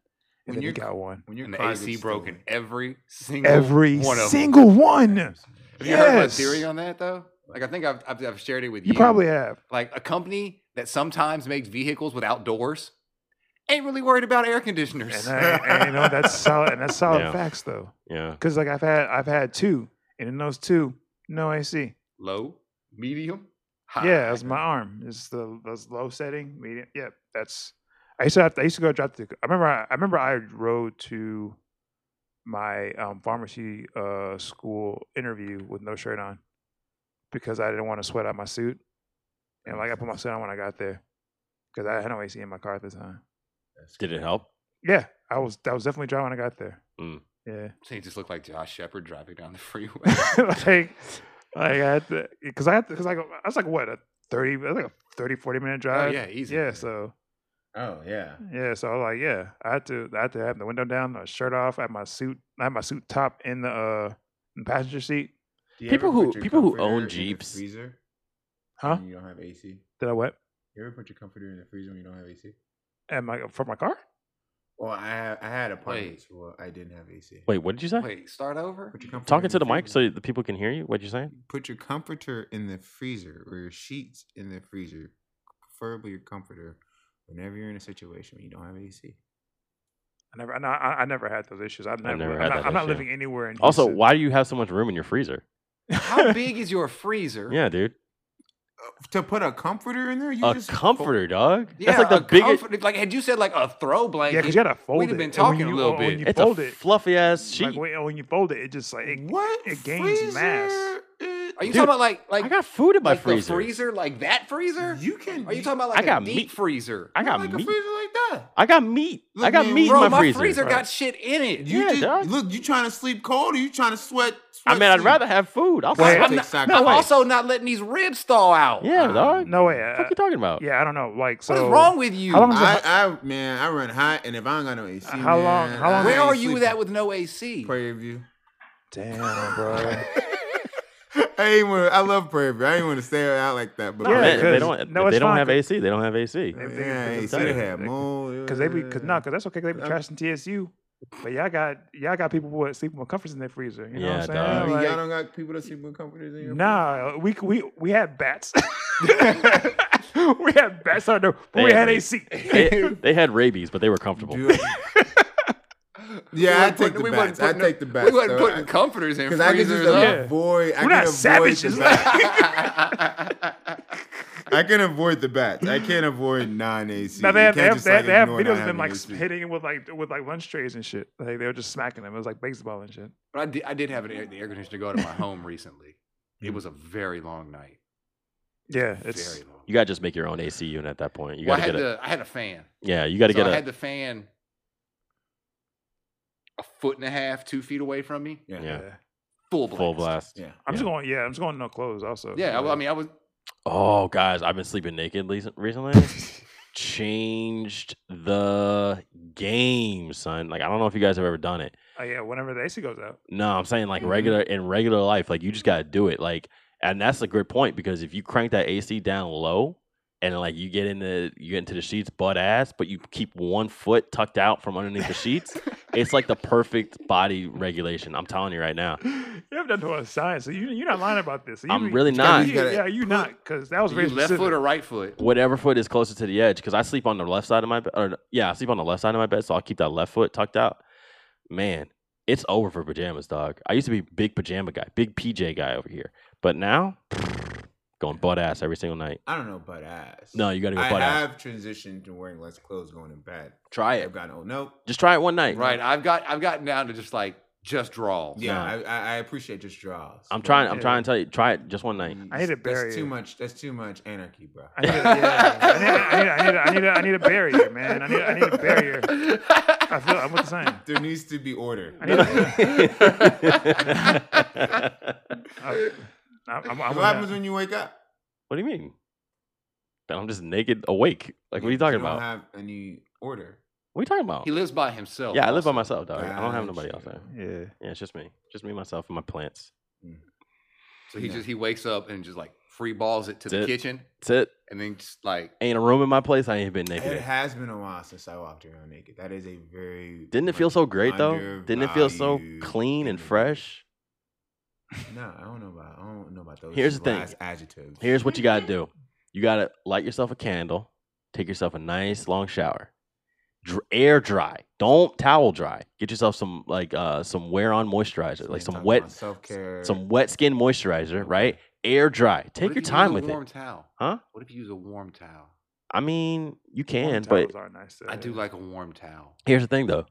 S8: and
S6: When
S8: then you
S6: you're-
S8: got one.
S6: when your
S7: and the
S6: car
S7: AC
S6: gets
S7: broken
S6: stolen-
S7: every single
S8: Every
S7: one of 'em.
S8: single one.
S6: Yeah,
S8: You
S7: Have you heard my
S8: Yes.
S7: theory on E? that though? Like I think I've, I've, I've shared it with you.
S8: probably have.
S7: like a company that sometimes makes vehicles without doors ain't really worried about air conditioners.
S8: And, I, and, you know
S7: <laughs>
S8: that's solid, and that's solid
S9: Yeah.
S8: facts though.
S9: Yeah,
S8: Because like I've had I've had two, and in those two, no AC.
S7: Low, medium, high.
S8: Yeah, that's my arm. It's the that's low setting, medium. Yeah, that's. I used to have to, I used to go drop the. I remember I, I remember I rode to my um, pharmacy uh, school interview with no shirt on because I didn't want to sweat out my suit, and like I put my suit on when I got there because I had no AC in my car at the time.
S6: That's
S9: Did it help?
S8: Yeah, I was I was definitely driving when I got there.
S9: Mm.
S8: Yeah, <laughs>
S7: So you just look like Josh Shepard driving down the freeway. <laughs>
S8: like like I had to because I had because I go I was like what a thirty like a 30, 40 minute drive.
S7: Oh, yeah, easy.
S8: uh, Yeah, so
S6: Oh yeah.
S8: yeah, so I was like yeah, I had to I had to have the window down, my shirt off, I had my suit, I had my suit top in the uh in the passenger seat.
S6: Do you
S9: People
S6: ever put
S9: who-
S6: your
S9: people who
S6: comforter
S9: own
S6: in the
S9: Jeeps-
S6: Freezer.
S8: Huh?
S6: when you don't have AC.
S8: Did I what?
S6: You ever put your comforter in the freezer when you don't have AC?
S8: And my for my car?
S6: Well, I ha- I had apartments where I didn't have AC.
S9: Wait, what did you
S7: <laughs>
S9: say?
S7: Wait, start over?
S6: Put your comforter
S9: Talking
S6: in
S9: to the mic
S6: freezer.
S9: so the people can hear you. What you saying?
S6: Put your comforter in the freezer or your sheets in the freezer, preferably your comforter, whenever you're in a situation when you don't have AC.
S8: I never I, no, I, I never had those issues. I've never,
S9: never
S8: I'm
S9: had
S8: not,
S9: that
S8: I'm not
S9: issue.
S8: living anywhere in
S9: Also,
S8: Houston.
S9: why do you have so much room in your freezer?
S8: <laughs>
S7: How big is your freezer?
S9: Yeah, dude.
S6: Uh, to put a comforter in there, you
S9: A
S6: just
S9: comforter, dog.
S7: Yeah,
S9: That's like the
S7: a
S9: biggest.
S7: comfort- like had you said like a throw
S8: Yeah,
S7: blanket.
S8: because you gotta fold
S7: we'd have
S8: it.
S7: been
S8: And
S7: talking
S8: when
S7: a
S8: you-
S7: little
S8: When
S7: bit.
S8: you
S9: It's
S8: fold
S9: a
S8: it,
S9: fluffy ass
S8: like,
S9: sheet.
S8: when, when you fold it, it just like it,
S6: what?
S8: it gains mass.
S6: Freezer?
S7: Are you
S9: Dude,
S7: talking about like like
S9: I got food in my
S7: like
S9: freezer.
S7: the freezer, like that freezer?
S6: You can.
S7: Are you talking about
S9: I
S7: like
S9: got
S7: a deep
S9: meat-
S7: freezer?
S9: I got
S6: like a
S9: meat.
S6: freezer like that?
S9: I got meat. I
S6: Look,
S9: got
S6: man,
S9: meat
S7: Bro,
S9: in my freezer.
S7: got shit in it.
S6: You
S9: Yeah,
S6: just,
S9: dog.
S6: look, you trying to sleep cold or you trying to sweat?
S9: I
S6: sweat
S9: mean, I'd
S6: sleep?
S9: rather have food. I'll
S8: Wait,
S9: I'm
S6: I'm
S9: not-
S6: not-
S9: no
S7: I'm
S9: way.
S7: also not letting these ribs thaw out.
S9: <laughs> yeah,
S6: Ah,
S9: dog.
S8: No way.
S9: What
S8: I-
S9: the fuck you talking about?
S8: yeah, I don't know. Like, so
S7: what is wrong with you?
S8: how long is it?
S6: I, I man, I run hot, and if I ain't got no AC,
S8: How long-
S6: man,
S8: how long-
S6: I
S7: Where
S6: ain't
S7: are you
S6: sleeping.
S7: that with no AC?
S6: Prairie View?
S8: Damn, bro.
S6: I ain't want. to I love Prairie View. I ain't want to stay out like that, but
S8: Yeah,
S9: Man, they
S8: because-
S9: don't.
S8: no,
S9: if they
S8: it's
S9: don't
S8: fine,
S9: have
S8: 'cause-
S9: AC. They don't have AC.
S8: They- they-
S6: yeah,
S8: they-
S6: AC
S8: they-
S6: they have
S8: they-
S6: mold
S8: Because they be, cause no,
S6: yeah.
S8: cause that's okay. 'cause they be
S9: Uh,
S6: I'm-
S8: trashing TSU, but y'all got y'all got people who are sleeping with comforts in their freezer. You know
S9: Yeah,
S8: what
S9: dog.
S8: I'm
S6: I
S8: saying?
S6: mean, y'all
S8: Like,
S6: don't got people that sleep with comforters in your
S8: nah, we we we had bats. <laughs> we had bats on the. but
S9: They
S8: We had
S9: had eight. <laughs>
S8: AC.
S9: They, they had rabies, but they were comfortable.
S6: freezer? yeah, I
S7: wasn't
S6: take the
S7: we wasn't
S6: bats. I
S7: putting-
S6: take the bats.
S7: We wasn't
S6: though.
S7: putting comforters in
S6: Because I can just
S7: freezers.
S8: Yeah.
S6: avoid. I
S8: We're
S6: can
S8: not
S6: avoid
S8: savages.
S6: The bats.
S7: though.
S6: <laughs> I can avoid the bats. I can't avoid non AC.
S8: Now they have they have, they have, they have videos of them like hitting with like with like lunch trays and shit. Like they were just smacking them. It was like baseball and shit.
S7: <laughs> but I did, I did have an air, the air conditioner go to my home recently.
S6: Hmm.
S7: It was a very long night.
S8: Yeah, it's
S7: very long.
S9: You gotta just make your own AC unit at that point. You
S7: Well, I
S9: gotta
S7: had
S9: get a
S7: the I had a fan.
S9: yeah. You gotta
S7: so
S9: get
S7: I
S9: a
S7: had the fan a foot and a half, two feet away from me,
S6: Yeah.
S9: yeah,
S7: full blast.
S9: full blast.
S6: Yeah.
S8: I'm just
S9: Yeah.
S8: going. Yeah, I'm just going no clothes. Also.
S7: Yeah, I, I
S8: Like,
S7: mean, I was
S9: Oh, guys, I've been sleeping naked le- recently.
S7: <laughs>
S9: Changed the game, son. Like I don't know if you guys have ever done it.
S8: uh, yeah. Whenever the AC goes out,
S9: No, I'm saying like
S6: Mhm.
S7: Mm-hmm.
S9: regular in regular life, like you just gotta do it. Like, and that's a good point because if you crank that AC down low and like you get into you get into the sheets butt ass, but you keep one foot tucked out from underneath the sheets, it's like the perfect body regulation. I'm telling you right now.
S8: you haven't done a lot of science, so you you're not lying about this. So you,
S9: I'm
S8: be-
S9: really
S8: you-
S9: not.
S8: you- yeah, you're not because that was
S7: you
S8: very
S7: left
S8: specific.
S7: foot or right foot.
S9: Whatever foot is closer to the edge, because I sleep on the left side of my bed. Or yeah, I sleep on the left side of my bed, so I'll keep that left foot tucked out. Man, it's over for pajamas, dog. I used to be big pajama guy, big PJ guy over here, but now <sniffs> going butt ass every single night.
S6: I don't know butt ass.
S9: No, you gotta go
S6: I
S9: butt ass.
S6: have transitioned to wearing less clothes going to bed.
S9: Try
S6: I've
S9: it.
S6: gotten old. Nope.
S9: Just try it one night.
S7: Right, I've got I've gotten down to just like just draw.
S6: Yeah,
S9: No.
S6: I, I, I appreciate just draws.
S9: I'm trying. I'm
S8: Yeah.
S9: trying to tell you. Try it just one night.
S6: You-
S8: I hate to bury
S6: That's too
S8: it.
S6: much. That's too much anarchy, bro.
S8: I need, a, yeah, I, need, a- I, need, a- I, need, a- I, need a, I need a barrier, man. I need, a- I need a barrier. I feel I'm with the same.
S6: There needs to be order.
S8: <laughs> I need a,
S9: <laughs> what
S8: I, I'm, I'm, I'm
S6: what happens when you wake up?
S9: do you mean? But I'm just naked, awake. Like, what are you talking about?
S6: Don't have any order.
S9: what are you talking
S7: <laughs>
S9: about?
S7: He lives by himself.
S9: Yeah, I live by
S7: also.
S9: myself, dog. I don't have nobody else
S6: Gotcha.
S9: there.
S8: yeah.
S9: Yeah, it's just me. Just me, myself, and my plants.
S7: So he
S6: Yeah.
S7: just he wakes up and just like free balls it to the
S9: That's it.
S7: kitchen,
S9: That's it.
S7: and then just like
S9: Ain't a room in my place I ain't been naked.
S6: It
S9: in.
S6: has been a while since I walked around naked. That is a very
S9: Didn't it feel so great though? Didn't it feel so
S6: undervalued
S9: clean
S6: thing
S9: and
S6: to do.
S9: fresh?
S6: No, I don't know about. I don't know about those.
S9: Here's the thing.
S6: last Adjectives.
S9: Here's what you gotta do. You gotta light yourself a candle, take yourself a nice long shower, Dr- air dry. Don't towel dry. Get yourself some like uh some wear on moisturizer, like some wet
S6: self care.
S9: some wet skin moisturizer, right? Air dry.
S7: what
S9: Take
S7: if you
S9: your
S7: use
S9: time
S7: a
S9: with
S7: warm
S9: it.
S7: towel.
S9: Huh?
S7: What if you use a warm towel?
S9: I mean,
S8: Warm
S9: you can,
S8: towels
S9: but
S8: are nice.
S7: I do
S8: uh,
S7: like a warm towel.
S9: here's the thing though.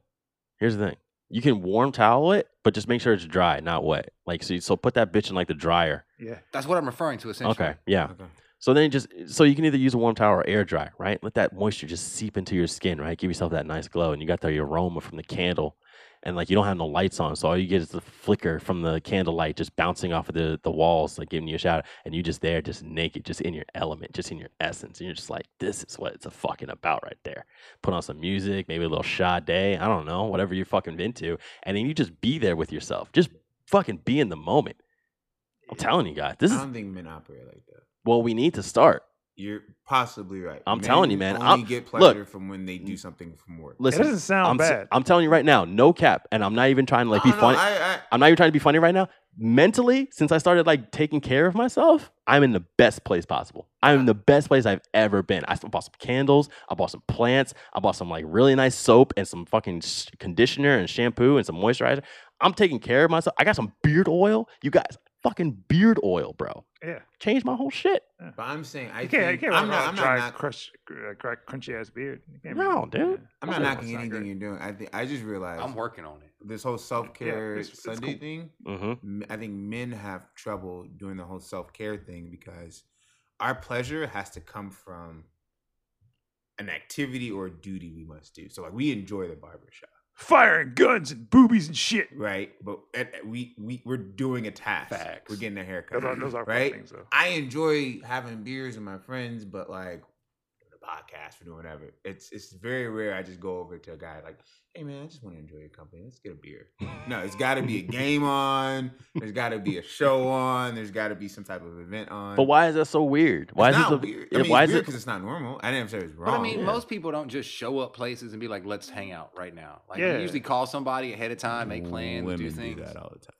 S9: Here's the thing. You can warm towel it, but just make sure it's dry, not wet. Like so, so put that bitch in like the dryer.
S8: Yeah.
S7: That's what I'm referring to essentially.
S9: Okay. Yeah.
S6: Okay.
S9: So then it just so you can either use a warm towel or air dry, right? Let that moisture just seep into your skin, right? Give yourself that nice glow, and you got the aroma from the candle, and like you don't have no lights on, so all you get is the flicker from the candle light just bouncing off of the the walls, like giving you a shower, and you just there, just naked, just in your element, just in your essence, and you're just like, this is what it's a fucking about right there. Put on some music, maybe a little Sade, I don't know, whatever you're fucking into, and then you just be there with yourself, just fucking be in the moment. I'm telling you guys, this
S6: I
S9: is
S6: don't think men operate like that.
S9: well, we need to start.
S6: You're possibly right.
S9: I'm telling you, man,
S6: Only
S9: I'm-
S6: get
S9: look.
S6: pleasure from when they do something from work.
S8: It
S9: Listen,
S8: doesn't sound
S9: I'm, s-
S8: bad.
S9: I'm telling you right now, no cap, and I'm not even trying to like be
S6: Oh, No, no,
S9: funny. I,
S6: I, I,
S9: am not even trying to be funny right now. Mentally, since I started like taking care of myself, I'm in the best place possible. I'm in the best place I've ever been. I s- bought some candles, I bought some plants, I bought some like really nice soap and some fucking s- conditioner and shampoo and some moisturizer. I'm taking care of myself. I got some beard oil. You guys, fucking beard oil, bro.
S8: Yeah.
S9: Changed my whole shit.
S6: but I'm saying I
S8: You can't, you
S6: think
S8: can't
S6: I'm
S8: I'm
S6: not. I'm
S8: dry,
S6: not, not
S8: crush, uh, cr- crunchy ass beard. You can't be-
S9: No, dude.
S6: I'm not
S8: That's
S6: knocking
S9: Okay.
S8: not
S6: anything
S8: great.
S6: you're doing. I think I just realized
S7: I'm working on it.
S6: this whole self care
S8: it's- it's
S6: Sunday
S8: cool.
S6: thing.
S9: Mm-hmm.
S6: m- I think men have trouble doing the whole self care thing because our pleasure has to come from an activity or a duty we must do. So like we enjoy the barbershop,
S8: Firing guns and boobies and shit.
S6: right? But at, at- we we we're doing a task.
S7: Facts.
S6: We're getting a haircut.
S8: Those are, those are fun
S6: right.
S8: things, though.
S6: I enjoy having beers with my friends, but like doing a podcast or doing whatever. It's it's very rare I just go over to a guy like, hey man, I just want to enjoy your company. Let's get a beer. No, it's gotta be a game on, there's gotta be a show on, there's gotta be some type of event on.
S9: But why is that so weird? Why
S6: it's
S9: is it
S6: not
S9: so
S6: weird? I
S9: yeah,
S6: mean,
S9: why
S6: it's
S9: is
S6: weird
S9: it
S6: because it's not normal. I didn't say it was
S7: But
S6: wrong.
S7: I mean,
S9: yeah.
S7: most people don't just show up places and be like, "Let's hang out right now." Like
S8: Yeah.
S7: you usually call somebody ahead of time, make plans,
S6: Women
S7: do things.
S6: that all the time.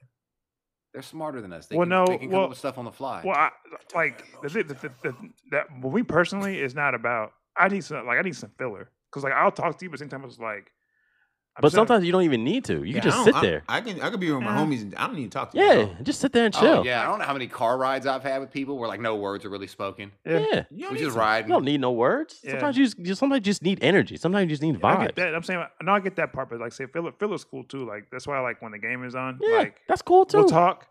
S7: They're smarter than us. They
S8: Well,
S7: can,
S8: no,
S7: they can come
S8: well-
S7: up with stuff on the fly.
S8: Well, I, like the, thi- the, the, the, that for me personally is not about. I need some like I need some filler because like I'll talk to you, but sometimes it's like. I'm
S9: But
S8: sitting-
S9: sometimes you don't even need to. You
S6: Yeah,
S9: can
S6: I
S9: just
S6: don't-
S9: sit
S6: I'm-
S9: there.
S6: I can I could be with my
S8: Yeah.
S6: homies and I don't need to talk to
S9: yeah,
S6: you.
S9: just sit there and
S7: Oh,
S9: chill.
S7: yeah, I don't know how many car rides I've had with people where like no words are really spoken.
S9: yeah.
S6: You don't
S7: We
S6: need
S7: just
S6: to-
S7: ride.
S9: You don't need no words.
S8: Yeah.
S9: Sometimes you just you- sometimes you just need energy. Sometimes you just need
S8: I
S9: vibes.
S8: get that. I'm saying no, I get that part, but like say filler filler's cool too. Like that's why like when the game is on,
S9: Yeah,
S8: like
S9: that's cool too.
S8: we'll talk,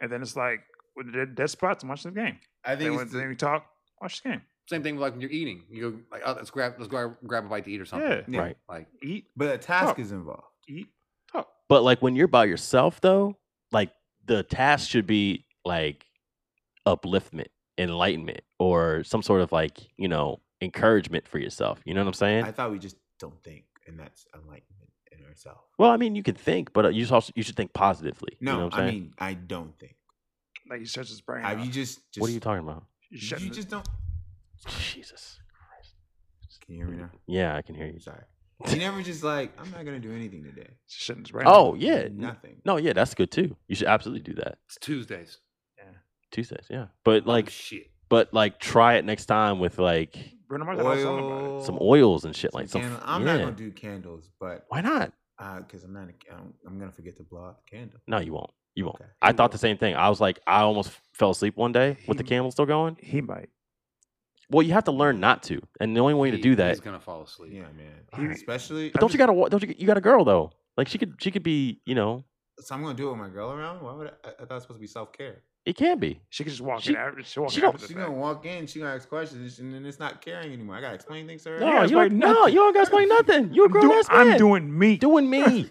S8: and then it's like when the dead, dead spots and watch the game.
S6: I
S8: Then,
S6: think
S8: when,
S6: it's the-
S8: then we talk, watch the game,
S7: Same thing like when you're eating. You go like, oh, let's grab, let's grab, grab a bite to eat or something.
S8: Yeah.
S6: yeah.
S9: Right.
S7: Like
S8: eat,
S6: but a task
S8: Oh.
S6: is involved.
S8: eat, talk.
S9: But like when you're by yourself though, like the task should be like upliftment, enlightenment, or some sort of like, you know, encouragement for yourself. You know what I'm saying?
S6: I thought we just don't think, and that's enlightenment in ourselves.
S9: well, I mean you can think, but you should also you should think positively.
S6: No,
S9: you know what I'm
S6: I
S9: saying?
S6: mean I don't think.
S8: Like you stretch his brain.
S6: Have
S8: out.
S6: you just, just
S9: what are you talking about?
S8: You shut
S6: You
S8: the-
S6: just don't.
S9: Jesus.
S6: Can you hear me now?
S9: Yeah, I can <laughs> hear you.
S6: I'm sorry. You never just like I'm not gonna do anything today.
S8: just shut his brain. out.
S9: Oh yeah. n-
S6: nothing.
S9: No, yeah, that's good too. You should absolutely do that.
S7: it's Tuesdays.
S9: Tuesdays, yeah. But
S7: oh,
S9: like,
S7: shit.
S9: but like, try it next time with like
S8: Bruno Mars had a whole song about it.
S6: Oil,
S9: some oils and shit,
S6: some
S9: like some.
S6: candle- I'm
S9: yeah.
S6: not gonna do candles, but
S9: Why not?
S6: because I'm not, a, I'm, I'm gonna forget to blow out the candle.
S9: No, you won't. You won't.
S6: Okay.
S9: I thought the same thing. I was like, I almost fell asleep one day with the
S8: He-
S9: candle still going.
S8: He might.
S9: Well, you have to learn not to, and the only way to
S7: He-
S9: do that.
S7: he's gonna fall asleep.
S6: Yeah, man.
S8: He-
S6: Especially,
S9: But don't you got a wa- don't you you got a girl though? Like she could she could be you know
S6: so I'm gonna do it with my girl around. Why would I? I, I thought it was supposed to be self care.
S9: it can be.
S8: She could just walk
S9: She-
S8: it out. She walk
S9: she
S8: it
S9: don't-
S8: after the
S6: She's
S8: fact.
S6: gonna walk in. She's gonna ask questions, and then it's not caring anymore. I gotta explain things to her.
S9: No,
S8: gotta
S9: you don't,
S8: explain
S9: no,
S8: nothing.
S9: you don't got to explain nothing. You a
S8: I'm,
S9: grown
S8: doing-
S9: ass man.
S8: I'm doing me.
S9: doing me.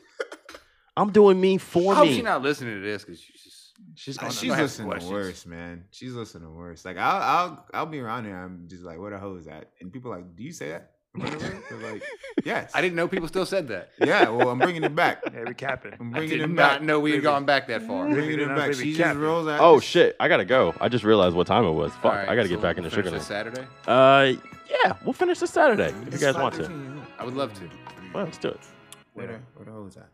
S9: I'm doing me
S7: I <laughs>
S9: for
S7: hope
S9: me.
S7: Oh, she's not listening to this because she's just.
S8: She's
S6: Uh,
S8: going.
S6: she's listening to worse, man. She's listening to worse. Like I'll I'll I'll be around here. I'm just like, where the hoe is at? And people are like, do you say <laughs> that? in front of her?" They're like, yes.
S7: I didn't know people still said
S9: <laughs>
S7: that.
S6: Yeah. Well, I'm bringing it <laughs> back.
S8: Yeah, we capping.
S6: I'm
S7: I
S6: bringing
S7: did
S6: it
S7: not
S6: back.
S7: know we had
S8: Baby.
S7: gone back that far.
S6: I'm
S8: Baby
S6: bringing
S8: did
S6: it
S8: not
S6: back.
S8: baby
S6: She just
S8: Captain.
S6: rolls out. <laughs>
S9: Oh shit! I gotta go. I just realized what time it was.
S7: <laughs>
S9: Fuck!
S7: All right,
S9: I gotta get
S7: so
S9: back
S7: we'll
S9: into
S7: finish
S9: sugar.
S7: this
S9: Land.
S7: Saturday.
S9: Uh, yeah, we'll finish this Saturday if you guys want to.
S7: I would love to.
S9: Well, let's do it.
S6: Where the, where the hoe is at?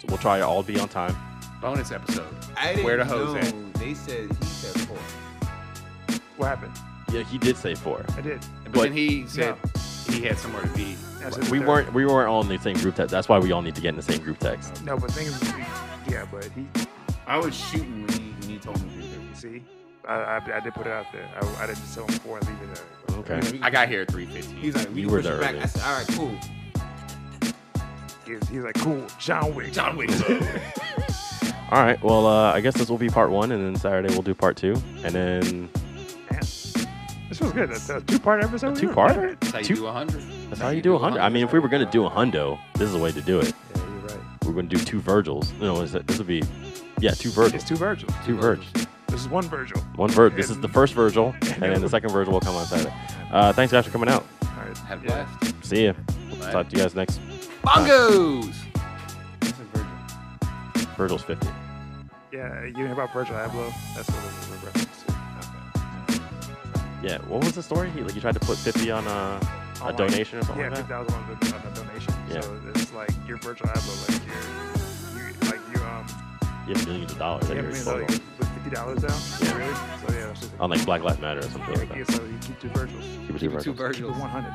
S9: So we'll try to all be on time.
S7: Bonus episode.
S6: I didn't
S7: Where the hoes
S6: know.
S7: at?
S6: They said he said four.
S8: What happened?
S9: Yeah, he did say four.
S8: I did.
S7: But
S9: But-
S7: then he said he had somewhere to be.
S8: I said
S9: We
S8: third.
S9: weren't we weren't all in the same group text. That's why we all need to get in the same group text.
S8: No, but things. Yeah, but he.
S6: I was shooting when he when he told me. to do that.
S8: See, I, I, I did put it out there. I, I didn't tell him before I leave it uh, there.
S9: Okay.
S7: I got here at 3:15.
S6: He's like, we
S9: You
S6: can
S9: were
S6: push it
S9: there
S6: back.
S9: earlier.
S6: I said, all right, cool.
S8: He was, he was like, cool, John Wick. John <laughs> Wick.
S9: All right. Well, uh, I guess this will be part one, and then Saturday we'll do part two, and then
S8: This was good. That's a two-part episode.
S9: Two parter?
S7: That's how you do 100.
S9: That's how you do a hundred. I mean, if we were gonna do a hundo, this is the way to do it.
S6: Yeah, you're right.
S9: We're gonna do two Virgils. No, is that, this would be, yeah, two Virgils.
S8: It's two Virgils.
S9: Two Virgils.
S8: This is one Virgil.
S9: One Virgil. This is the first
S6: <laughs>
S9: Virgil, and then the second Virgil will come on Saturday. Uh, thanks guys for coming out.
S8: All right.
S7: Have
S8: Yeah.
S7: left.
S9: See ya. Talk to you guys next.
S7: Bongos!
S6: That's a virgin.
S9: Virgil's fifty.
S8: Yeah, you know about Virgil Abloh? That's what it was a reference to.
S9: Yeah. What was the story? He like he tried to put fifty on uh, a
S8: Online.
S9: donation or something
S8: Yeah,
S9: like
S8: fifty
S9: that.
S8: thousand on the on the donation.
S9: Yeah.
S8: So it's like your Virgil Abloh, like you're, you like you um,
S9: Yeah, millions of dollars.
S8: you
S9: Like,
S8: have millions
S9: you're so
S8: of
S9: wrong.
S8: dollars with fifty dollars down.
S9: Yeah.
S8: Really? So yeah, that's just
S9: on like Black Lives Matter or something like
S8: like, yeah,
S9: that.
S8: so you keep two Virgils.
S9: Keep it two
S7: Two
S9: Virgils.
S7: Virgils.
S8: One hundred.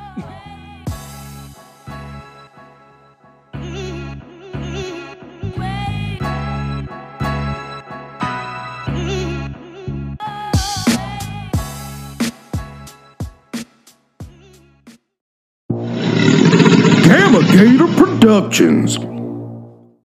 S2: Gamma Gator Productions.